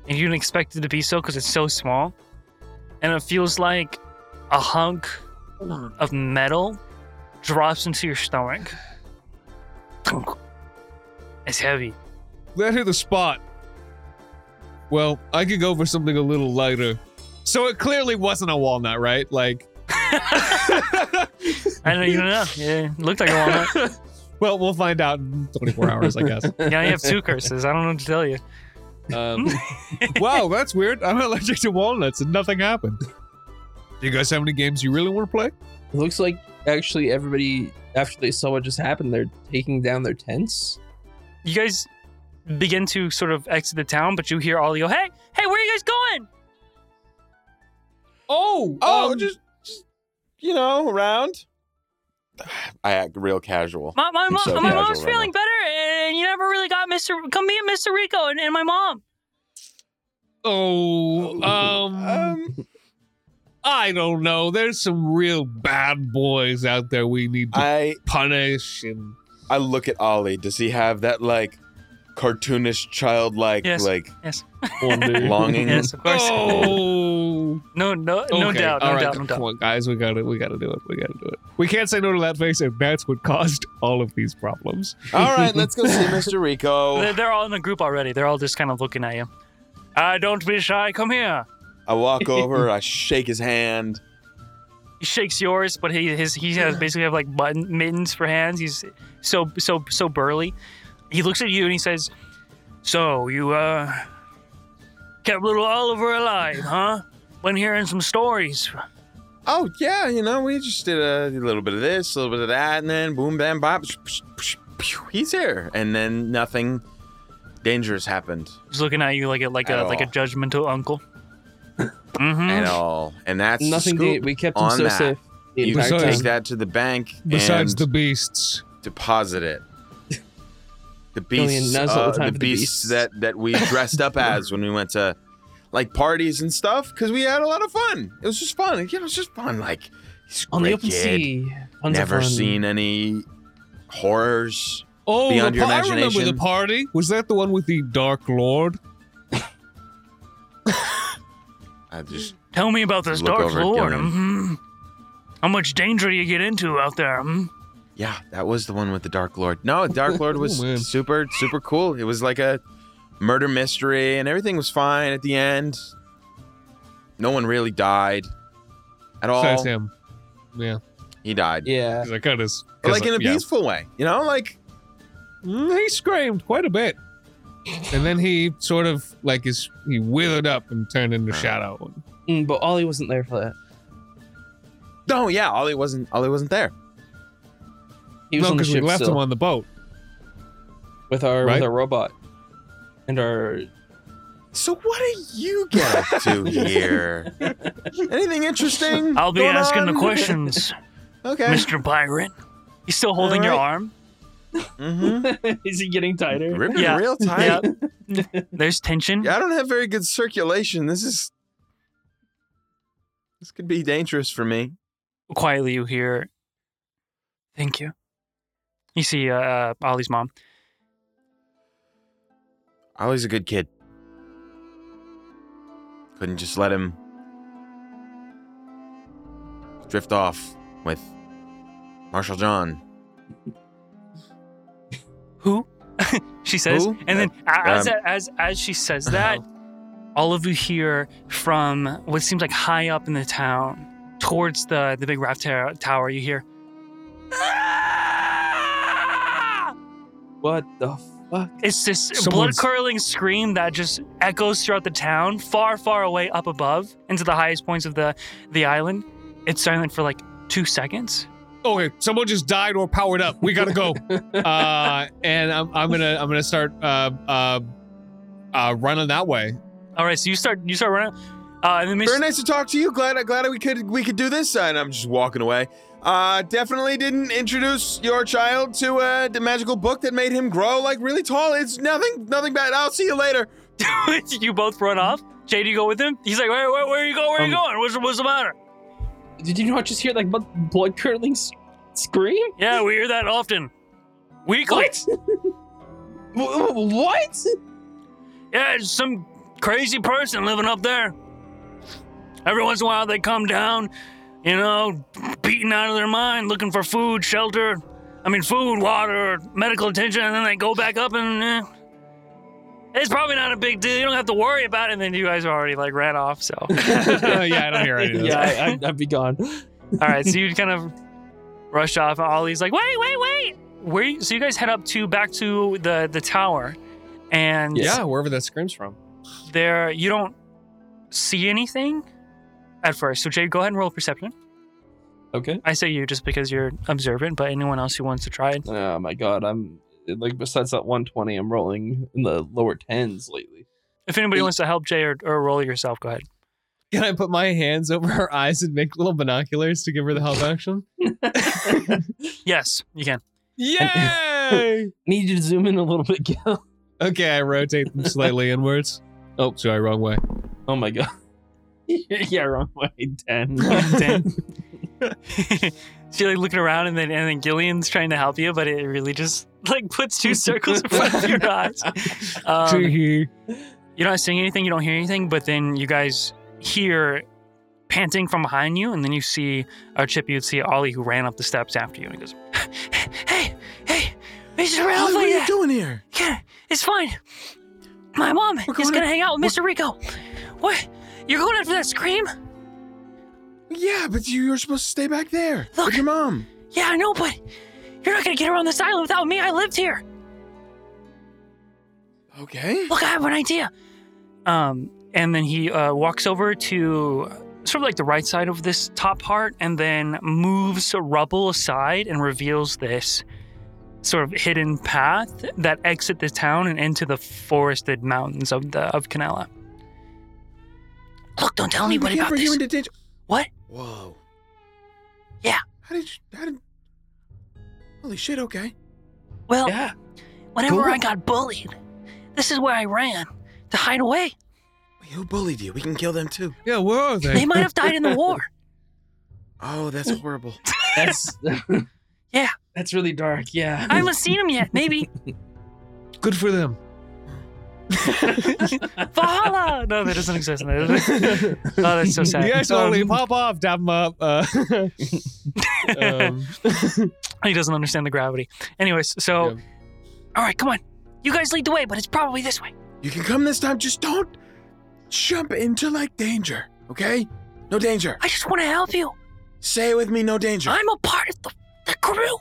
Speaker 3: and you didn't expect it to be so because it's so small, and it feels like a hunk of metal drops into your stomach. It's heavy.
Speaker 5: That hit the spot. Well, I could go for something a little lighter. So it clearly wasn't a walnut, right? Like,
Speaker 3: I don't know. You don't know. Yeah, it looked like a walnut.
Speaker 5: Well, we'll find out in 24 hours, I guess.
Speaker 3: You only have two curses. I don't know what to tell you.
Speaker 2: Um,
Speaker 5: wow, that's weird. I'm allergic to walnuts and nothing happened. Do you guys have any games you really want to play?
Speaker 2: It looks like actually everybody after they saw what just happened, they're taking down their tents.
Speaker 3: You guys begin to sort of exit the town, but you hear all you go, hey, hey, where are you guys going?
Speaker 5: Oh,
Speaker 4: Oh, just, just you know, around. I act real casual.
Speaker 3: My, my,
Speaker 4: I'm
Speaker 3: mom,
Speaker 4: so
Speaker 3: my
Speaker 4: casual
Speaker 3: mom's
Speaker 4: right
Speaker 3: feeling better, and you never really got Mr. Come meet Mr. Rico and, and my mom.
Speaker 5: oh, um,
Speaker 4: Um,
Speaker 5: I don't know. There's some real bad boys out there we need to
Speaker 4: I
Speaker 5: punish. And
Speaker 4: I look at Ollie. Does he have that like cartoonish, childlike,
Speaker 3: Yes.
Speaker 4: like
Speaker 2: Wonder.
Speaker 4: longing?
Speaker 3: Yes, of course.
Speaker 5: oh,
Speaker 3: No, no, no
Speaker 5: Mm-hmm. Okay,
Speaker 3: doubt, no
Speaker 5: all right,
Speaker 3: doubt, no doubt.
Speaker 5: Come on, guys, we got to We got to do it. We got to do it. We can't say no to that face, and that's what caused all of these problems.
Speaker 4: All right, let's go see Mr. Rico.
Speaker 3: They're, they're all in a group already. They're all just kind of looking at you. Uh, don't be shy. Come here.
Speaker 4: I walk over. I shake his hand.
Speaker 3: He shakes yours, but he his he has basically have like button mittens for hands. He's so so so burly. He looks at you and he says, "So you uh kept little Oliver alive, huh? Been hearing some stories.
Speaker 4: Oh yeah, you know, we just did a little bit of this, a little bit of that, and then boom, bam, bop, psh, psh, psh, pew, he's here, and then nothing dangerous happened
Speaker 3: He's looking at you like a like a
Speaker 4: At
Speaker 3: like a
Speaker 4: all.
Speaker 3: judgmental uncle.
Speaker 4: at
Speaker 3: mm-hmm.
Speaker 4: all, and that's the
Speaker 2: Nothing.
Speaker 4: scoop.
Speaker 2: Did, we kept him
Speaker 4: on
Speaker 2: so
Speaker 4: that.
Speaker 2: safe. the
Speaker 4: You
Speaker 2: entire
Speaker 4: can
Speaker 5: Besides-
Speaker 4: take
Speaker 2: time.
Speaker 4: that to the bank
Speaker 5: Besides the
Speaker 4: and
Speaker 5: beasts,
Speaker 4: deposit it. The
Speaker 2: Billion,
Speaker 4: beasts,
Speaker 2: now's not the
Speaker 4: uh, the
Speaker 2: time for the
Speaker 4: beasts
Speaker 2: beasts.
Speaker 4: that that we dressed up as when we went to like parties and stuff, because we had a lot of fun. It was just fun. You know, it was just fun. Like he's a
Speaker 2: on the
Speaker 4: great
Speaker 2: open
Speaker 4: kid.
Speaker 2: sea. Tons of
Speaker 4: Never
Speaker 2: fun.
Speaker 4: seen any horrors.
Speaker 5: oh,
Speaker 4: Beyond
Speaker 5: the
Speaker 4: your
Speaker 5: par- I remember
Speaker 4: imagination.
Speaker 5: the party. Was that the one with the Dark Lord?
Speaker 4: I just
Speaker 3: Tell me about this
Speaker 4: Look
Speaker 3: dark
Speaker 4: over at
Speaker 3: lord.
Speaker 4: Gillian.
Speaker 3: hmm How much danger do you get into out there? hmm?
Speaker 4: yeah, that was the one with the Dark Lord. No, Dark Lord was
Speaker 5: Oh, man.
Speaker 4: super super cool. It was like a murder mystery, and everything was fine at the end. No one really died at all.
Speaker 5: Besides him. Yeah,
Speaker 4: He died,
Speaker 2: Yeah.
Speaker 5: 'cause I kind of
Speaker 4: but Uh, like in a
Speaker 5: yeah.
Speaker 4: peaceful way, you know, like
Speaker 5: Mm, he screamed quite a bit, and then he sort of like is he withered up and turned into shadow.
Speaker 2: Mm, but Ollie wasn't there for that.
Speaker 4: no, yeah. Ollie wasn't Ollie wasn't there.
Speaker 2: He was
Speaker 5: no,
Speaker 2: on the
Speaker 5: because we
Speaker 2: ship
Speaker 5: left
Speaker 2: still
Speaker 5: him on the boat.
Speaker 2: with our
Speaker 5: right?
Speaker 2: with our robot and our
Speaker 4: So what do you get up to here? Anything interesting?
Speaker 3: I'll be
Speaker 4: going
Speaker 3: asking the
Speaker 4: on?
Speaker 3: questions,
Speaker 4: Okay.
Speaker 3: Mr. Pirate. He's still holding your
Speaker 4: Alright.
Speaker 3: arm.
Speaker 4: Mm-hmm.
Speaker 2: Is he getting tighter?
Speaker 4: Ripping
Speaker 3: Yeah.
Speaker 4: real tight.
Speaker 3: Yeah. There's tension.
Speaker 4: Yeah, I don't have very good circulation. This is this could be dangerous for me.
Speaker 3: Quietly, you hear, "Thank you." You see, uh, uh, Ollie's mom.
Speaker 4: Ollie's a good kid. Couldn't just let him drift off with Marshall John.
Speaker 3: Who? she says,
Speaker 4: Who?
Speaker 3: and then a as,
Speaker 4: um,
Speaker 3: as as she says that, all of you hear from what seems like high up in the town, towards the the big raft tower. tower you hear, "Ah!"
Speaker 2: What the fuck?
Speaker 3: it's this blood
Speaker 5: Someone's-
Speaker 3: curdling scream that just echoes throughout the town, far far away up above, into the highest points of the the island. It's silent for like two seconds.
Speaker 5: Okay, someone just died or powered up. We gotta go. uh, and I'm, I'm gonna I'm gonna start uh, uh, uh, running that way.
Speaker 3: All right, so you start you start running, uh, and then Mr.
Speaker 4: Very nice to talk to you. Glad glad we could we could do this. Uh, And I'm just walking away. Uh, definitely didn't introduce your child to uh, the magical book that made him grow like really tall. It's nothing nothing bad. I'll see you later.
Speaker 3: you both run off. Jay, do you go with him? He's like, where, where, where you go? Where you
Speaker 2: Um,
Speaker 3: going? What's, what's the matter?
Speaker 2: Did you not just hear like blood curdling scream?
Speaker 3: Yeah, we hear that often. Weekly.
Speaker 2: What? Wh- wh- what?
Speaker 3: Yeah, it's some crazy person living up there. Every once in a while, they come down, you know, beaten out of their mind, looking for food, shelter. I mean, food, water, medical attention, and then they go back up and. Eh, it's probably not a big deal. You don't have to worry about it. And then you guys already like ran off. So, all
Speaker 5: yeah, I don't hear any of this.
Speaker 2: yeah, I, I'd, I'd be gone.
Speaker 3: right. So you kind of rush off. And Ollie's like, wait, wait, wait. where you, so you guys head up to back to the the tower, and
Speaker 2: Yes.
Speaker 5: Yeah, wherever that screams from.
Speaker 3: there you don't see anything at first. So Jade, go ahead and roll perception.
Speaker 2: Okay.
Speaker 3: I say you just because you're observant, but anyone else who wants to try it.
Speaker 2: Oh my god, I'm like besides that 120, I'm rolling in the lower tens lately.
Speaker 3: If anybody
Speaker 2: Eight.
Speaker 3: wants to help Jay or, or roll yourself, go ahead.
Speaker 5: Can I put my hands over her eyes and make little binoculars to give her the help action?
Speaker 3: Yes, you can.
Speaker 5: Yay!
Speaker 2: Need you to zoom in a little bit, Gil.
Speaker 5: okay, I rotate them slightly inwards. Oh, sorry, wrong way.
Speaker 2: Oh my god. yeah, wrong way. Ten.
Speaker 3: Damn. so you're like looking around, and then and then Gillian's trying to help you, but it really just like puts two circles in front of your eyes. Um,
Speaker 5: Tee-hee.
Speaker 3: You're not seeing anything, you don't hear anything, but then you guys hear panting from behind you, and then you see uh, Chip, you'd see Ollie who ran up the steps after you and he goes, Hey, hey, Mr. Ralph,
Speaker 4: Ollie, what are
Speaker 3: look
Speaker 4: you
Speaker 3: at that.
Speaker 4: doing here?
Speaker 3: Yeah, it's fine. My mom is
Speaker 4: going
Speaker 3: gonna hang out with Mr. Rico. What? You're going after that scream?
Speaker 4: Yeah, but you, you're supposed to stay back there
Speaker 3: Look.
Speaker 4: with your mom.
Speaker 3: Yeah, I know, but you're not gonna get around this island without me. I lived here.
Speaker 4: Okay.
Speaker 3: Look, I have an idea. Um, and then he uh, walks over to sort of like the right side of this top part, and then moves rubble aside and reveals this sort of hidden path that exit the town and into the forested mountains of the of Canela. Look, don't tell
Speaker 4: Ollie, we
Speaker 3: anybody
Speaker 4: can't
Speaker 3: about
Speaker 4: bring
Speaker 3: this.
Speaker 4: Oh, you into danger.
Speaker 3: What?
Speaker 4: Whoa.
Speaker 3: Yeah.
Speaker 4: How did you? How did? Holy shit! Okay.
Speaker 3: well,
Speaker 2: yeah.
Speaker 3: whenever
Speaker 2: Cool.
Speaker 3: I got bullied, this is where I ran to hide away.
Speaker 4: Wait, who bullied you? We can kill them too.
Speaker 5: yeah, where are
Speaker 3: They
Speaker 5: they?
Speaker 3: might have died in the war.
Speaker 4: Oh, that's
Speaker 3: Mm.
Speaker 4: horrible.
Speaker 2: That's
Speaker 3: Yeah.
Speaker 2: That's really dark. Yeah.
Speaker 3: I haven't seen them yet. Maybe
Speaker 5: Good for them.
Speaker 3: Valhalla. No, that doesn't exist. No, that doesn't- oh, that's so sad.
Speaker 5: You guys
Speaker 3: Um,
Speaker 5: only pop off, dab them up. Uh, um,
Speaker 3: he doesn't understand the gravity. Anyways, so
Speaker 5: Yeah.
Speaker 3: all right, come on. You guys lead the way, but it's probably this way.
Speaker 4: You can come this time. Just don't jump into like danger. Okay? No danger.
Speaker 3: I just want to help you.
Speaker 4: Say it with me. No danger.
Speaker 3: I'm a part of the, the crew.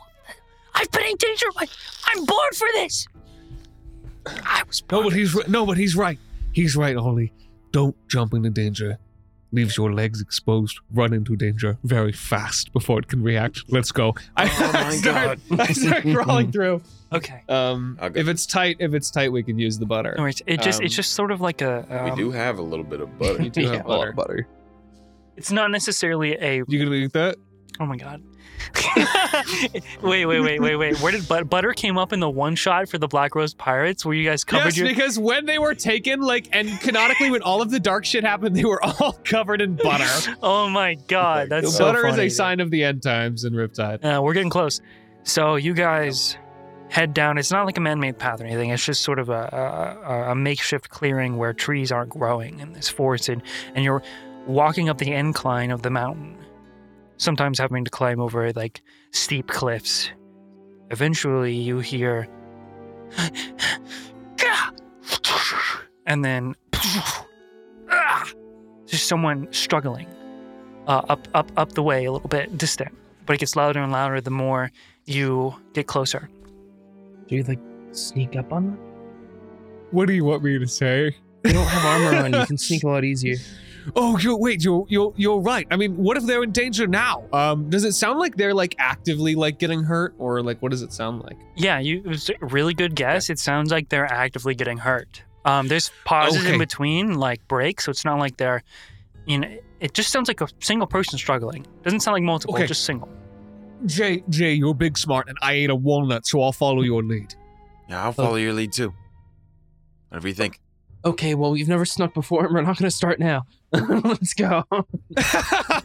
Speaker 3: I've been in danger. Like, I'm born for this. I was
Speaker 5: no,
Speaker 3: born.
Speaker 5: but he's ri- no, but he's right. He's right, Ollie. Don't jump into danger. Leaves your legs exposed. Run into danger very fast before it can react. Let's go. I,
Speaker 4: Oh my
Speaker 5: I start, I start crawling through.
Speaker 3: Okay.
Speaker 5: Um,
Speaker 4: I'll go.
Speaker 5: if it's tight, if it's tight, we can use the butter.
Speaker 3: No, it's, it just
Speaker 5: Um,
Speaker 3: it's just sort of like a. Um,
Speaker 4: have a little bit of butter.
Speaker 5: You do
Speaker 2: Yeah,
Speaker 5: have
Speaker 2: a lot
Speaker 5: butter.
Speaker 2: of butter.
Speaker 3: It's not necessarily a.
Speaker 5: You gonna eat that?
Speaker 3: Oh my god. wait, wait, wait, wait, wait. Where did but- butter came up in the one shot for the Black Rose Pirates? Where you guys covered
Speaker 5: yes,
Speaker 3: your
Speaker 5: because when they were taken, like, and canonically, when all of the dark shit happened, they were all covered in butter.
Speaker 3: Oh my god, that's so
Speaker 5: butter
Speaker 3: funny,
Speaker 5: is a
Speaker 3: dude.
Speaker 5: sign of the end times in Riptide.
Speaker 3: Uh, we're getting close. So you guys head down. It's not like a man-made path or anything. It's just sort of a, a, a- a makeshift clearing where trees aren't growing and it's forested, and you're walking up the incline of the mountain. Sometimes having to climb over like steep cliffs. Eventually, you hear, and then just someone struggling uh, up, up, up the way a little bit distant but it gets louder and louder the more you get closer.
Speaker 2: Do you like sneak up on them?
Speaker 5: What do you want me to say?
Speaker 2: You don't have armor on. You can sneak a lot easier.
Speaker 5: Oh, you wait, you're you're you're right. I mean, what if they're in danger now? Um, does it sound like they're like actively like getting hurt, or like what does it sound like?
Speaker 3: Yeah, you it was a really good guess. It sounds like they're actively getting hurt. Um, there's pauses
Speaker 5: Okay.
Speaker 3: in between, like breaks, so it's not like they're, you know, it just sounds like a single person struggling. Doesn't sound like multiple,
Speaker 5: Okay.
Speaker 3: just single.
Speaker 5: Jay, Jay, you're big smart, and I ate a walnut, so I'll follow your lead.
Speaker 4: Yeah, I'll follow your lead too. Whatever you think.
Speaker 2: Okay, well we've never snuck before, and we're not gonna start now. Let's go.
Speaker 3: Uh,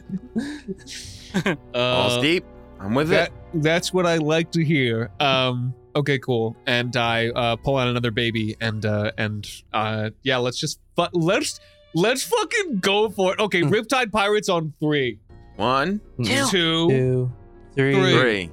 Speaker 4: All's deep. I'm with
Speaker 5: Uh, that, that's what I like to hear. Um, okay, cool. And I uh, pull out another baby, and uh, and uh, yeah, let's just fu- let's let's fucking go for it. Oh, Okay,
Speaker 3: Hmm.
Speaker 2: Mm.
Speaker 5: Riptide Pirates on three,
Speaker 4: it. One,
Speaker 3: Two.
Speaker 5: two.
Speaker 2: Two, three.
Speaker 5: Three.
Speaker 4: three.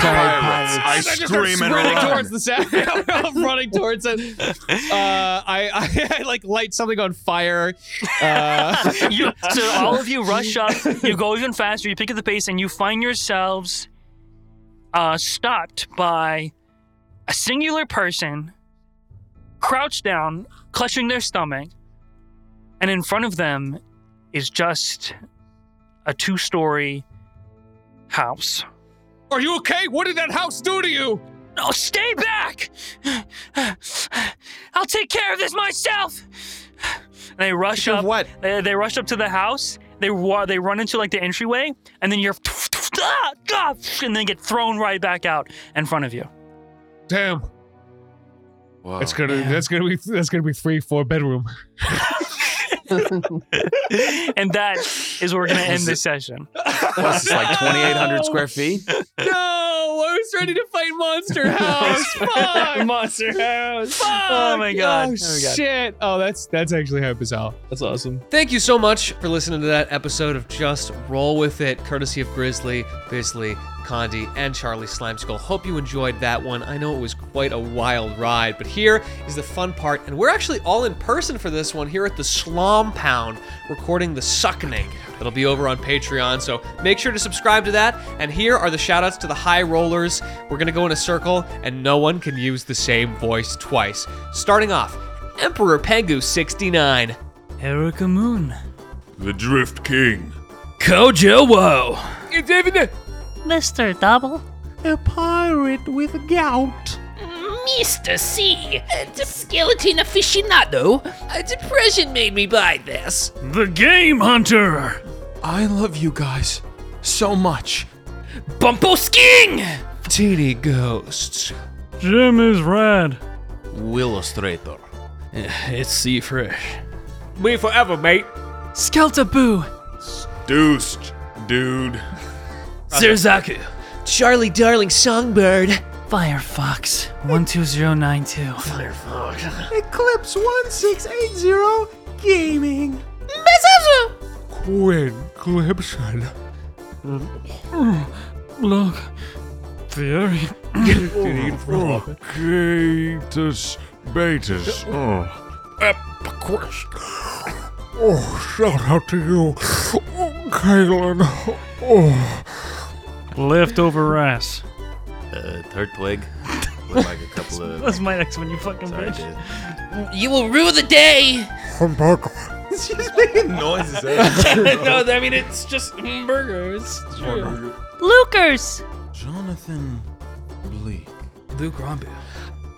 Speaker 4: Pirates.
Speaker 3: Pirates.
Speaker 4: I
Speaker 5: I just start
Speaker 4: scream and
Speaker 5: sprinting
Speaker 4: run.
Speaker 5: towards the sound. I'm running towards it. Uh, I, I I like light something on fire. Uh,
Speaker 3: you, so all of you rush up. You go even faster. You pick up the pace, and you find yourselves uh, stopped by a singular person crouched down, clutching their stomach, and in front of them is just a two story house.
Speaker 6: Are you okay? What did that house do to you?
Speaker 3: No, stay back! I'll take care of this myself! And they rush
Speaker 4: Of
Speaker 3: up.
Speaker 4: what?
Speaker 3: Uh, They, they rush up to the house. They wa- they run into like the entryway, and then you're ah, ah, and then get thrown right back out in front of you.
Speaker 7: Damn,
Speaker 4: Whoa.
Speaker 7: that's gonna
Speaker 3: Yeah.
Speaker 7: that's gonna be that's gonna be three four bedroom.
Speaker 3: and that is where we're gonna end
Speaker 4: Was
Speaker 3: this session.
Speaker 4: Plus, it's like 2,800 square feet.
Speaker 7: No, I was ready to fight Monster House. Fuck.
Speaker 2: Monster House.
Speaker 3: Oh my god!
Speaker 7: Oh,
Speaker 3: Oh my god.
Speaker 7: shit! Oh, that's that's actually how bizarre.
Speaker 2: That's awesome.
Speaker 5: Thank you so much for listening to that episode of Just Roll With It, courtesy of Grizzly, Bisley, Condi, and Charlie Slimeskull. Hope you enjoyed that one. I know it was quite a wild ride, but here is the fun part, and we're actually all in person for this one here at the Slom Pound, recording the Suckning. It'll be over on Patreon, so make sure to subscribe to that. And here are the shout outs to the high rollers. We're gonna go in a circle, and no one can use the same voice twice. Starting off, Emperor Pengu 69.
Speaker 3: Erica Moon.
Speaker 8: The Drift King.
Speaker 5: Kojo Woe. It's even
Speaker 9: Mr. Double,
Speaker 5: a pirate with gout.
Speaker 1: Mr. C, the skeleton aficionado, a depression made me buy this.
Speaker 8: The Game Hunter.
Speaker 4: I love you guys so much.
Speaker 1: Bumpo skiing!
Speaker 5: Teeny ghosts.
Speaker 3: Jim is rad.
Speaker 8: Illustrator.
Speaker 2: It's sea fresh.
Speaker 5: Me forever, mate.
Speaker 3: Skelter Boo.
Speaker 8: Deuced, dude.
Speaker 2: Sirzaku.
Speaker 5: Charlie Darling Songbird.
Speaker 3: Firefox. One two zero nine two.
Speaker 4: Eclipse 1680 Gaming.
Speaker 7: Quinn Clipson.
Speaker 3: Hmm. Look, theory.
Speaker 8: Gatus, Betus. Oh. Epquist. Oh, shout out to you, Kalen. Oh.
Speaker 3: Leftover rice.
Speaker 10: Uh, third plague. With like a couple of.
Speaker 3: That's my next one. You fucking
Speaker 10: Sorry,
Speaker 3: bitch.
Speaker 10: dude.
Speaker 1: You will rue the day!
Speaker 8: Humbug.
Speaker 4: Noises.
Speaker 2: no, I mean it's just burgers.
Speaker 9: Lucas,
Speaker 8: Jonathan Bleak.
Speaker 2: Luke Rombu.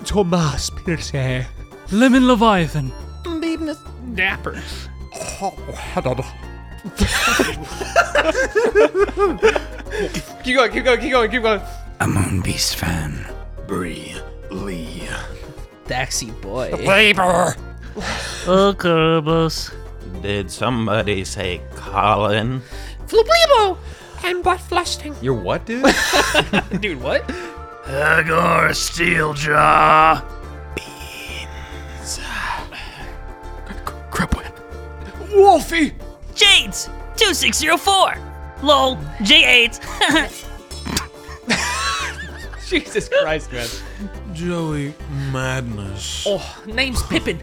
Speaker 7: Thomas Pierce.
Speaker 3: Lemon Leviathan.
Speaker 5: Keep going, keep going, keep going, keep going.
Speaker 10: A Moonbeast fan. Bree Lee.
Speaker 1: Taxi boy.
Speaker 8: Labor.
Speaker 9: Oh, Kerbos.
Speaker 10: Did somebody say Colin?
Speaker 1: Flublebo!
Speaker 5: And butt flushing.
Speaker 4: You're what, dude?
Speaker 2: Dude, what?
Speaker 10: Hagor Steeljaw.
Speaker 5: Wolfie.
Speaker 9: Jades, 2604. Lol, J8.
Speaker 5: Jesus Christ, man.
Speaker 8: Joey Madness.
Speaker 1: Oh, name's Pippin.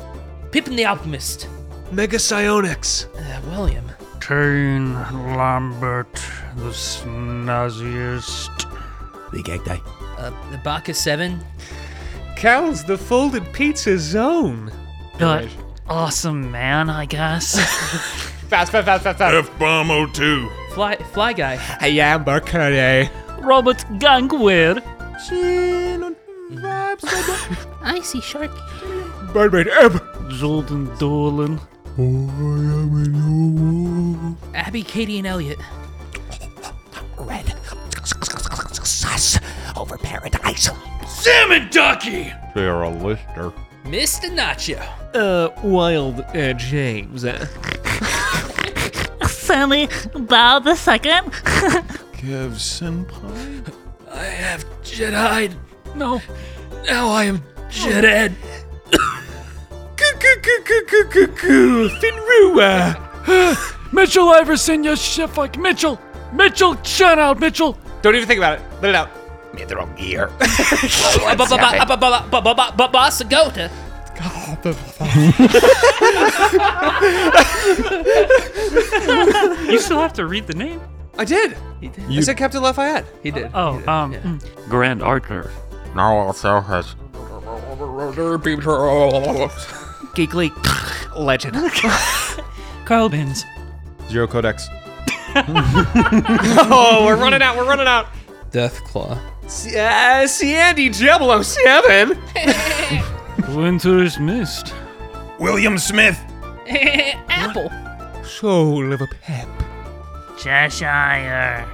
Speaker 1: Pippin the Alchemist.
Speaker 5: Mega Psionics.
Speaker 1: Uh, William.
Speaker 3: Kane Lambert, the snazziest.
Speaker 10: Big egg day.
Speaker 1: Uh, the Barker 7.
Speaker 5: Cal's the folded pizza zone.
Speaker 3: But awesome man, I guess.
Speaker 5: Fast, fast, fast, fast, fast.
Speaker 8: F Bomb 02.
Speaker 1: Fly, fly Guy.
Speaker 5: I am Mercury.
Speaker 3: Robert Gangweir.
Speaker 1: Icy Shark.
Speaker 4: Birdman Ebb.
Speaker 3: Jordan Dolan.
Speaker 1: Abby, Katie, and Elliot.
Speaker 8: Salmon Ducky. Sarah Lister.
Speaker 1: Mr. Nacho.
Speaker 5: Uh, Wild uh, James.
Speaker 9: Sally, Bow the second.
Speaker 8: Kev Senpai.
Speaker 1: I have Jedi. No. Oh. Now I am Jedi.
Speaker 3: Mitchell Iverson, you shit like Mitchell. Mitchell, shout out Mitchell.
Speaker 5: Don't even think about it. Let it out.
Speaker 1: Basagota.
Speaker 3: You still have to read the name.
Speaker 5: I did. I said Captain Lafayette.
Speaker 2: He did.
Speaker 3: Oh, um, mm.
Speaker 11: Grand Archer.
Speaker 4: Now also has.
Speaker 5: Geekly legend.
Speaker 3: Carl Bins.
Speaker 4: Zero codex.
Speaker 5: oh, we're running out. We're running out.
Speaker 2: Deathclaw.
Speaker 5: C- uh, Sandy Jebel 07.
Speaker 3: Winter is mist.
Speaker 8: William Smith.
Speaker 9: Apple.
Speaker 5: Soul of a pep.
Speaker 1: Cheshire.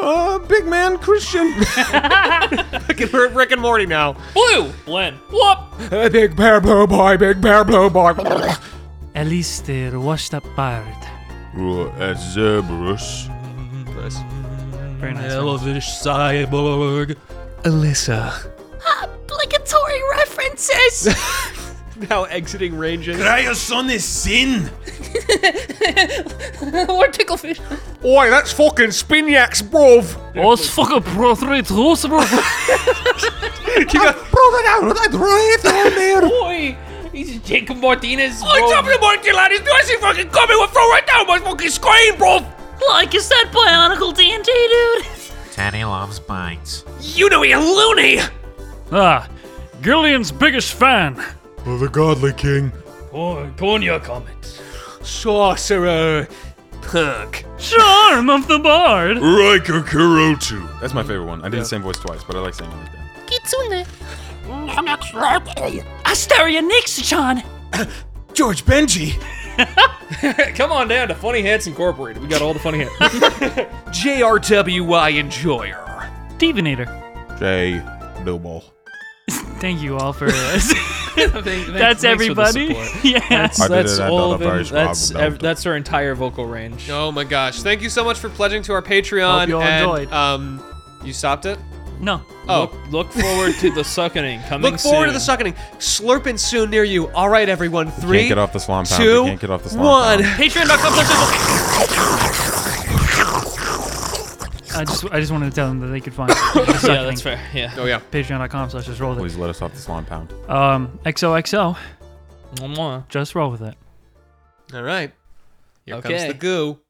Speaker 4: Uh, big man Christian.
Speaker 5: Fucking we're at Rick and Morty now.
Speaker 9: Blue.
Speaker 2: Len.
Speaker 9: Whoop.
Speaker 4: Uh, big bear blow boy. Big bear blow boy.
Speaker 3: Alistair washed up bard.
Speaker 8: Uh, At Zebras.
Speaker 3: Very nice.
Speaker 8: Elvish cyborg.
Speaker 5: Alyssa.
Speaker 1: Obligatory references.
Speaker 5: Now exiting ranges.
Speaker 8: Grayson is sin.
Speaker 9: or ticklefish.
Speaker 4: Oi, that's fucking Spinyax, bruv.
Speaker 3: Oh, it's fucking prostrate horse, bro.
Speaker 4: Prove it out. I drive down there.
Speaker 9: Boy, he's Jacob Martinez.
Speaker 1: like is that Bionicle D&D, dude?
Speaker 11: Teddy loves binds.
Speaker 3: ah, Gillian's biggest fan.
Speaker 8: Oh, the godly king.
Speaker 5: Sorcerer. Punk.
Speaker 3: Charm of the bard.
Speaker 8: Riker Kurotu.
Speaker 4: That's my favorite one. I did the same voice twice, but I like saying it like that.
Speaker 9: Kitsune.
Speaker 1: Asteria Nixichan.
Speaker 8: George Benji.
Speaker 2: Come on down to Funny Hats Incorporated. We got all the funny hats.
Speaker 5: JRWY Enjoyer.
Speaker 3: Divinator.
Speaker 8: Jay Noble.
Speaker 3: Thank you all for us. That's everybody. Yeah.
Speaker 8: I did
Speaker 2: that's
Speaker 8: it, I
Speaker 2: all
Speaker 8: thought
Speaker 2: of
Speaker 8: I
Speaker 2: them.
Speaker 8: was
Speaker 2: That's,
Speaker 8: robbed of
Speaker 2: ev- that's our entire vocal range.
Speaker 5: Oh my gosh. Thank you so much for pledging to our Patreon.
Speaker 3: Hope you all
Speaker 5: and,
Speaker 3: enjoyed.
Speaker 5: Um, you stopped it?
Speaker 3: No.
Speaker 5: Oh.
Speaker 2: Look, look forward to the suckening coming
Speaker 5: Look forward to
Speaker 2: soon.
Speaker 5: the suckening. Slurping soon near you. All right, everyone. Three,
Speaker 4: Can't get off the slime pound.
Speaker 5: two,
Speaker 4: we can't get off the slime
Speaker 5: one.
Speaker 4: pound.
Speaker 5: Patreon.com.
Speaker 3: I just I just wanted to tell them that they could find it.
Speaker 2: Yeah, that's fair. Yeah.
Speaker 5: Oh yeah.
Speaker 3: Patreon.com slash just roll with
Speaker 4: Please let us off the slime pound.
Speaker 3: it. Um, XOXO,
Speaker 2: Mwah.
Speaker 3: just roll with it.
Speaker 5: All right. Here comes
Speaker 2: Okay.
Speaker 5: the goo.